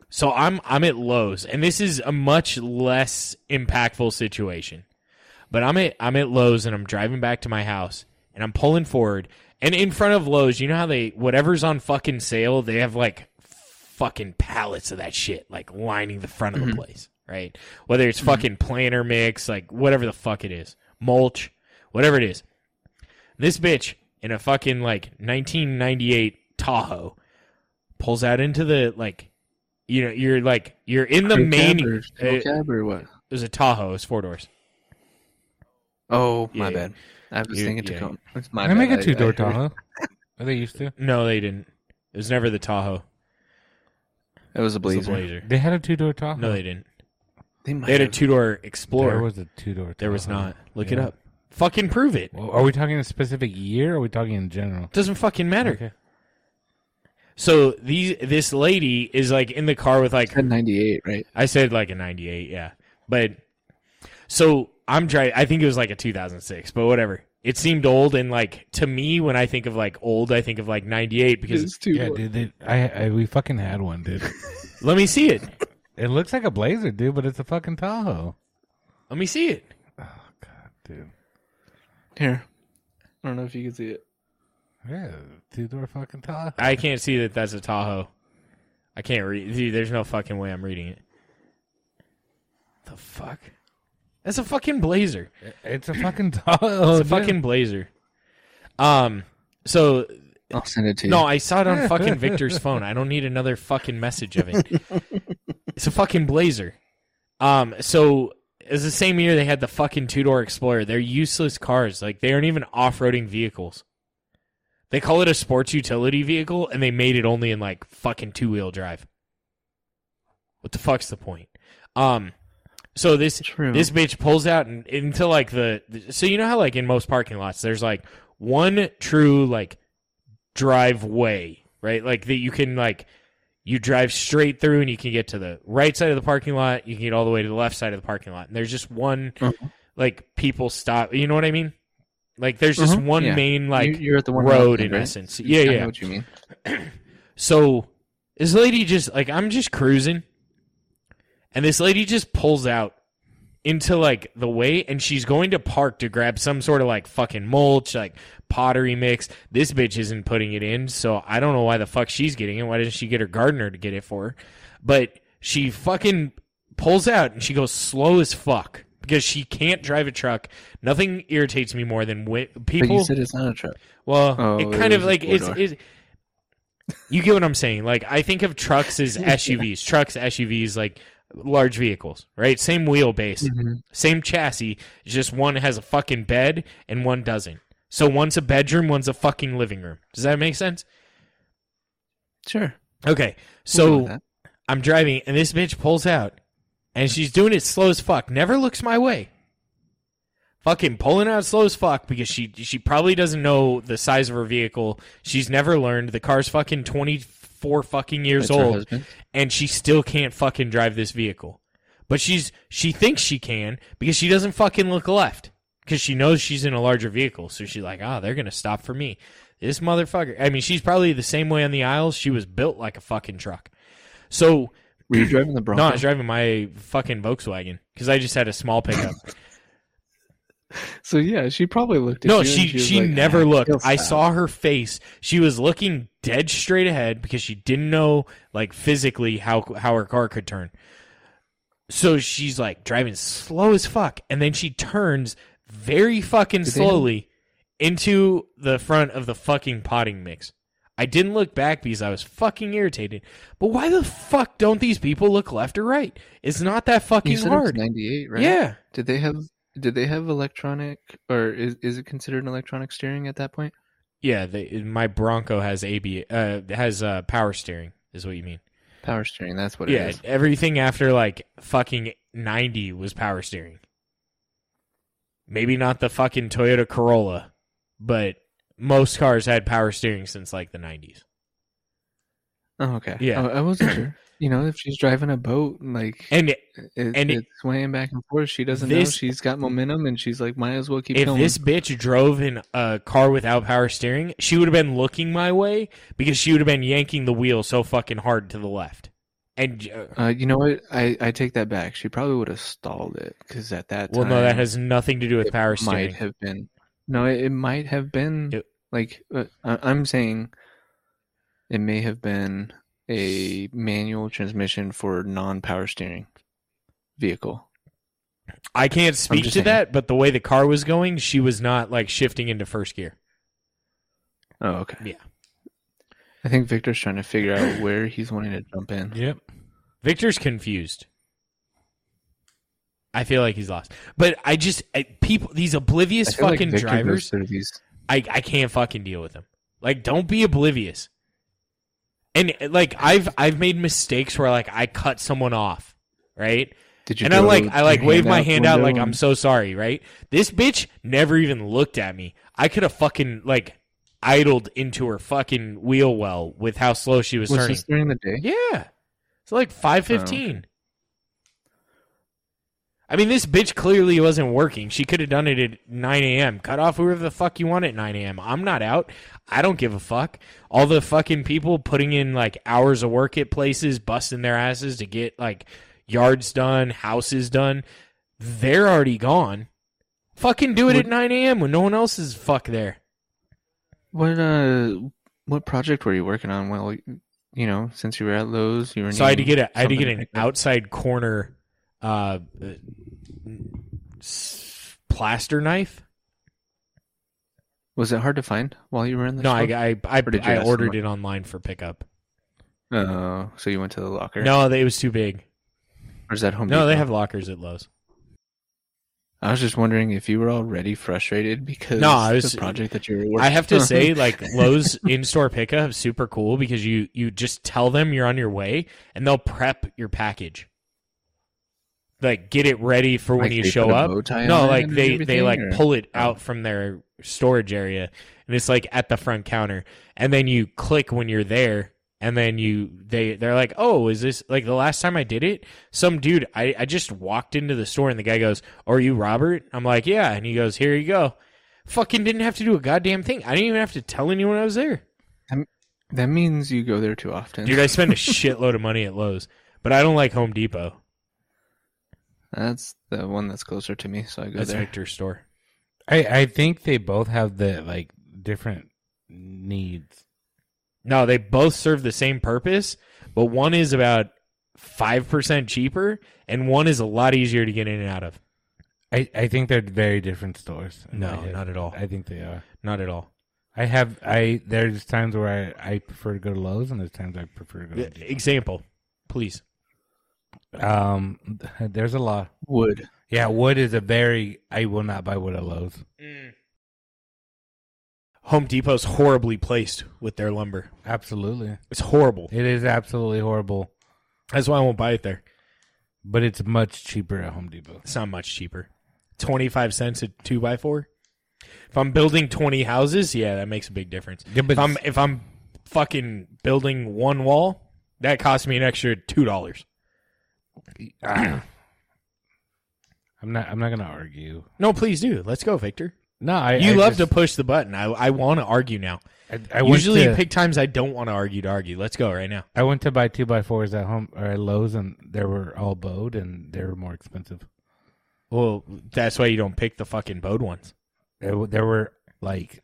[SPEAKER 2] so I'm I'm at Lowe's, and this is a much less impactful situation. But I'm at I'm at Lowe's, and I'm driving back to my house, and I'm pulling forward, and in front of Lowe's, you know how they whatever's on fucking sale, they have like fucking pallets of that shit, like lining the front of the place, right? Whether it's fucking planter mix, like whatever the fuck it is, mulch, whatever it is. This bitch in a fucking like 1998 Tahoe pulls out into the like, you know, you're like you're in the
[SPEAKER 1] Crew
[SPEAKER 2] main.
[SPEAKER 1] cab or,
[SPEAKER 2] uh,
[SPEAKER 1] small cab or what?
[SPEAKER 2] it was a Tahoe, it's four doors.
[SPEAKER 1] Oh,
[SPEAKER 2] yeah.
[SPEAKER 1] my bad. I was
[SPEAKER 2] You-
[SPEAKER 1] thinking
[SPEAKER 2] yeah.
[SPEAKER 1] Tacoma. It's my
[SPEAKER 3] they make
[SPEAKER 1] bad.
[SPEAKER 3] a
[SPEAKER 1] I-
[SPEAKER 3] two
[SPEAKER 1] I
[SPEAKER 3] door
[SPEAKER 1] heard-
[SPEAKER 3] Tahoe. Are they used to?
[SPEAKER 2] No, they didn't. It was never the Tahoe.
[SPEAKER 1] It was a
[SPEAKER 2] It was the
[SPEAKER 1] blazer.
[SPEAKER 2] Blazer.
[SPEAKER 3] They had a two door Tahoe.
[SPEAKER 2] No, they didn't.
[SPEAKER 1] They might
[SPEAKER 2] They had a
[SPEAKER 1] have.
[SPEAKER 2] two door
[SPEAKER 3] There
[SPEAKER 2] Explorer.
[SPEAKER 3] was a two door.
[SPEAKER 2] there was not. Look it
[SPEAKER 3] Yeah.
[SPEAKER 2] up. Fucking prove it.
[SPEAKER 3] Well, are we talking a specific year? or Are we talking in general?
[SPEAKER 2] Doesn't fucking matter.
[SPEAKER 3] Okay.
[SPEAKER 2] So these this lady is like in the car with like
[SPEAKER 1] Ten ninety eight, right?
[SPEAKER 2] I said like a 98, yeah. But so I'm trying, I think it was like a 2006, but whatever. It seemed old. And like to me, when I think of like old, I think of like 98 because
[SPEAKER 1] It's too.
[SPEAKER 3] Yeah, dude. They, I, I we fucking had one, dude.
[SPEAKER 2] let me see it.
[SPEAKER 3] it looks like a Blazer, dude, but it's a fucking Tahoe.
[SPEAKER 2] Let me see it.
[SPEAKER 3] Oh, Dude.
[SPEAKER 1] Here, I don't know if you can see it.
[SPEAKER 3] Yeah, two door fucking Tahoe.
[SPEAKER 2] I can't see that that's a Tahoe. I can't read. Dude, there's no fucking way I'm reading it. The fuck? That's a fucking blazer.
[SPEAKER 3] It's a fucking Tahoe.
[SPEAKER 2] it's a fucking blazer. Um, so
[SPEAKER 1] I'll send it to you.
[SPEAKER 2] No, I saw it on fucking Victor's phone. I don't need another fucking message of it. it's a fucking blazer. Um, so it's the same year they had the fucking two door Explorer. They're useless cars. Like they aren't even off roading vehicles. They call it a sports utility vehicle, and they made it only in like fucking two wheel drive. What the fuck's the point? Um, so this
[SPEAKER 1] True.
[SPEAKER 2] this bitch pulls out and into like the so you know how like in most parking lots there's like one true like driveway, right? Like that you can like you drive straight through and you can get to the right side of the parking lot, you can get all the way to the left side of the parking lot. And there's just one
[SPEAKER 1] Uh-huh.
[SPEAKER 2] like people stop, you know what I mean? Like there's just
[SPEAKER 1] Uh-huh.
[SPEAKER 2] one
[SPEAKER 1] Yeah.
[SPEAKER 2] main like
[SPEAKER 1] you're at the one
[SPEAKER 2] road
[SPEAKER 1] right?
[SPEAKER 2] in essence. Yeah,
[SPEAKER 1] I know
[SPEAKER 2] yeah.
[SPEAKER 1] what you mean.
[SPEAKER 2] So this lady just like I'm just cruising, and this lady just pulls out into like the way, and she's going to park to grab some sort of like fucking mulch, like pottery mix. This bitch isn't putting it in, so I don't know why the fuck she's getting it. Why didn't she get her gardener to get it for her? But she fucking pulls out and she goes slow as fuck because she can't drive a truck. Nothing irritates me more than when
[SPEAKER 1] But
[SPEAKER 2] people.
[SPEAKER 1] you said it's not a truck.
[SPEAKER 2] Well,
[SPEAKER 1] Oh,
[SPEAKER 2] it
[SPEAKER 1] it
[SPEAKER 2] kind of
[SPEAKER 1] is a
[SPEAKER 2] like it's,
[SPEAKER 1] four-door.
[SPEAKER 2] it's. You get what I'm saying? Like I think of trucks as SUVs, trucks, SUVs, like large vehicles, right? Same wheelbase,
[SPEAKER 1] Mm.
[SPEAKER 2] same chassis. it's Just one has a fucking bed and one doesn't. So one's a bedroom, one's a fucking living room. Does that make sense?
[SPEAKER 1] Sure.
[SPEAKER 2] Okay,
[SPEAKER 1] We'll go
[SPEAKER 2] so
[SPEAKER 1] with that.
[SPEAKER 2] I'm driving and this bitch pulls out and she's doing it slow as fuck. Never looks my way. Fucking pulling out slow as fuck because she she probably doesn't know the size of her vehicle. She's never learned. The car's fucking 24 fucking years
[SPEAKER 1] That's her
[SPEAKER 2] old
[SPEAKER 1] husband.
[SPEAKER 2] and she still can't fucking drive this vehicle. But she's she thinks she can because she doesn't fucking look left because she knows she's in a larger vehicle. So she's like, "Ah, they're gonna stop for me." This motherfucker. I mean, she's probably the same way on the aisles. She was built like a fucking truck. So
[SPEAKER 1] Were you driving the
[SPEAKER 2] no, I
[SPEAKER 1] Bronco?
[SPEAKER 2] was driving my fucking Volkswagen because I just had a small pickup.
[SPEAKER 1] so yeah, she probably looked. at you
[SPEAKER 2] no,
[SPEAKER 1] and
[SPEAKER 2] she she,
[SPEAKER 1] was like,
[SPEAKER 2] never
[SPEAKER 1] "Ah,
[SPEAKER 2] looked.
[SPEAKER 1] he'll
[SPEAKER 2] I
[SPEAKER 1] stop."
[SPEAKER 2] saw her face. She was looking dead straight ahead because she didn't know like physically how how her car could turn. So she's like driving slow as fuck, and then she turns very fucking
[SPEAKER 1] Did they
[SPEAKER 2] slowly into the front of the fucking potting mix. I didn't look back because I was fucking irritated. But why the fuck don't these people look left or right? It's not that
[SPEAKER 1] You
[SPEAKER 2] fucking
[SPEAKER 1] said it was
[SPEAKER 2] hard.
[SPEAKER 1] ninety eight, right?
[SPEAKER 2] Yeah.
[SPEAKER 1] Did they have? Did they have electronic, or is is it considered an electronic steering at that point?
[SPEAKER 2] Yeah, they, my Bronco has AB uh, has uh, power steering is what you mean.
[SPEAKER 1] Power steering. That's what
[SPEAKER 2] yeah,
[SPEAKER 1] it is.
[SPEAKER 2] everything after like fucking 90 was power steering. Maybe not the fucking Toyota Corolla, but most cars had power steering since like the 90s.
[SPEAKER 1] Oh, okay.
[SPEAKER 2] Yeah.
[SPEAKER 1] Oh, I wasn't sure. You know, if she's driving a boat, like
[SPEAKER 2] And
[SPEAKER 1] it,
[SPEAKER 2] and it-
[SPEAKER 1] it's swaying back and forth, she doesn't know.
[SPEAKER 2] this-
[SPEAKER 1] She's got momentum, and she's like, might as well keep
[SPEAKER 2] if
[SPEAKER 1] going.
[SPEAKER 2] this bitch drove in a car without power steering, she would have been looking my way because she would have been yanking the wheel so fucking hard to the left. And uh,
[SPEAKER 1] Uh, you know what? I, I take that back. She probably would have stalled it because at that
[SPEAKER 2] well,
[SPEAKER 1] time,
[SPEAKER 2] no, that has nothing to do with
[SPEAKER 1] it
[SPEAKER 2] power
[SPEAKER 1] might
[SPEAKER 2] steering.
[SPEAKER 1] have been. No, it, it might have been
[SPEAKER 2] It-
[SPEAKER 1] like uh, I, I'm saying. It may have been a manual transmission for non-power steering vehicle.
[SPEAKER 2] I can't speak to
[SPEAKER 1] just saying.
[SPEAKER 2] that, but the way the car was going, she was not like shifting into first gear.
[SPEAKER 1] Oh, okay.
[SPEAKER 2] Yeah.
[SPEAKER 1] I think Victor's trying to figure out where he's wanting to jump in.
[SPEAKER 3] Yep.
[SPEAKER 2] Victor's confused. I feel like he's lost. But I just I, people these
[SPEAKER 1] I
[SPEAKER 2] oblivious
[SPEAKER 1] feel like
[SPEAKER 2] fucking
[SPEAKER 1] Victor goes
[SPEAKER 2] drivers.
[SPEAKER 1] through these-
[SPEAKER 2] I I can't fucking deal with them. Like don't be oblivious. And like I've I've made mistakes where like I cut someone off, right?
[SPEAKER 1] Did you?
[SPEAKER 2] And I
[SPEAKER 1] throw
[SPEAKER 2] like I
[SPEAKER 1] your
[SPEAKER 2] like wave my hand
[SPEAKER 1] the
[SPEAKER 2] out
[SPEAKER 1] window
[SPEAKER 2] like I'm
[SPEAKER 1] and-
[SPEAKER 2] so sorry, right? This bitch never even looked at me. I could have fucking like idled into her fucking wheel well with how slow she was,
[SPEAKER 1] Was
[SPEAKER 2] turning.
[SPEAKER 1] this during the day?
[SPEAKER 2] Yeah. It's like 515. I mean, this bitch clearly wasn't working. She could have done it at 9 a.m. Cut off whoever the fuck you want at 9 a.m. I'm not out. I don't give a fuck. All the fucking people putting in like hours of work at places, busting their asses to get like yards done, houses done, they're already gone. Fucking do it at 9 a.m. when no one else is fuck there.
[SPEAKER 1] What uh, what project were you working on? Well, you know, since you were at Lowe's, you were.
[SPEAKER 2] So I had to
[SPEAKER 1] needing
[SPEAKER 2] get a I had to get
[SPEAKER 1] something
[SPEAKER 2] an
[SPEAKER 1] like that.
[SPEAKER 2] outside corner uh, uh, s- plaster knife.
[SPEAKER 1] Was it hard to find while you were in the?
[SPEAKER 2] No, I
[SPEAKER 1] store?
[SPEAKER 2] I I,
[SPEAKER 1] Or did you
[SPEAKER 2] I
[SPEAKER 1] ask
[SPEAKER 2] ordered
[SPEAKER 1] someone?
[SPEAKER 2] it online for pickup.
[SPEAKER 1] Oh, so you went to the locker?
[SPEAKER 2] No, they, it was too big.
[SPEAKER 1] Or is that Home
[SPEAKER 2] No, they
[SPEAKER 1] Depot?
[SPEAKER 2] have lockers at Lowe's.
[SPEAKER 1] I was just wondering if you were already frustrated because
[SPEAKER 2] No, I was-
[SPEAKER 1] the project that you were working
[SPEAKER 2] I have to
[SPEAKER 1] on-
[SPEAKER 2] say, like Lowe's in-store pickup is super cool because you you just tell them you're on your way and they'll prep your package. Like get it ready for when
[SPEAKER 1] Like,
[SPEAKER 2] you
[SPEAKER 1] they
[SPEAKER 2] show
[SPEAKER 1] put a
[SPEAKER 2] up.
[SPEAKER 1] bow tie
[SPEAKER 2] No,
[SPEAKER 1] on it
[SPEAKER 2] like
[SPEAKER 1] and
[SPEAKER 2] they they
[SPEAKER 1] everything,
[SPEAKER 2] like
[SPEAKER 1] or-
[SPEAKER 2] pull it
[SPEAKER 1] Oh.
[SPEAKER 2] out from their storage area and it's like at the front counter and then you click when you're there and then you they they're like, "Oh, is this like the last time I did it?" Some dude, I I just walked into the store and the guy goes, "Are you Robert?" I'm like, "Yeah." And he goes, "Here you go." Fucking didn't have to do a goddamn thing. I didn't even have to tell anyone I was there.
[SPEAKER 1] that means you go there too often.
[SPEAKER 2] Dude, I spend a shitload of money at Lowe's, but I don't like Home Depot.
[SPEAKER 1] That's the one that's closer to me, so I go
[SPEAKER 2] That's
[SPEAKER 1] there.
[SPEAKER 2] Victor's store.
[SPEAKER 3] I I think they both have the like different needs.
[SPEAKER 2] No, they both serve the same purpose, but one is about 5% cheaper and one is a lot easier to get in and out of.
[SPEAKER 3] I I think they're very different stores.
[SPEAKER 2] No,
[SPEAKER 3] I-
[SPEAKER 2] not at all.
[SPEAKER 3] I think they are.
[SPEAKER 2] Not at all.
[SPEAKER 3] I have I there's times where I I prefer to go to Lowe's and there's times I prefer to go to Home
[SPEAKER 2] Example, please.
[SPEAKER 3] Depot. Um there's a lot.
[SPEAKER 1] Wood.
[SPEAKER 3] Yeah, wood is a very I will not buy wood at Lowe's.
[SPEAKER 2] Home Depot's horribly placed with their lumber.
[SPEAKER 3] Absolutely.
[SPEAKER 2] It's horrible.
[SPEAKER 3] It is absolutely horrible,
[SPEAKER 2] That's why I won't buy it there.
[SPEAKER 3] but it's much cheaper at Home Depot.
[SPEAKER 2] It's not much cheaper. 25 cents a 2 by 4 If I'm building 20 houses, yeah, that makes a big difference.
[SPEAKER 3] Yeah, but
[SPEAKER 2] if I'm if I'm fucking building one wall, that cost me an extra two dollars.
[SPEAKER 3] Ah. I'm not I'm not going to argue.
[SPEAKER 2] No, please do. Let's go, Victor.
[SPEAKER 3] No, I
[SPEAKER 2] You
[SPEAKER 3] I
[SPEAKER 2] love
[SPEAKER 3] just-
[SPEAKER 2] to push the button. I I want to argue now.
[SPEAKER 3] I, I went
[SPEAKER 2] Usually
[SPEAKER 3] to-
[SPEAKER 2] you pick times I don't want to argue to argue. Let's go right now.
[SPEAKER 3] I went to buy two by fours at home or at Lowe's, and they were all bowed, and they were more expensive.
[SPEAKER 2] Well, that's why you don't pick the fucking bowed ones.
[SPEAKER 3] There, were- there were like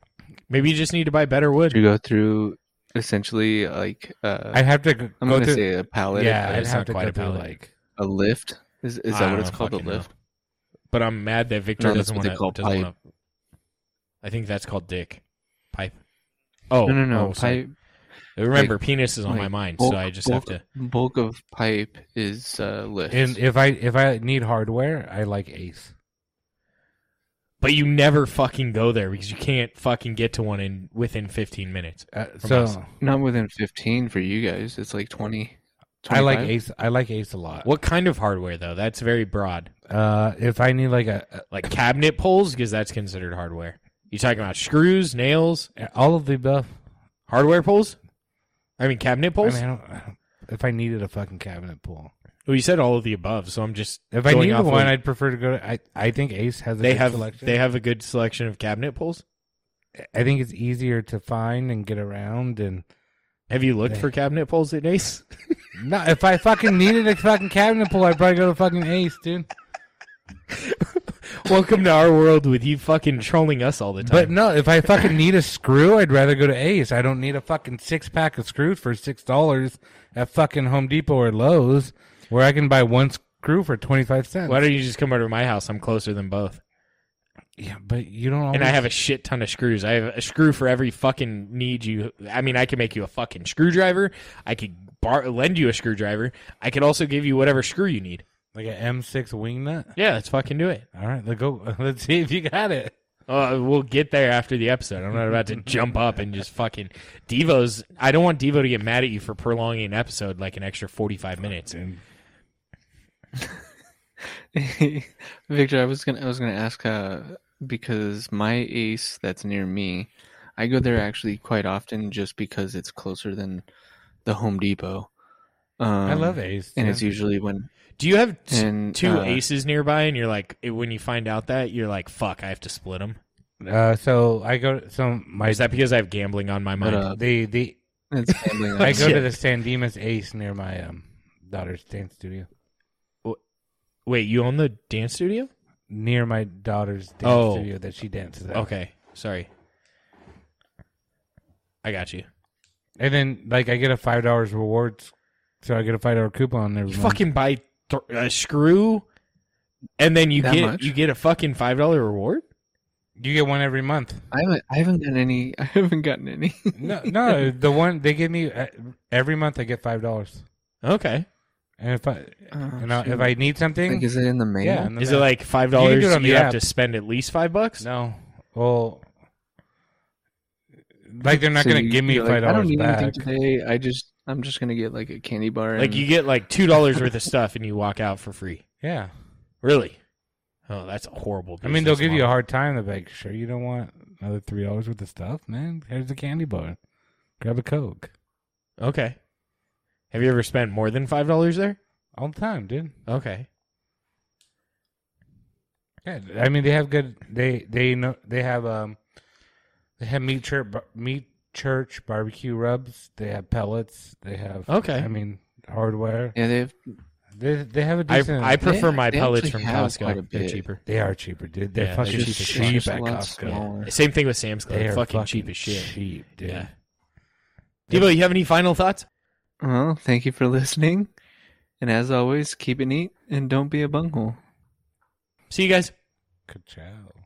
[SPEAKER 2] Maybe you just need to buy better wood.
[SPEAKER 1] You go through essentially like uh,
[SPEAKER 3] I'd have to go,
[SPEAKER 1] I'm
[SPEAKER 3] go
[SPEAKER 1] gonna
[SPEAKER 3] through.
[SPEAKER 1] say a pallet,
[SPEAKER 3] yeah,
[SPEAKER 2] but
[SPEAKER 3] I'd
[SPEAKER 2] it's
[SPEAKER 3] have
[SPEAKER 2] not
[SPEAKER 3] to
[SPEAKER 2] quite
[SPEAKER 3] go
[SPEAKER 2] a
[SPEAKER 3] through
[SPEAKER 2] pallet.
[SPEAKER 3] like
[SPEAKER 1] a lift. Is is that
[SPEAKER 2] I don't
[SPEAKER 1] what it's
[SPEAKER 2] know,
[SPEAKER 1] called? A
[SPEAKER 2] fucking know.
[SPEAKER 1] lift.
[SPEAKER 2] But I'm mad that Victor
[SPEAKER 1] No, that's
[SPEAKER 2] doesn't
[SPEAKER 1] what
[SPEAKER 2] want
[SPEAKER 1] they
[SPEAKER 2] to.
[SPEAKER 1] call
[SPEAKER 2] Doesn't
[SPEAKER 1] pipe.
[SPEAKER 2] want to. I think that's called dick pipe. Oh
[SPEAKER 1] no, no, no.
[SPEAKER 2] oh, sorry.
[SPEAKER 1] pipe.
[SPEAKER 2] Remember, penis is on
[SPEAKER 1] like
[SPEAKER 2] my mind,
[SPEAKER 1] bulk-
[SPEAKER 2] so I just
[SPEAKER 1] bulk,
[SPEAKER 2] have to.
[SPEAKER 1] Bulk of pipe is uh, lift.
[SPEAKER 3] And if I if I need hardware, I like Ace.
[SPEAKER 2] But you never fucking go there because you can't fucking get to one in within 15 minutes.
[SPEAKER 3] Uh,
[SPEAKER 2] From us.
[SPEAKER 3] so
[SPEAKER 1] Not within 15 for you guys. It's like 20.
[SPEAKER 3] I like
[SPEAKER 1] 25?
[SPEAKER 3] Ace. I like Ace a lot.
[SPEAKER 2] What kind of hardware though? That's very broad.
[SPEAKER 3] Uh, if I need like a,
[SPEAKER 2] Like cabinet pulls because that's considered hardware. You talking about screws, nails,
[SPEAKER 3] a- all of the above,
[SPEAKER 2] hardware pulls? I mean cabinet
[SPEAKER 3] I
[SPEAKER 2] pulls?
[SPEAKER 3] mean, I don't, I don't- if I needed a fucking cabinet pull,
[SPEAKER 2] well, you said all of the above, so I'm just
[SPEAKER 3] if I
[SPEAKER 2] going
[SPEAKER 3] needed
[SPEAKER 2] off
[SPEAKER 3] one,
[SPEAKER 2] of-
[SPEAKER 3] I'd prefer to go to. I I think Ace has a
[SPEAKER 2] they
[SPEAKER 3] good
[SPEAKER 2] have
[SPEAKER 3] selection.
[SPEAKER 2] they have a good selection of cabinet pulls.
[SPEAKER 3] I think it's easier to find and get around and.
[SPEAKER 2] Have you looked
[SPEAKER 3] They-
[SPEAKER 2] for cabinet pulls at Ace?
[SPEAKER 3] No, if I fucking needed a fucking cabinet pull, I'd probably go to fucking Ace, dude.
[SPEAKER 2] Welcome to our world with you fucking trolling us all the time.
[SPEAKER 3] But no, if I fucking need a screw, I'd rather go to Ace. I don't need a fucking six pack of screws for six dollars at fucking Home Depot or Lowe's, where I can buy one screw for twenty five cents.
[SPEAKER 2] Why don't you just come over to my house? I'm closer than both.
[SPEAKER 3] yeah, but you don't. Always,
[SPEAKER 2] And I have a shit ton of screws. I have a screw for every fucking need you. I mean, I could make you a fucking screwdriver. I could bar- lend you a screwdriver. I could also give you whatever screw you need.
[SPEAKER 3] like an M six wing nut.
[SPEAKER 2] Yeah, let's fucking do it.
[SPEAKER 3] All right, let's go. Let's see if you got it.
[SPEAKER 2] Uh, we'll get there after the episode. I'm not about to jump up and just fucking Devo's. I don't want Devo to get mad at you for prolonging an episode like an extra 45 minutes.
[SPEAKER 1] Victor, I was gonna I was gonna ask uh, because my ace that's near me, I go there actually quite often just because it's closer than the Home Depot. Um,
[SPEAKER 3] I love Ace.
[SPEAKER 1] and it's usually when
[SPEAKER 2] Do you have t-
[SPEAKER 1] and
[SPEAKER 2] two
[SPEAKER 1] uh,
[SPEAKER 2] aces nearby, and you're like, it- when you find out that, you're like, fuck, I have to split them?
[SPEAKER 3] Uh, so I go. So my
[SPEAKER 2] Is that because I have gambling on my
[SPEAKER 1] But,
[SPEAKER 2] mind?
[SPEAKER 1] uh,
[SPEAKER 3] the the
[SPEAKER 1] it's family
[SPEAKER 3] I
[SPEAKER 1] night.
[SPEAKER 3] go to the San Dimas Ace near my um daughter's dance studio.
[SPEAKER 2] Wait, you own the dance studio?
[SPEAKER 3] Near my daughter's dance
[SPEAKER 2] Oh.
[SPEAKER 3] studio that she dances at.
[SPEAKER 2] Okay, sorry. I got you.
[SPEAKER 3] And then like I get a five dollars rewards, so I get a five dollar coupon every
[SPEAKER 2] You
[SPEAKER 3] month.
[SPEAKER 2] fucking buy th- a screw, and then you
[SPEAKER 1] That
[SPEAKER 2] get
[SPEAKER 1] much?
[SPEAKER 2] you get a fucking five dollar reward.
[SPEAKER 3] You get one every month.
[SPEAKER 1] I haven't I haven't gotten any I haven't gotten any.
[SPEAKER 3] No, no, the one they give me uh, every month. I get five dollars,
[SPEAKER 2] Okay,
[SPEAKER 3] and if I
[SPEAKER 1] Oh,
[SPEAKER 3] and I, if
[SPEAKER 1] shoot.
[SPEAKER 3] I need something,
[SPEAKER 1] like is it in the mail?
[SPEAKER 3] yeah. and then
[SPEAKER 2] is
[SPEAKER 3] I-
[SPEAKER 2] it like five
[SPEAKER 3] do it
[SPEAKER 2] dollars? You,
[SPEAKER 3] on the
[SPEAKER 2] have
[SPEAKER 3] app.
[SPEAKER 2] to spend at least five bucks.
[SPEAKER 3] no? Well, like they're not
[SPEAKER 1] So
[SPEAKER 3] going to
[SPEAKER 1] you-
[SPEAKER 3] give me
[SPEAKER 1] you're
[SPEAKER 3] five
[SPEAKER 1] like, I don't
[SPEAKER 3] dollars
[SPEAKER 1] need
[SPEAKER 3] back.
[SPEAKER 1] anything today. I just I'm just gonna get like a candy bar.
[SPEAKER 2] Like
[SPEAKER 1] and-
[SPEAKER 2] you get like two dollars worth of stuff, and you walk out for free.
[SPEAKER 3] Yeah,
[SPEAKER 2] Really? Oh, that's a horrible.
[SPEAKER 3] I mean they'll
[SPEAKER 2] business
[SPEAKER 3] give you a
[SPEAKER 2] model.
[SPEAKER 3] hard time. They're like, sure you don't want another three dollars worth of stuff, man. Here's a candy bar. Grab a coke
[SPEAKER 2] Okay. Have you ever spent more than five dollars there?
[SPEAKER 3] all the time, dude.
[SPEAKER 2] Okay.
[SPEAKER 3] Yeah, I mean they have good. They they know they have um they have meat church meat church barbecue rubs. They have pellets. They have
[SPEAKER 2] Okay.
[SPEAKER 3] I mean hardware.
[SPEAKER 1] yeah, they have
[SPEAKER 3] They they have a
[SPEAKER 2] I,
[SPEAKER 3] decent.
[SPEAKER 2] I prefer
[SPEAKER 1] They-
[SPEAKER 2] my
[SPEAKER 1] they
[SPEAKER 2] pellets
[SPEAKER 1] actually
[SPEAKER 2] from
[SPEAKER 1] have quite a
[SPEAKER 2] Costco. They're
[SPEAKER 1] bit.
[SPEAKER 2] cheaper.
[SPEAKER 3] they are cheaper, dude. They're
[SPEAKER 2] Yeah,
[SPEAKER 3] fucking
[SPEAKER 2] they're
[SPEAKER 3] cheap
[SPEAKER 2] just
[SPEAKER 3] as
[SPEAKER 1] shit.
[SPEAKER 3] shit
[SPEAKER 1] Just
[SPEAKER 3] at
[SPEAKER 1] a lot
[SPEAKER 3] Costco.
[SPEAKER 1] smaller.
[SPEAKER 2] Same thing with Sam's Club.
[SPEAKER 3] They are
[SPEAKER 2] fucking
[SPEAKER 3] fucking
[SPEAKER 2] cheap as shit.
[SPEAKER 3] Cheap, dude.
[SPEAKER 2] Yeah. Devo, you have any final thoughts?
[SPEAKER 1] Well, thank you for listening. And as always, keep it neat and don't be a bunghole.
[SPEAKER 2] See you guys.
[SPEAKER 3] Good job.